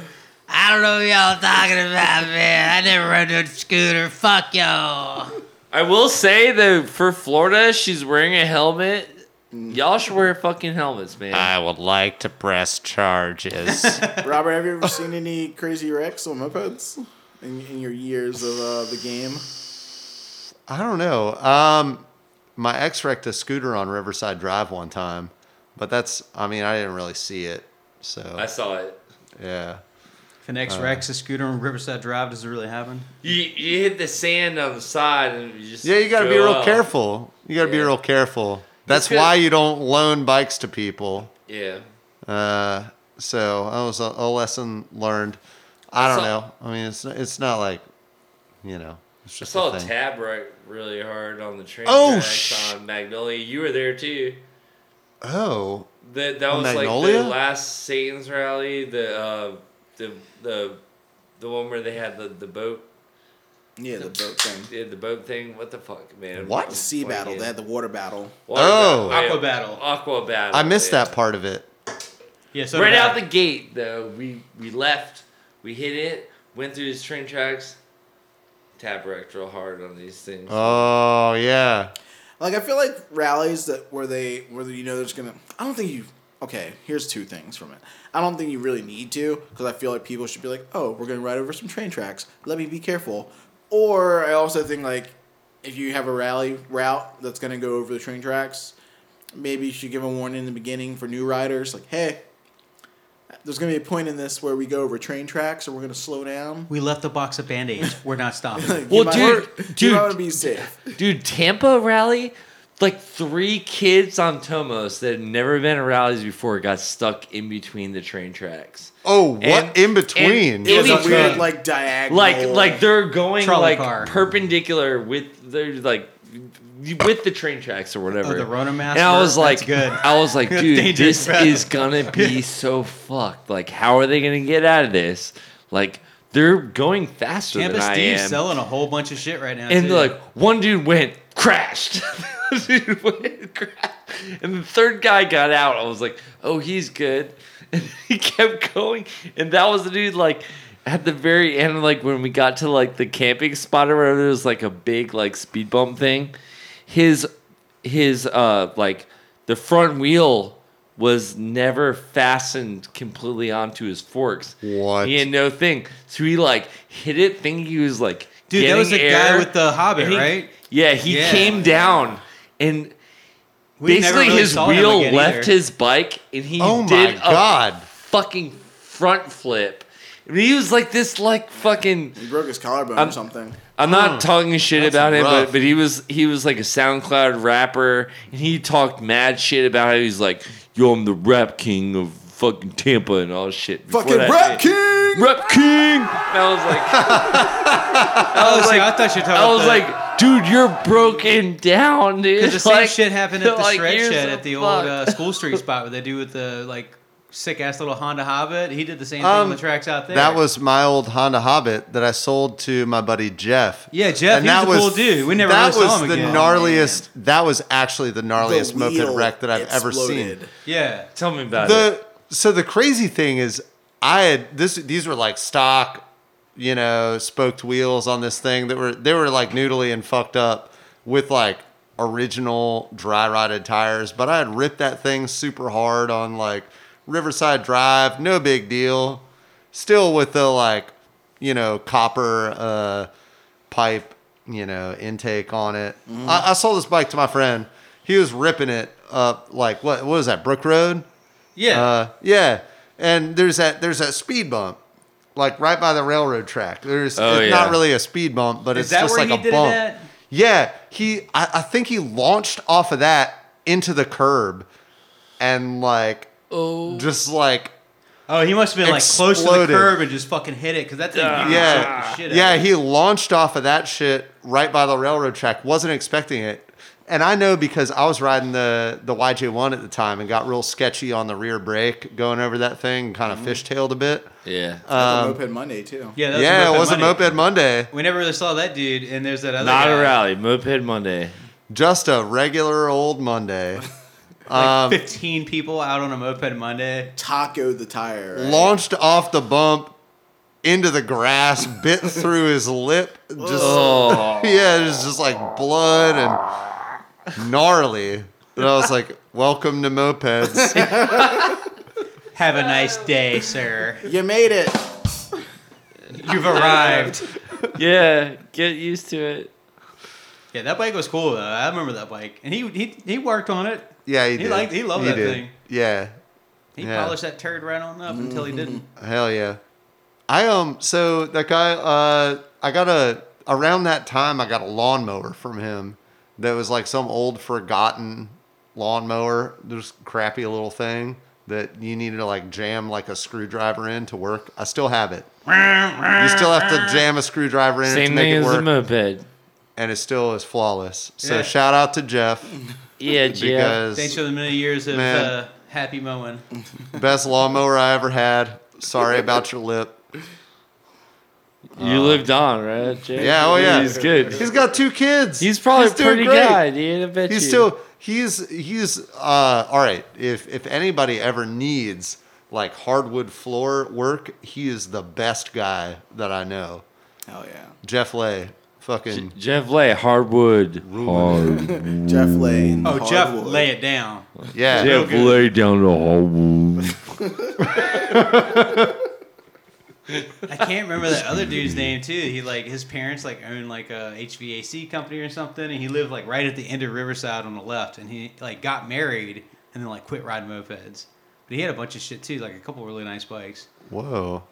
S3: "I don't know what y'all talking about, man. I never rode a scooter. Fuck y'all."
S7: I will say though, for Florida, she's wearing a helmet.
S2: Mm.
S7: Y'all should wear fucking helmets, man.
S2: would like to press charges.
S1: Robert, have you ever seen any crazy wrecks on mopeds in, in your years of uh, the game?
S2: I don't know. Um, my ex wrecked a scooter on Riverside Drive one time, but that's. I mean, I didn't really see it. So
S7: I saw it.
S2: yeah.
S3: If an X wrecks
S2: Uh.
S3: a scooter on Riverside Drive, does it really happen?
S7: You, you hit the sand on the side, and you just
S2: Yeah, you got to be
S7: go
S2: real
S7: up.
S2: careful. You got to be
S7: uh, Yeah.
S2: real careful. That's
S7: good.
S2: why you don't loan bikes to people.
S7: Yeah,
S2: Uh, so that was a, a lesson learned. I don't
S7: So-
S2: know. I mean, it's it's not like, you know, it's
S7: I
S2: just
S7: saw
S2: a
S7: a
S2: thing.
S7: tab right really hard on the train
S2: Oh,
S7: tracks
S2: sh-
S7: on Magnolia. You were there too.
S2: oh,
S7: That that
S2: On
S7: was
S2: Magnolia?
S7: like the last Satan's rally. The uh, the the the one where they had the, the boat
S1: Yeah, the boat thing.
S7: they had the boat thing. What the fuck, man?
S2: What?
S1: The sea battle. They had the water battle.
S7: Water
S2: Oh.
S7: battle,
S3: Aqua
S7: yeah.
S3: battle.
S7: Aqua battle.
S2: I missed
S7: yeah.
S2: that part of it.
S3: Yeah, so
S7: right
S3: did I.
S7: out the gate though, we we left, we hit it, went through these train tracks, tab wrecked real hard on these things.
S2: Oh yeah,
S1: Like I feel like rallies that where they where you know there's gonna. I don't think you. Okay, here's two things from it. I don't think you really need to because I feel like people should be like, oh, we're gonna ride over some train tracks. Let me be careful. Or I also think like if you have a rally route that's gonna go over the train tracks, maybe you should give a warning in the beginning for new riders. Like, hey, there's gonna be a point in this where we go over train tracks and we're gonna slow down.
S3: we left a box of band aids. We're not stopping.
S1: You
S7: Well,
S1: might-
S7: dude-
S1: you
S7: dude.
S1: might wanna be safe.
S7: Dude, Tampa rally, like three kids on Tomos that had never been to rallies before got stuck in between the train tracks.
S2: oh what
S7: And-
S2: in between?
S7: and
S1: It was
S7: in
S1: a
S7: between-
S1: weird like diagonal.
S7: Like like they're going
S3: Trolley
S7: like
S3: car.
S7: perpendicular with they're like with the train tracks or whatever.
S3: Oh, the Rona mask
S7: And I
S3: work?
S7: was like,
S3: That's good.
S7: I was like,
S3: That's
S7: dude,
S3: dangerous
S7: this
S3: battle."
S7: is gonna be so fucked. Like, how are they gonna get out of this? Like, they're going faster
S3: Tampa
S7: than I
S3: Steve's
S7: am.
S3: selling a whole bunch of shit right now.
S7: And
S3: too.
S7: like one dude went crashed. dude went crashed. And the third guy got out. I was like, oh, he's good. And he kept going. And that was the dude like at the very end, like when we got to like the camping spot or whatever, there was like a big like speed bump thing. His his uh like the front wheel was never fastened completely onto his forks.
S2: What?
S7: He had no thing. So he like hit it thinking he was like
S3: dude, that
S7: getting
S3: was the guy
S7: air.
S3: with the Hobbit,
S7: And he-
S3: right?
S7: Yeah, he
S3: Yeah.
S7: came down and
S3: We never
S7: basically
S3: really
S7: his
S3: saw him
S7: wheel
S3: again
S7: left
S3: either.
S7: his bike and he
S2: oh my
S7: did a
S2: god!
S7: fucking front flip. I mean, he was like this, like fucking.
S1: He broke his collarbone
S7: Um,
S1: or something.
S7: I'm not talking shit
S2: that's
S7: about him,
S2: rough.
S7: but, but he was he was like a SoundCloud rapper, and he talked mad shit about how he's like, "Yo, I'm the rap king of fucking Tampa and all shit." before
S1: Fucking
S7: that
S1: Rap
S7: day."
S1: King!
S7: rap king. And I was like,
S3: Oh,
S7: was
S3: see,
S7: like-
S3: I thought you were talking
S7: I
S3: about
S7: was
S3: the-
S7: like, dude, you're broken down, dude.
S3: 'cause the same
S7: Like-
S3: shit happened at the
S7: like,
S3: shred
S7: you're
S3: shed
S7: so
S3: at the
S7: fucked.
S3: old uh, school street spot where they do with the like sick ass little Honda Hobbit. He did the same thing
S2: Um,
S3: on the tracks out there.
S2: That was my old Honda Hobbit that I sold to my buddy Jeff.
S3: Yeah, Jeff, he was a cool dude. We never
S2: that
S3: really saw
S2: was
S3: him
S2: the
S3: again.
S2: gnarliest. That was actually the
S1: The
S2: gnarliest moped
S1: wheel
S2: wreck that I've ever seen.
S1: exploded.
S3: yeah.
S7: Tell me about it.
S2: the so the crazy thing is I had this these were like stock, you know, spoked wheels on this thing that were they were like noodly and fucked up with like original dry rotted tires, but I had ripped that thing super hard on like Riverside Drive, no big deal. Still with the like, you know, copper uh pipe you know intake on it. I, I sold this bike to my friend. He was ripping it up like what? What was that? Brook Road.
S3: Yeah.
S2: Uh, yeah. And there's that there's that speed bump, like right by the railroad track. There's
S7: Oh,
S2: it's
S7: yeah.
S2: not really a speed bump, but
S3: Is
S2: it's
S3: that
S2: just
S3: where
S2: like
S3: he
S2: a
S3: did it
S2: bump.
S3: at?
S2: Yeah, he I, I think he launched off of that into the curb, and like oh, just like
S3: oh, he must have been like close to the
S2: Exploded.
S3: curb and just fucking hit it because that thing you
S2: yeah,
S3: the shit out
S2: yeah,
S3: of it.
S2: he launched off of that shit right by the railroad track. Wasn't expecting it. And I know because I was riding the the YJ1 at the time and got real sketchy on the rear brake going over that thing and
S3: Mm-hmm.
S2: kind of fishtailed a bit.
S7: Yeah.
S1: That's
S2: Uh, Um,
S1: a moped Monday too.
S3: yeah. that was
S2: yeah,
S3: Moped
S2: it was
S3: Monday.
S2: a Moped Monday.
S3: We never really saw that dude, and there's that other
S7: Not
S3: guy,
S7: a rally. Moped Monday.
S2: Just a regular old Monday.
S3: Like
S2: Um,
S3: 15 people out on a moped Monday.
S1: Taco the tire. right?
S2: Launched off the bump into the grass, bit through his lip. Just
S7: Oh.
S2: yeah, it was just like blood and gnarly. And I was like, "Welcome to mopeds."
S3: Have a nice day, sir.
S1: You made it.
S3: You've arrived.
S7: Yeah. Get used to it.
S3: Yeah, that bike was cool though. I remember that bike, and he he, he worked on it.
S2: Yeah, he,
S3: He
S2: did.
S3: liked- he loved that
S2: did.
S3: thing.
S2: Yeah,
S3: He
S2: Yeah.
S3: polished that turd right on up until he didn't.
S2: hell yeah. I um, so that guy, uh, I got a around that time I got a lawnmower from him that was like some old forgotten lawnmower, just crappy little thing that you needed to like jam like a screwdriver in to work. I still have it. You still have to jam a screwdriver in it to
S7: Same
S2: make
S7: thing
S2: it
S7: as a
S2: work,
S7: moped.
S2: and it still is flawless. So
S3: Yeah.
S2: shout out to Jeff
S7: Yeah, Jeff.
S2: because
S3: Thanks for the many years of
S2: Man.
S3: uh, happy mowing.
S2: best lawnmower I ever had. Sorry about your lip.
S7: You lived on, right? Jeff?
S2: uh, Yeah, oh yeah.
S7: He's good.
S2: He's got two kids.
S7: He's probably a
S2: doing
S7: pretty
S2: great.
S7: guy, dude. I bet
S2: He's
S7: you.
S2: still he's he's uh all right. If if anybody ever needs like hardwood floor work, he is the best guy that I know.
S1: Hell yeah.
S2: Jeff Lay. Fucking
S7: Jeff Lay, hardwood. Hard.
S1: Jeff Lay.
S3: Oh, Jeff, lay it down.
S2: yeah.
S7: Jeff
S3: good.
S7: Lay down the hardwood.
S3: I can't remember that other dude's name too. He like his parents like owned like a HVAC company or something, and he lived like right at the end of Riverside on the left. And he like got married and then like quit riding mopeds. But he had a bunch of shit too, like a couple really nice bikes.
S2: Whoa.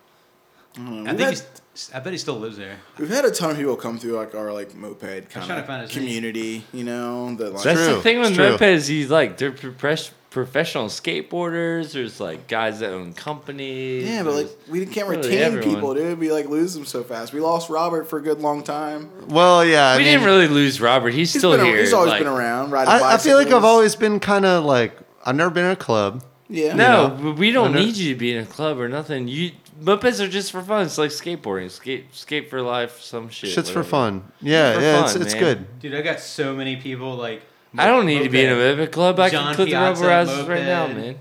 S7: Mm.
S3: I think he's, I bet he still lives there.
S1: We've had a ton of people come through like our like moped kind
S3: trying to find
S1: of
S3: his name.
S1: community, you know. That like,
S7: That's
S2: true.
S7: the thing with
S2: It's true.
S7: mopeds. He's like they're profes- professional skateboarders. There's like guys that own companies.
S1: yeah, but like
S7: There's-
S1: we can't
S7: Really
S1: retain
S7: everyone.
S1: people, dude. We like lose them so fast. We lost Robert for a good long time.
S2: Well, yeah. I
S7: we
S2: mean,
S7: didn't really lose Robert. He's,
S1: He's
S7: still
S1: been a-
S7: here.
S1: he's always
S7: like-
S1: been around riding
S2: I, I feel like I've
S1: bicycles.
S2: always been kind of like I've never been in a club.
S1: yeah.
S7: No, but we don't
S2: Under-
S7: need you to be in a club or nothing. You mopeds are just for fun. It's like skateboarding, skate, skate for life, some shit.
S2: Shit's for
S7: whatever.
S2: fun. Yeah,
S7: For
S2: yeah.
S7: fun,
S2: it's it's
S7: man.
S2: good.
S3: Dude, I got so many people like.
S7: I don't need to be in a moped club. I
S3: John
S7: can clip
S3: Piazza,
S7: the rubberizers right
S3: moped.
S7: now, man.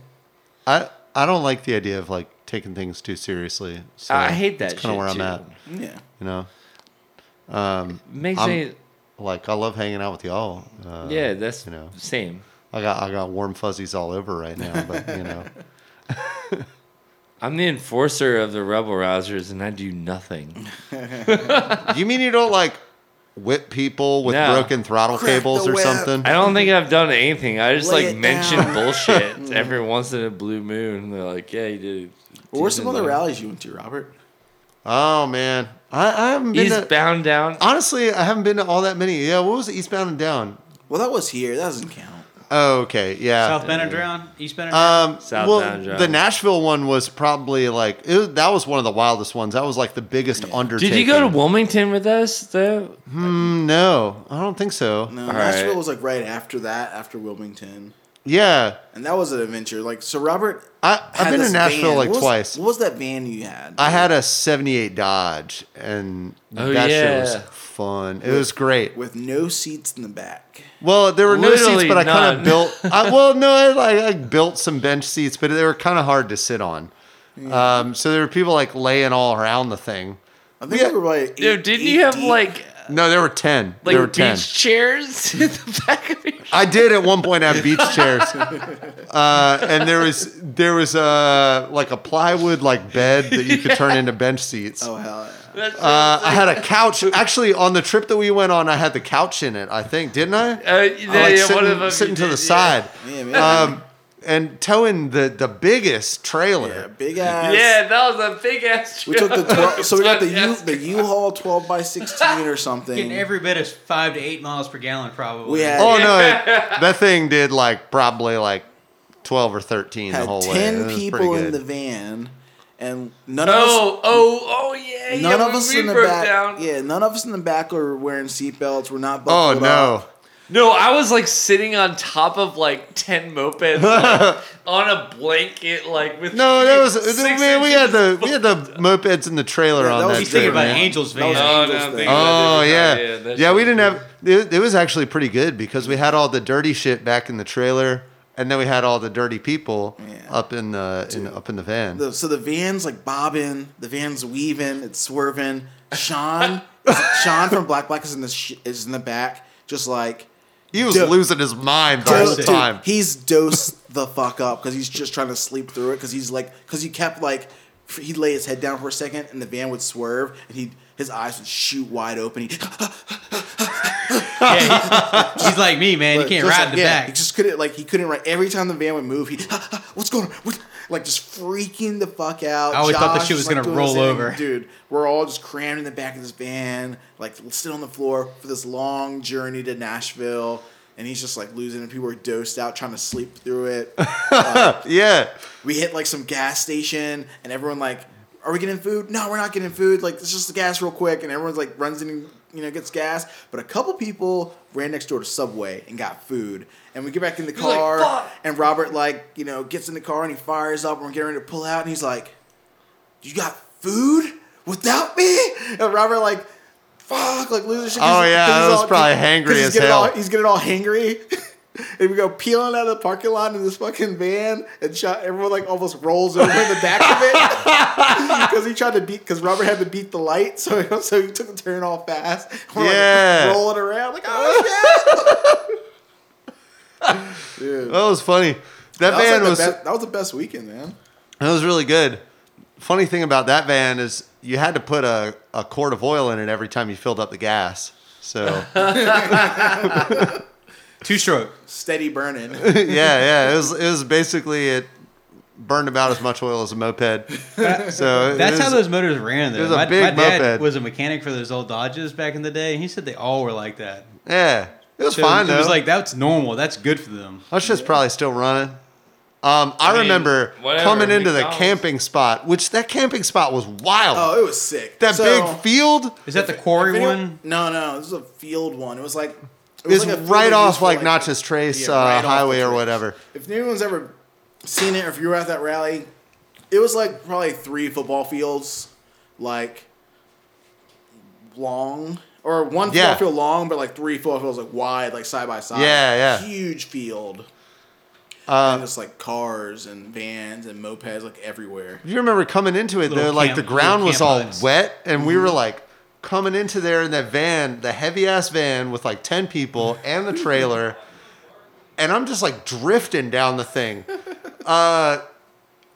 S2: I I don't like the idea of like taking things too seriously. So
S7: I hate that.
S2: That's kind of where I'm at.
S1: Yeah.
S2: You know. Um,
S7: Makes
S2: I'm-
S7: any,
S2: like I love hanging out with y'all. Uh,
S7: yeah, that's
S2: you know.
S7: same.
S2: I got I got warm fuzzies all over right now, but you know,
S7: I'm the enforcer of the rebel rousers, and I do nothing.
S2: you mean you don't like whip people with
S7: No.
S2: broken throttle
S1: Crack the
S2: cables or
S1: whip.
S2: something?
S7: I don't think I've done anything. I just
S1: Lay
S7: like
S1: it
S7: mention
S1: down. Mm.
S7: bullshit every once in a blue moon. and They're like, "Yeah, you did."
S1: What were some other
S7: rally?
S1: rallies you went to, Robert?
S2: Oh man, I, I haven't been. To,
S7: Eastbound down.
S2: honestly, I haven't been to all that many. Yeah, what was Eastbound and Down?
S1: Well, that was here. That doesn't count.
S2: Oh, okay, yeah.
S3: South Bend or Drown, East Bend or Drown.
S2: Um,
S7: South
S2: well,
S7: Bound Drive.
S2: the Nashville one was probably like it was- that was one of the wildest ones. That was like the biggest undertaking.
S7: Did you go to Wilmington with us though?
S2: Mm, no, I don't think so.
S1: No,
S7: All
S1: Nashville
S7: right.
S1: was like right after that, after Wilmington,
S2: Yeah,
S1: and that was an adventure. Like so, Robert.
S2: I,
S1: had
S2: I've been
S1: this
S2: to Nashville
S1: van.
S2: like
S1: What was-
S2: twice.
S1: What was that van you had?
S2: I had a 78 Dodge and
S7: Oh,
S2: that shit
S7: yeah.
S2: was fun. It was great.
S1: with no seats in the back.
S2: Well, there were no seats,
S7: Literally
S2: but I kind
S7: none.
S2: of built. I, well, no, I, like, I built some bench seats, but they were kind of hard to sit on. Um, so there were people like laying all around the thing.
S1: I think
S2: Yeah.
S1: we were like.
S7: Dude,
S1: eight-
S7: didn't
S1: eight
S7: you have
S1: deep.
S7: like
S2: No, there were 10.
S7: like
S2: there were
S7: beach
S2: 10.
S7: chairs in the back of your
S2: I did at one point have beach chairs, uh, and there was uh, there was a like a plywood like bed that you could turn into bench seats.
S1: Oh hell! yeah.
S7: That's what
S2: Uh,
S7: I'm
S2: I
S7: saying.
S2: had a couch. Actually, on the trip that we went on, I had the couch in it. I think didn't I?
S7: Uh,
S2: I,
S7: yeah,
S2: like
S7: yeah, one
S2: sitting,
S7: of 'em you
S2: sitting to the
S7: did, yeah.
S2: side,
S1: Yeah, man.
S2: um, and towing the the biggest
S1: yeah,
S2: trailer.
S1: big ass.
S7: yeah, that was a big ass.
S1: We took the
S7: trailer.
S1: 12, so we got the U
S7: Yes.
S1: the U-Haul 12 by 16 or something.
S3: Getting every bit of five to eight miles per gallon, probably.
S1: we had,
S2: Oh no, it- that thing did like probably like twelve or thirteen the
S1: had
S2: whole way. It
S1: 10
S2: was
S1: people
S2: pretty
S1: in the
S2: good.
S1: van and none of us
S7: Oh, oh, oh, yeah. yeah,
S1: none of
S7: when
S1: us
S7: we
S1: in the
S7: broke
S1: back
S7: down.
S1: yeah, none of us in the back are wearing seatbelts. We're not
S2: Oh
S1: buckled
S2: no.
S1: up.
S7: No, I was like sitting on top of like ten mopeds like, on a blanket, like with
S2: No, that was
S7: six
S2: man. We had
S7: inches
S2: the we had the mopeds in the trailer
S1: Yeah,
S2: on
S1: that
S2: that,
S1: was
S3: He's
S1: the
S2: trip.
S3: thinking about
S2: man.
S3: Angel's
S1: That
S3: Van.
S1: was
S7: Oh,
S1: Angel's
S7: no,
S1: thing.
S7: thank
S2: Oh
S7: Yeah,
S2: yeah,
S7: that did
S2: yeah.
S7: not- yeah, that
S2: we
S7: shit
S2: didn't
S7: was
S2: have. It, it was actually pretty good because we had all the dirty shit back in the trailer, and then we had all the dirty people
S1: Yeah.
S2: up in the in, up in the van.
S1: The- so the van's like bobbing, the van's weaving, it's swerving. Sean, Sean from Black Black is in the sh- is in the back, just like
S2: he was
S1: dude.
S2: losing his mind the
S1: Dude,
S2: whole
S1: dude,
S2: time.
S1: he's dosed the fuck up because he's just trying to sleep through it because he's like because he kept like f- he'd lay his head down for a second and the van would swerve and he his eyes would shoot wide open. He
S3: Yeah, he's, he's like me, man. You can't
S1: just
S3: ride
S1: like,
S3: the
S1: yeah, He
S3: back.
S1: just couldn't like he couldn't ride. Every time the van would move, he what's going on? What? Like just freaking the fuck out.
S3: I always thought this shit
S1: is,
S3: was gonna
S1: doing his
S3: roll
S1: thing.
S3: over.
S1: dude. We're all just crammed in the back of this van, like sitting on the floor for this long journey to Nashville. And he's just like losing, and people are dosed out trying to sleep through it.
S2: yeah,
S1: we hit like some gas station and everyone like are we getting food no we're not getting food like it's just the gas real quick and everyone's like runs in and you know gets gas but a couple people ran next door to subway and got food and we get back in the
S7: like,
S1: car
S7: "Fuck."
S1: and robert like you know gets in the car and he fires up and we're getting ready to pull out and he's like you got food without me and robert like fuck like losing shit 'cause
S2: Oh,
S1: he-
S2: yeah,
S1: 'cause
S2: that
S1: he's
S2: was probably
S1: 'cause
S2: hangry
S1: he's
S2: as
S1: getting
S2: hell.
S1: all- he's getting all hangry. And we go peeling out of the parking lot in this fucking van, and shot, everyone like almost rolls over in the back of it because he tried to beat because Robert had to beat the light, so so he took the turn off fast. We're
S2: Yeah.
S1: like rolling around like oh shit. Dude,
S2: that was funny. That,
S1: that, was like
S2: van
S1: the
S2: was
S1: best, that was the best weekend, man.
S2: that was really good. Funny thing about that van is you had to put a, a quart of oil in it every time you filled up the gas. So
S3: Two stroke.
S1: Steady burning.
S2: yeah, yeah, it was it was basically it burned about as much oil as a moped. So it
S3: That's
S2: was-
S3: how those motors ran. Though.
S2: it was a
S3: my,
S2: big
S3: my dad
S2: moped.
S3: was a mechanic for those old Dodges back in the day. and He said they all were like that.
S2: Yeah, it was
S3: So
S2: fine
S3: it
S2: though.
S3: was like that's normal. That's good for them.
S2: that shit's probably still running. Um, I,
S7: mean,
S2: remember
S7: whatever,
S2: coming into the
S7: McDonald's.
S2: camping spot, which that camping spot was wild.
S1: Oh, it was sick.
S2: that
S1: So-
S2: big field
S3: Is that the quarry
S1: If anyone-
S3: one?
S1: No, no, this is a field one. It was like it
S2: is
S1: like a field
S2: right
S1: they
S2: off
S1: used for,
S2: like Notches Trace
S1: Yeah,
S2: uh,
S1: right off the
S2: Highway or
S1: trace.
S2: whatever.
S1: If anyone's ever seen it, or if you were at that rally, it was like probably three football fields, like long, or one
S2: Yeah.
S1: football field long, but like three football fields like wide, like side by side.
S2: Yeah, Uh, yeah.
S1: Huge field. and just like cars and vans and mopeds like everywhere.
S2: You remember coming into it
S3: Little
S2: though, like
S3: camp-
S2: the ground
S3: little
S2: was
S3: camp
S2: all
S3: huts. Mm-hmm.
S2: wet, and we were like coming into there in that van, the heavy ass van with like ten people and the trailer, and I'm just like drifting down the thing. Uh,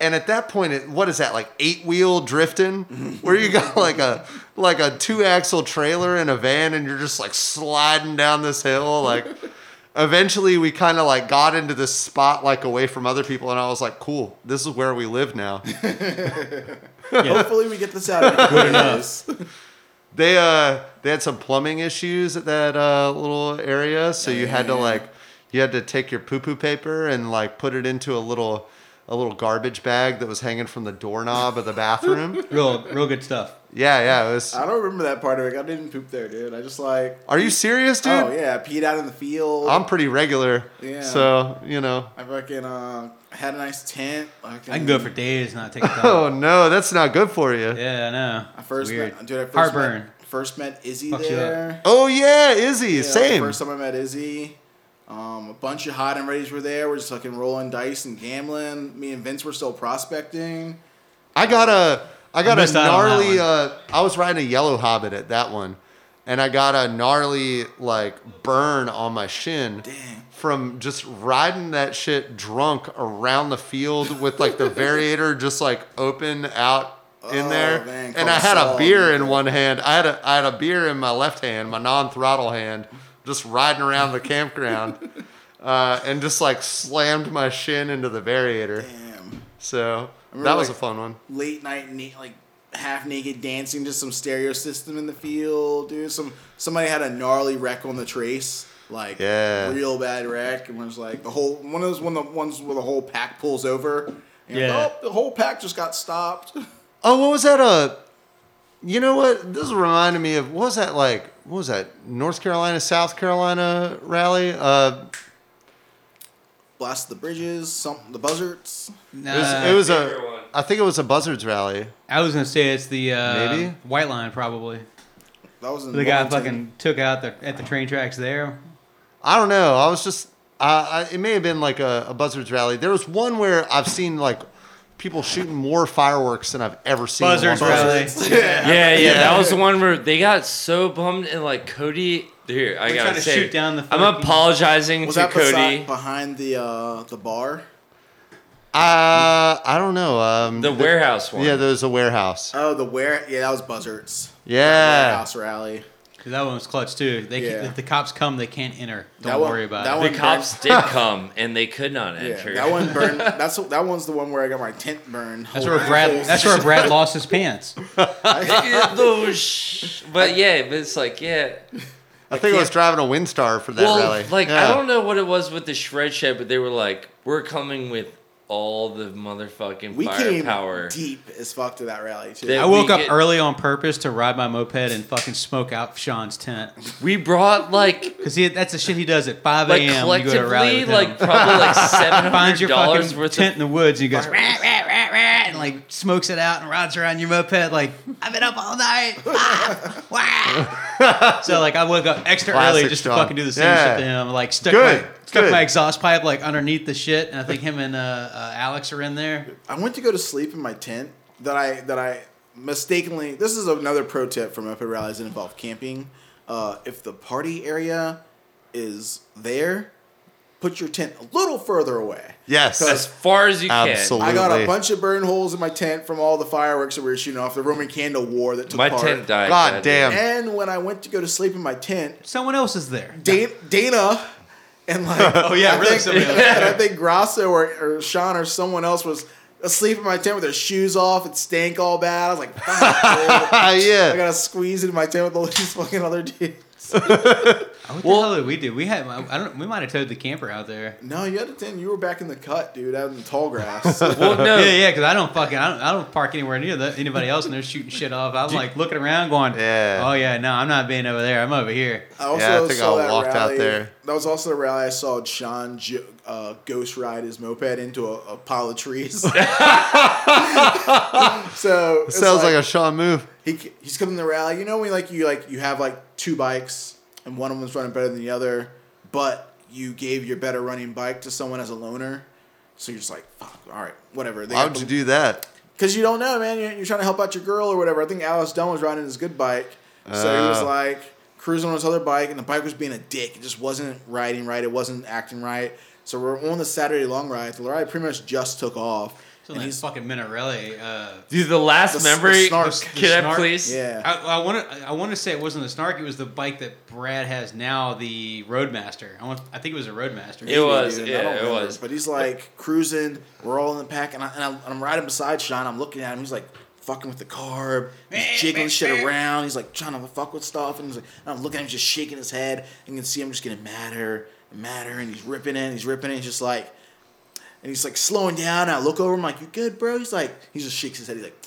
S2: and at that point, it, what is that like eight wheel drifting,
S3: Mm-hmm.
S2: where you got like a like a two axle trailer and a van, and you're just like sliding down this hill, like. Eventually, we kind of like got into this spot, like away from other people, and I was like, "Cool, this is where we live now."
S1: Hopefully, we get this out. Good enough.
S2: They uh they had some plumbing issues at that uh, little area, so you had to like you had to take your poo poo paper and like put it into a little a little garbage bag that was hanging from the doorknob of the bathroom.
S3: Real, real good stuff.
S2: yeah, yeah. It was.
S1: I don't remember that part of it. I didn't poop there, dude. I just like,
S2: Are you serious, dude?
S1: oh yeah, I peed out in the field.
S2: I'm pretty regular,
S1: Yeah.
S2: so you know.
S1: I fucking uh, had a nice tent. Fucking-
S3: I can go for days and not take a
S2: Oh
S3: time.
S2: no, that's not good for you.
S3: yeah, I know.
S1: I first
S3: Weird.
S1: met, dude. I first
S3: Heartburn.
S1: Met, first met Izzy
S3: Fucks you up.
S1: there.
S2: Oh yeah, Izzy,
S1: Yeah,
S2: same.
S1: The first time I met Izzy, um, a bunch of hot and ready's were there. We're just fucking rolling dice and gambling. Me and Vince were still prospecting.
S2: I got a I got
S3: I
S2: a
S3: missed out on that
S2: gnarly
S3: one.
S2: uh I was riding a yellow hobbit at that one and I got a gnarly like burn on my shin from just riding that shit drunk around the field with like the variator just like open out in
S1: Oh,
S2: there,
S1: man,
S2: and I
S1: called
S2: had a
S1: Saul.
S2: beer in one hand. I had a I had a beer in my left hand, my non-throttle hand, just riding around the campground, uh, and just like slammed my shin into the variator.
S1: Damn.
S2: So
S1: remember,
S2: that was
S1: like-
S2: a fun one.
S1: Late night, na- like half naked dancing to some stereo system in the field, dude. Some somebody had a gnarly wreck on the trace, like
S2: Yeah.
S1: real bad wreck, and was like the whole one of those one of the ones where the whole pack pulls over. And you're like,
S3: Yeah.
S1: oh, the whole pack just got stopped.
S2: Oh, what was that? Uh, you know what? This reminded me of what was that like? What was that North Carolina, South Carolina rally? Uh,
S1: Blast the bridges, something the buzzards.
S2: it was,
S3: Nah,
S2: it was
S7: favorite Uh, one.
S2: a. I think it was a buzzards rally.
S3: I was gonna say it's the uh,
S2: Maybe?
S3: white line probably.
S1: That was in
S3: The guy
S1: Wilmington.
S3: fucking took out the at the train tracks there.
S2: I don't know. I was just. I, I it may have been like a, a buzzards rally. There was one where I've seen like people shooting more fireworks than I've ever seen. in
S3: Buzzards
S2: one
S3: rally.
S7: Yeah, yeah, that was the one where they got so bummed and like Cody. Here, I
S3: We're
S7: gotta
S3: trying to
S7: say,
S3: shoot down the
S7: I'm
S3: fucking-
S7: apologizing
S1: Was
S7: to
S1: that
S7: Cody.
S1: beside, behind the uh, the bar?
S2: Uh, I don't know. Um,
S7: the warehouse one.
S2: Yeah, there was a warehouse.
S1: Oh, the where? Yeah, that was buzzards.
S2: Yeah.
S1: House rally.
S3: 'Cause That one was clutch too. They
S1: Yeah.
S3: can, if the cops come, they can't enter. Don't
S1: That one-
S3: worry about
S1: that
S3: it.
S7: the
S1: one
S7: cops did come and they could not
S1: Yeah,
S7: enter.
S1: that one burned. That's that one's the one where I got my tent burned.
S3: That's where Brad. That's where Brad lost his pants.
S7: Yeah, those sh- but yeah, but it's like yeah.
S2: I think I was driving a Windstar for that
S7: well,
S2: rally.
S7: like
S2: Yeah.
S7: I don't know what it was with the shred shed, but they were like, "We're coming with all the motherfucking
S1: we came
S7: firepower."
S1: deep as fuck to that rally too.
S7: That
S3: I woke
S7: we
S3: up
S7: get-
S3: early on purpose to ride my moped and fucking smoke out Sean's tent
S7: We brought like
S3: because that's the shit he does at 5
S7: like
S3: a.m. You go to a rally
S7: collectively
S3: with
S7: like
S3: him.
S7: probably like seven
S3: Finds
S7: hundred
S3: your
S7: dollars
S3: fucking
S7: worth
S3: tent
S7: of
S3: in the woods and he goes rah, rah, rah, rah, rah, and like smokes it out and rides around your moped like I've been up all night. Ah, wah." so like I woke up extra early
S2: Classic
S3: just
S2: Sean.
S3: to fucking do the same
S2: Yeah.
S3: shit to him. Like stuck
S2: Good,
S3: my stuck
S2: good.
S3: my exhaust pipe like underneath the shit and I think him and uh, uh, Alex are in there.
S1: I went to go to sleep in my tent that I that I mistakenly. This is another pro tip from Epic Rallies that involve camping. Uh, if the party area is there, put your tent a little further away.
S7: as
S2: Yes.
S7: far as you
S2: Absolutely.
S1: I got a
S2: Absolutely.
S1: bunch of burn holes in my tent from all the fireworks that we were shooting off the Roman candle war that
S7: can.
S1: took
S7: My
S1: part.
S7: tent died.
S2: God
S7: that
S2: damn.
S7: day.
S1: And when I went to go to sleep in my tent,
S3: Someone else is there.
S1: Dana, Dana and like oh
S3: yeah,
S1: I
S3: really
S1: think,
S3: somebody else.
S1: and I think Grasso or, or Sean or someone else was asleep in my tent with their shoes off. It stank all bad. I was like, fuck, dude.
S2: Ah,
S1: I
S2: yeah.
S1: gotta squeeze into my tent with all these fucking other dudes.
S3: What the hell did we do? We had I don't we might have towed the camper out there.
S1: No, you had a tent. You were back in the cut, dude, out in the tall grass.
S7: Well, no,
S3: Yeah, yeah, because I don't fucking I don't, I don't park anywhere near that, anybody else, and they're shooting shit off. I'm like looking around, going,
S2: Yeah.
S3: oh yeah, no, I'm not being over there. I'm over here.
S1: I also
S2: Yeah, I think
S1: saw
S2: I
S1: that
S2: walked out
S1: rally-
S2: there.
S1: That was also the rally I saw Sean jo- uh, ghost ride his moped into a, a pile of trees. so it's
S2: Sounds like a Sean move.
S1: he he's coming to the rally. You know when like you like you have like two bikes and one of them's running better than the other, but you gave your better running bike to someone as a loaner, so you're just like, fuck, all right, whatever.
S2: Why would you do that?
S1: Because you don't know, man. You're, you're trying to help out your girl or whatever. I think Alice Dunn was riding his good bike, so he was
S2: Oh.
S1: like cruising on his other bike, and the bike was being a dick. It just wasn't riding right. It wasn't acting right. So we're on the Saturday long ride. The ride pretty much just took off.
S3: So
S1: and
S3: that
S1: he's
S3: fucking Minarelli. Uh,
S7: dude, the last
S1: The s- the
S7: memory.
S1: snark.
S7: can
S3: the
S7: I
S3: snark-
S7: please?
S1: yeah.
S3: I want to I want to say it wasn't the snark. It was the bike that Brad has now, the Roadmaster. I want I think it was a Roadmaster.
S7: It was,
S1: dude. I
S7: yeah,
S1: don't
S7: it
S1: remember.
S7: was.
S1: But he's like cruising. We're all in the pack, and, I, and I'm, I'm riding beside Sean. I'm looking at him. He's like fucking with the carb. He's jiggling shit around. He's like trying to fuck with stuff, and he's like, and I'm looking at him, just shaking his head. And you can see him just getting madder and madder, and he's ripping it. He's ripping it. He's just like, and he's like slowing down. And I look over. I'm like, "You good, bro?" He's like, he just shakes his head. He's like,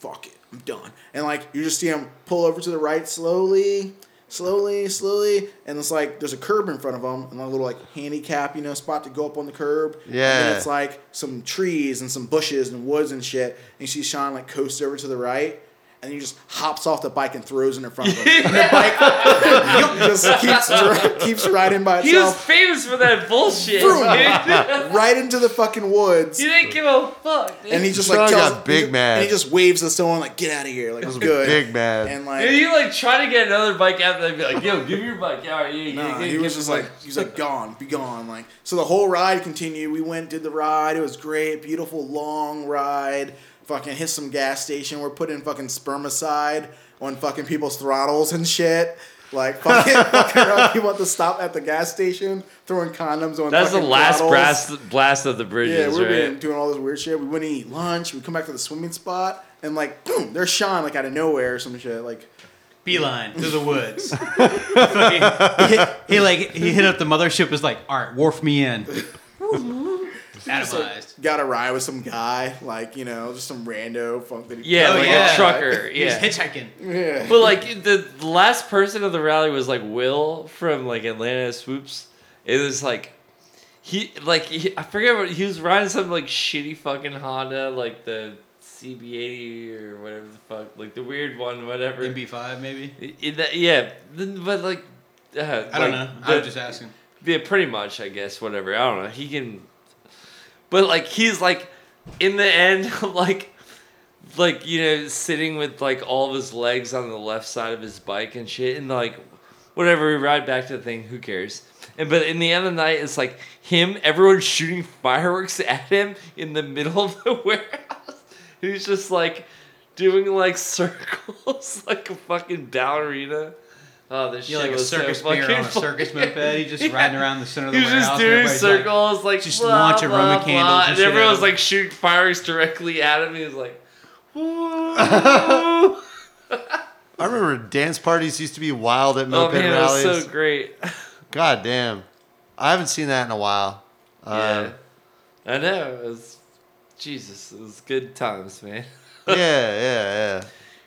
S1: fuck it, I'm done. And like you just see him pull over to the right slowly, slowly, slowly, and it's like there's a curb in front of him and a little like handicap, you know, spot to go up on the curb. And then
S2: Yeah.
S1: it's like some trees and some bushes and woods and shit. And you see Sean like coast over to the right. And he just hops off the bike and throws it in front of him. And the bike just keeps, dri- keeps riding by
S7: He was
S1: itself
S7: famous for that bullshit,
S1: Vroom.
S7: dude.
S1: right into the fucking woods.
S7: he didn't give a fuck. Dude.
S1: And he just
S2: Sean
S1: like tells,
S2: got big
S1: he-
S2: mad.
S1: And he just waves to someone like, "Get out of here!" Like it's good.
S2: big mad.
S1: And like,
S7: Dude, you like try to get another bike out there and be like, yo, give me your bike. All right, yeah, yeah,
S1: No,
S7: yeah,
S1: he
S7: give
S1: was
S7: me
S1: just
S7: your
S1: like
S7: bike."
S1: he was like gone, be gone. Like so, the whole ride continued. We went, did the ride. It was great, beautiful long ride. Fucking hit some gas station. We're putting fucking spermicide on fucking people's throttles and shit. Like fucking, fucking around people at the stop at the gas station throwing condoms on.
S7: That's the
S1: fucking
S7: last
S1: throttles.
S7: blast, blast of the
S1: Yeah, we
S7: bridges,
S1: were
S7: right?
S1: being, doing all this weird shit. We went to eat lunch. We come back to the swimming spot, and like, boom, there's Sean like out of nowhere or some shit. Like,
S3: Beeline to the woods. Fucking- he, he, like he hit up the mothership. Was like, all right, wharf me in. Atomized.
S1: got a ride with some guy, like you know, just some rando funk. That he
S7: Yeah,
S3: Oh,
S7: like
S3: yeah.
S7: a trucker. Yeah.
S3: He's hitchhiking.
S1: yeah.
S7: But like the the last person of the rally was like Will from like Atlanta Swoops. It was like he like he, I forget what he was riding some like shitty fucking Honda like the CB80 or whatever the fuck like the weird one whatever.
S3: MB5 maybe.
S7: I- I- that- yeah, then- but like uh,
S3: I don't know. I
S7: The,
S3: was just asking.
S7: yeah, pretty much I guess whatever. I don't know. He can, but like he's like in the end like like you know sitting with like all of his legs on the left side of his bike and shit and like whatever we ride back to the thing who cares and but in the end of the night it's like him everyone shooting fireworks at him in the middle of the warehouse he's just like doing like circles like a fucking ballerina oh this
S3: You're
S7: shit
S3: like a
S7: was
S3: circus
S7: so
S3: bear
S7: fucking
S3: on a circus
S7: funny.
S3: moped. He just
S7: Yeah.
S3: riding around the center of the
S7: He was
S3: warehouse.
S7: just
S3: and
S7: doing
S3: everybody's like-
S7: circles, like,
S3: just
S7: blah,
S3: launch aroma candles
S7: blah, blah.
S3: and
S7: And,
S3: shit
S7: everyone
S3: at
S7: was
S3: him.
S7: like shooting fireworks directly at him. He was like, "Whoa!"
S2: I remember dance parties used to be wild at
S7: oh
S2: moped
S7: man, it was
S2: rallies.
S7: so great.
S2: God damn, I haven't seen that in a while. Uh,
S7: yeah, I know. It was Jesus. It was good times, man.
S2: yeah, yeah,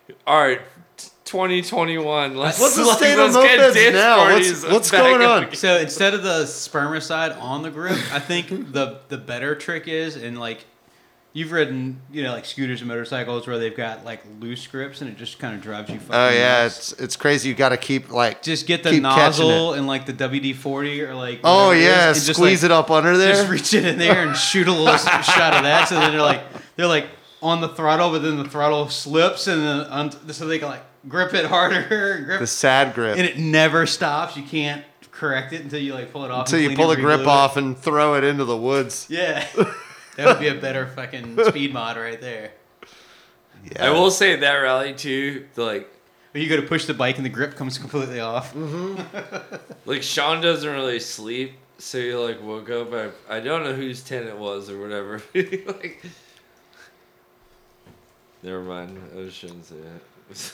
S2: yeah.
S7: All right, t- 2021. Let's,
S2: What's the
S7: let's-
S2: state of
S7: let's get
S2: mopeds
S7: dance
S2: now? What's-
S7: parties
S2: what's
S7: back
S2: going
S7: up
S2: on?
S7: again.
S3: So instead of the spermicide on the grip, I think the the better trick is and like you've ridden, you know, like scooters and motorcycles where they've got like loose grips and it just kind of drives you fucking
S2: Oh yeah,
S3: nuts.
S2: it's it's crazy. You got to keep like
S3: just get the
S2: keep catching it.
S3: nozzle and like the WD forty or like
S2: Oh
S3: whatever it
S2: yeah,
S3: is, and just,
S2: squeeze
S3: like,
S2: it up under there.
S3: Just reach it in there and shoot a little s- shot of that. So then they're like they're like on the throttle, but then the throttle slips and then un- so they can like grip it harder, grip
S2: the sad
S3: and
S2: grip
S3: it never stops. You can't correct it until you like pull it off.
S2: until
S3: and
S2: you
S3: clean
S2: pull the
S3: it, re-glue
S2: grip
S3: it.
S2: off and throw it into the woods.
S3: Yeah, that would be a better fucking speed mod right there.
S2: Yeah.
S7: I will say that rally too. the, Like,
S3: Or you go to push the bike and the grip comes completely off.
S7: Mm-hmm. like Sean doesn't really sleep, so he like woke up. I I don't know whose tent it was or whatever. like, never mind. I shouldn't say that.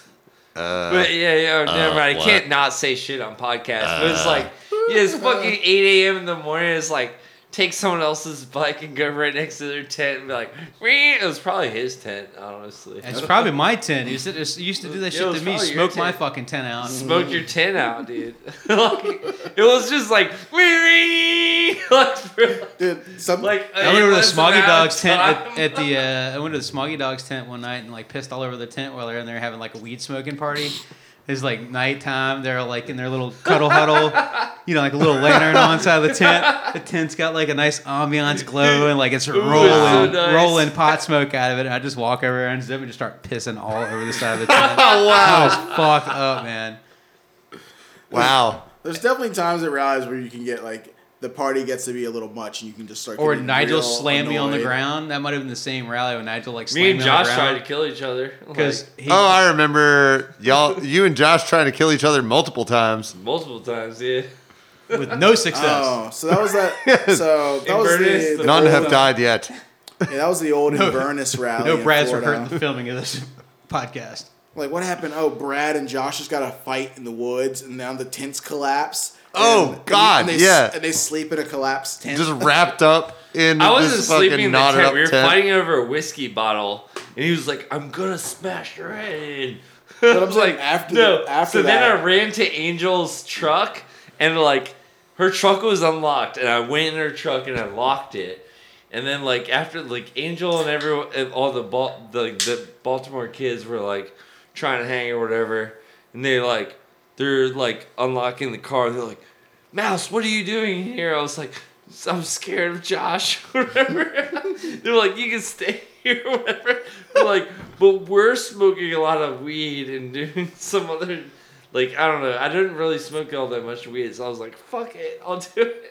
S2: Uh,
S7: but yeah, yeah, never
S2: uh,
S7: mind. I
S2: what? Uh,
S7: can't not say shit on podcast. but it's like, yeah, it's fucking eight a.m. in the morning. It's like take someone else's bike and go right next to their tent and be like, "Wee." it was probably his tent, honestly.
S3: It's probably my tent. He used to, just- he used to do that
S7: Yeah, it
S3: shit
S7: was
S3: to me.
S7: probably your
S3: Smoke my
S7: tent.
S3: fucking tent out.
S7: Smoke your tin out, dude. like, it was just like wee like for,
S1: Dude, some,
S7: like.
S3: I went over to the Smoggy
S7: smoggy
S3: Dog's tent at, at the. Uh, I went to the Smoggy Dog's tent one night and like pissed all over the tent while they're in there having like a weed smoking party. It's like nighttime. They're like in their little cuddle huddle, you know, like a little lantern on side of the tent. The tent's got like a nice ambiance glow and like it's
S7: was so
S3: rolling,
S7: nice.
S3: rolling pot smoke out of it. And I just walk over there and zip and just start pissing all over the side of the tent.
S2: oh
S3: I was
S2: wow,
S3: fucked up, man.
S2: wow.
S1: there's definitely times at rallies where you can get like the party gets to be a little much, and you can just start.
S3: Or
S1: getting
S3: Nigel
S1: real
S3: slammed me on the
S1: annoyed.
S3: ground. That might have been the same rally when Nigel like slammed
S7: Me and
S3: me on
S7: Josh
S3: the
S7: tried to
S3: ground.
S7: kill each other like,
S3: Because
S2: Oh, I remember y'all, you and Josh trying to kill each other multiple times.
S7: multiple times. Yeah,
S3: with no success.
S1: Oh, so that was that. So that was the,
S7: Inverness,
S1: the
S2: None
S1: old,
S2: have died yet.
S1: Yeah, that was the old Inverness rally.
S3: No
S1: in
S3: Brad's were
S1: Florida.
S3: hurt in the filming of this podcast.
S1: Like what happened? Oh, Brad and Josh just got a fight in the woods, and now the tents collapse.
S2: Oh,
S1: and-
S2: God,
S1: and they,
S2: yeah.
S1: And they sleep in a collapsed tent.
S2: Just wrapped up in
S7: I
S2: this
S7: wasn't sleeping
S2: fucking
S7: in the
S2: knotted
S7: tent.
S2: up
S7: We were
S2: tent.
S7: fighting over a whiskey bottle, and he was like, "I'm gonna smash your head."
S1: I'm
S7: But I was
S1: saying
S7: like,
S1: after
S7: "No."
S1: the- after
S7: so
S1: that-
S7: then I ran to Angel's truck, and like her truck was unlocked, and I went in her truck and I locked it. And then like after like Angel and everyone, and all the Bal- the the Baltimore kids were like trying to hang or whatever, and they like they're like unlocking the car. They're like, Mouse, what are you doing here? I was like, I'm scared of Josh or whatever. They're like, you can stay here or whatever. They're like, but we're smoking a lot of weed and doing some other, like, I don't know. I didn't really smoke all that much weed, so I was like, fuck it, I'll do it.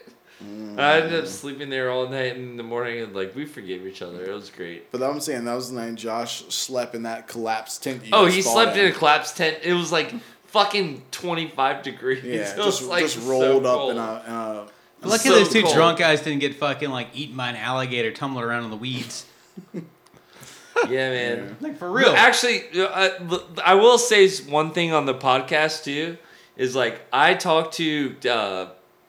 S7: I ended up sleeping there all night, and in the morning, and like we forgave each other. It was great.
S1: But I'm saying that was the night Josh slept in that collapsed tent. you
S7: Oh,
S1: guys
S7: he
S1: fought
S7: slept in a
S1: in
S7: collapsed tent. It was like fucking twenty five degrees.
S1: Yeah,
S7: it was
S1: just,
S7: like
S1: just
S7: so
S1: rolled up in
S7: cold.
S1: a, in a
S3: I like how
S7: So
S3: those two
S7: cold.
S3: drunk guys didn't get fucking like eaten by an alligator tumbling around in the weeds.
S7: Yeah, man.
S3: Like for real.
S7: Actually, I, I will say one thing on the podcast too is like I talked to uh,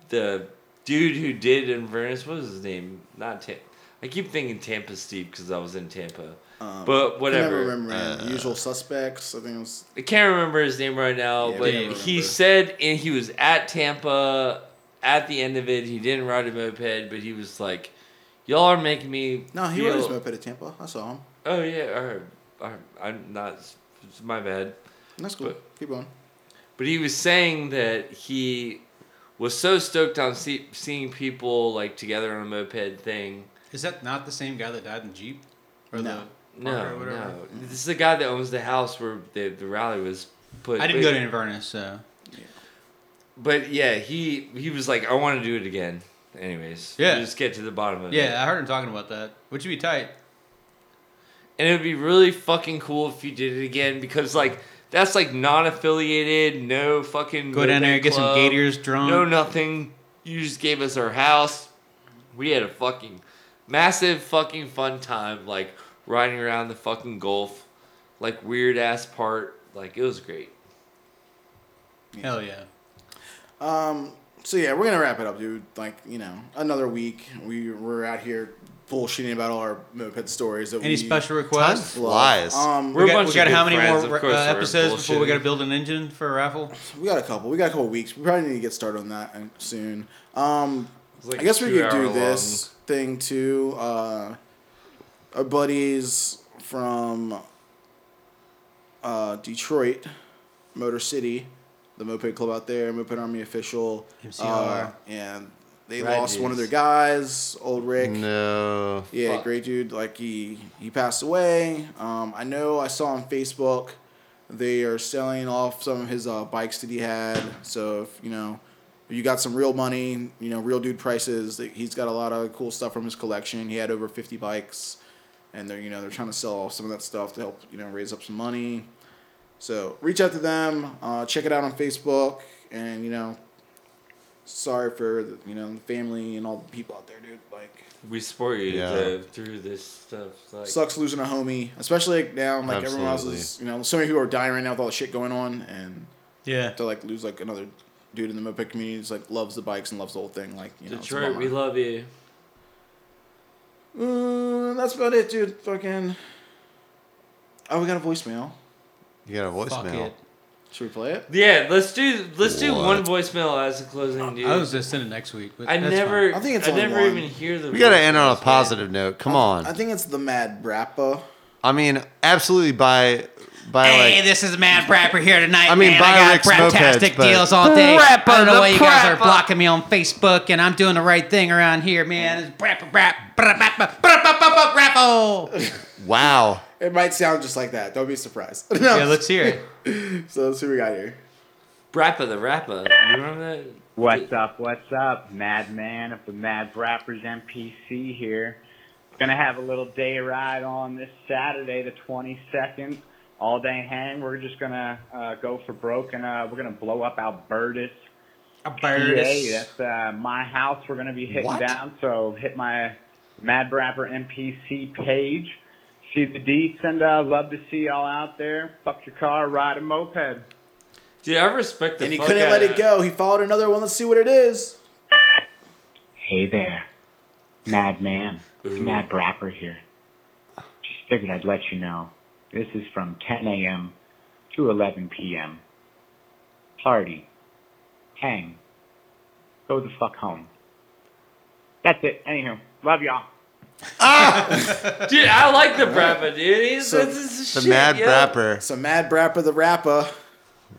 S7: the dude who did Inverness. What was his name? Not Tam I keep thinking Tampa Steve because I was in Tampa,
S1: Um,
S7: but
S1: I
S7: whatever.
S1: never remember man. usual suspects. I think it was
S7: I can't remember his name right now,
S1: Yeah, we
S7: but
S1: don't
S7: he
S1: remember.
S7: said and he was at Tampa at the end of it. He didn't ride a moped, but he was like, "Y'all are making me."
S1: no, he
S7: feel-
S1: rode his moped at Tampa. I saw him.
S7: Oh yeah, all right, all right, I'm not. It's my bad.
S1: That's cool. Keep going.
S7: But he was saying that he was so stoked on see, seeing people like together on a moped thing.
S3: Is that not the same guy that died in the Jeep? Or
S1: No.
S3: the Parker
S7: No, no, this is the guy that owns the house where the, the rally was put.
S3: I didn't
S7: but-
S3: go to Inverness, so
S7: But yeah, he he was like, I want to do it again. Anyways,
S3: Yeah.
S7: just get to the bottom of it.
S3: yeah, I heard him talking about that. Would you be tight?
S7: and it'd be really fucking cool if you did it again because like that's like non-affiliated, no fucking
S3: Go down there,
S7: moped
S3: get some
S7: club,
S3: gators drunk.
S7: no nothing. You just gave us our house. We had a fucking massive fucking fun time, like riding around the fucking Gulf, like weird ass part. Like it was great.
S3: Hell yeah.
S1: Um. So yeah, we're gonna wrap it up, dude. Like you know, another week. We we're out here bullshitting about all our moped stories. That
S3: Any
S1: we
S3: special
S2: Time
S3: requests?
S2: flies.
S1: Um, we
S7: We're
S3: We
S7: a
S3: got,
S7: bunch
S3: we
S7: of
S3: got
S7: good
S3: how many
S7: friends,
S3: more
S7: of course
S3: uh,
S7: we're
S3: episodes before we
S7: bullshitting.
S3: got to build an engine for a raffle?
S1: got a couple. We got a couple weeks. We probably need to get started on that uh, soon. Um,
S7: It's like
S1: I guess
S7: a
S1: we could
S7: two-hour
S1: do this thing too. Uh, our buddies from uh, Detroit, Motor City, the Moped Club out there, Moped Army official,
S3: MCR.
S1: uh, and they
S7: Rad
S1: lost one of their
S7: dudes.
S1: guys, old Rick.
S2: no.
S1: Yeah,
S7: Fuck.
S1: great dude. Like he he passed away. Um, I know I saw on Facebook they are selling off some of his uh, bikes that he had. So if you know if you got some real money, you know real dude prices. that- He's got a lot of cool stuff from his collection. He had over fifty bikes, and they're you know they're trying to sell off some of that stuff to help you know raise up some money. So reach out to them. Uh, check it out on Facebook, and you know. Sorry for the, you know the family and all the people out there, dude. Like,
S7: We support you
S2: Yeah.
S7: to- through this stuff. Like,
S1: sucks losing a homie, especially like now. Like everyone else
S2: Absolutely.
S1: is, you know, so many people are dying right now with all the shit going on, and
S3: Yeah.
S1: to like lose like another dude in the moped community, who's, like loves the bikes and loves the whole thing. Like you know, it's a
S7: Detroit, we
S1: bummer.
S7: love you.
S1: Mm, that's about it, dude. Fucking. Oh, we got a voicemail.
S2: You got a
S3: Fuck
S2: voicemail.
S3: it.
S1: Should we play it?
S7: Yeah, let's do let's do one
S2: What?
S7: voicemail as a closing, dude.
S3: I was just sending next week. But
S7: I
S3: that's
S7: never,
S1: fine.
S7: I
S1: I think it's only
S7: never
S1: one.
S7: even hear the.
S2: We got to end on a
S7: voicemails, man.
S2: positive note. Come on.
S1: I think it's the Mad Brappa.
S2: I mean, absolutely by by
S9: Hey,
S2: like
S9: this is Matt Brapper here tonight.
S2: I mean,
S9: man.
S2: buy
S9: I
S2: Rick's
S9: got
S2: mopeds,
S9: fantastic
S2: but-
S9: deals all day.
S7: Brapper
S9: I don't
S7: the
S9: know why you guys are
S7: Brapper.
S9: blocking me on Facebook, and I'm doing the right thing around here, man. It's Brapper, Brap, Brap, Brap, Brap, Brap, Brap, Brapper.
S2: wow.
S1: It might sound just like that. Don't be surprised.
S3: fine. Yeah, let's hear it.
S1: so let's see what we got here.
S7: Rappa the Rappa. You remember that?
S10: What's up? What's up? Madman of the Mad Rappers MPC here. Gonna have a little day ride on this Saturday, the 22nd. All day hang. We're just gonna uh, go for broke and uh, we're gonna blow up Albertus.
S3: A
S10: Hey, that's uh, my house. We're gonna be hitting
S2: What?
S10: down. So hit my Mad Rapper MPC page. See the deets and uh, love to see y'all out there. Fuck your car, ride a moped.
S7: Dude, I respect the.
S1: And he
S7: fuck
S1: couldn't
S7: out
S1: let
S7: of-
S1: it go. He followed another one. Let's see what it is.
S10: Hey there, Madman. It's Mad Brapper here. Just figured I'd let you know. This is from 10 a.m. to 11 p.m. Party. Hang. Go the fuck home. That's it. Anywho, love y'all.
S7: Dude, I like the Rappa, dude. He's
S1: So,
S7: this is
S2: The
S7: shit,
S2: mad
S7: yo.
S2: rapper.
S1: So Mad Brappa the Rappa.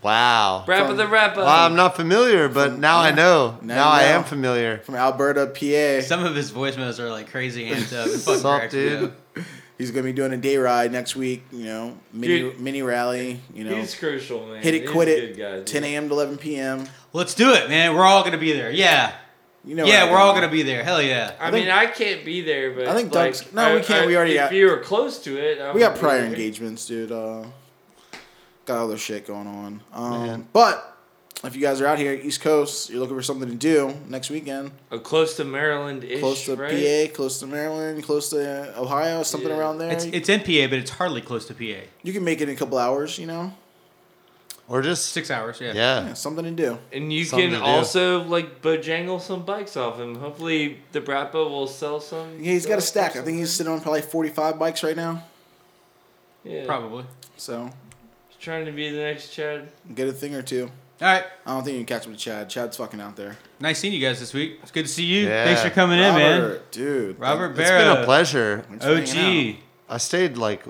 S2: Wow.
S7: Rappa the Rappa.
S2: Well, I'm not familiar, but now I know.
S1: Now
S2: Now,
S1: you
S2: I
S1: know.
S2: am familiar.
S1: From Alberta, PA.
S3: Some of his voicemails are like crazy amped up. It fucking
S2: Sup,
S3: cracks me
S2: dude?
S3: up.
S1: He's gonna be doing a day ride next week. You know, mini
S7: Dude.
S1: mini rally. You know,
S7: He's crucial, man.
S1: hit it,
S7: He's
S1: quit
S7: a
S1: it.
S7: good guy, dude.
S1: 10 a.m. to 11 p.m.
S3: Let's do it, man. We're all gonna be there. Yeah.
S1: You know,
S3: yeah,
S1: where I
S3: we're all
S1: go.
S3: gonna be there. Hell yeah.
S7: I,
S1: think-
S7: mean, I can't be there, but
S1: I think
S7: like,
S1: Doug's- no, we
S7: I-
S1: can't.
S7: I-
S1: We already
S7: If
S1: got-
S7: you were close to it, I
S1: We got
S7: would be
S1: prior
S7: there.
S1: engagements, dude. Uh, got other shit going on. Um,
S2: Man.
S1: but if you guys are out here, East Coast, you're looking for something to do next weekend,
S7: Uh, close to Maryland ish.
S1: close to
S7: right?
S1: PA, close to Maryland, close to Ohio, something
S7: Yeah.
S1: around there.
S3: It's it's in PA, but it's hardly close to PA.
S1: you can make it in a couple hours, you know?
S2: Or just
S3: Six hours. Yeah.
S1: Yeah,
S2: Yeah.
S1: something to do.
S7: And you
S2: Something to
S7: can
S2: do.
S7: also like bojangle some bikes off him. Hopefully, the Brappa will sell some.
S1: Yeah, he's got a
S7: stuff or
S1: stack. I think he's sitting on probably 45 bikes right now.
S7: something. yeah.
S3: Probably.
S1: So
S7: He's trying to be the next Chad.
S1: get a thing or two.
S3: All right.
S1: I don't think you can catch up with Chad. Chad's fucking out there.
S3: Nice seeing you guys this week. It's good to see you.
S2: Yeah.
S3: Thanks for coming in, man.
S1: Robert, dude.
S3: Robert
S2: It's been
S3: Barrow.
S2: a pleasure.
S1: Thanks for hanging
S3: OG.
S2: I stayed like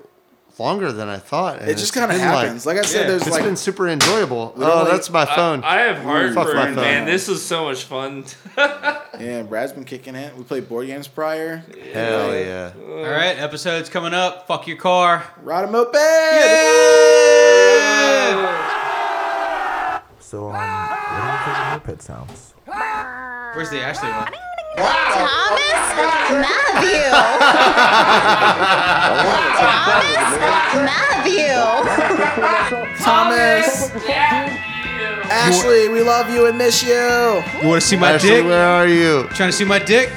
S2: longer than I thought. and
S1: out. It just
S2: it's
S1: kind of
S2: been,
S1: happens. Like, I said,
S3: yeah,
S1: there's
S2: It's
S1: like
S2: been super enjoyable.
S1: don't
S2: Oh,
S1: like-
S2: that's my
S7: I-
S2: phone.
S7: I, have heart
S2: Fuck my
S7: burn, man.
S2: phone.
S7: This was so much fun.
S1: yeah, Brad's been kicking it. We played board games prior.
S2: Hell yeah.
S3: All right. Episode's coming up. Fuck your car.
S1: Ride 'em open.
S4: So, um, what are your favorite moped sounds?
S3: Where's the Ashley one?
S5: Thomas Matthew. Thomas Matthew.
S1: Thomas, Ashley, we love you and miss you.
S3: You want to see my
S2: Ashley,
S3: dick?
S2: where are you?
S3: Trying to see my dick?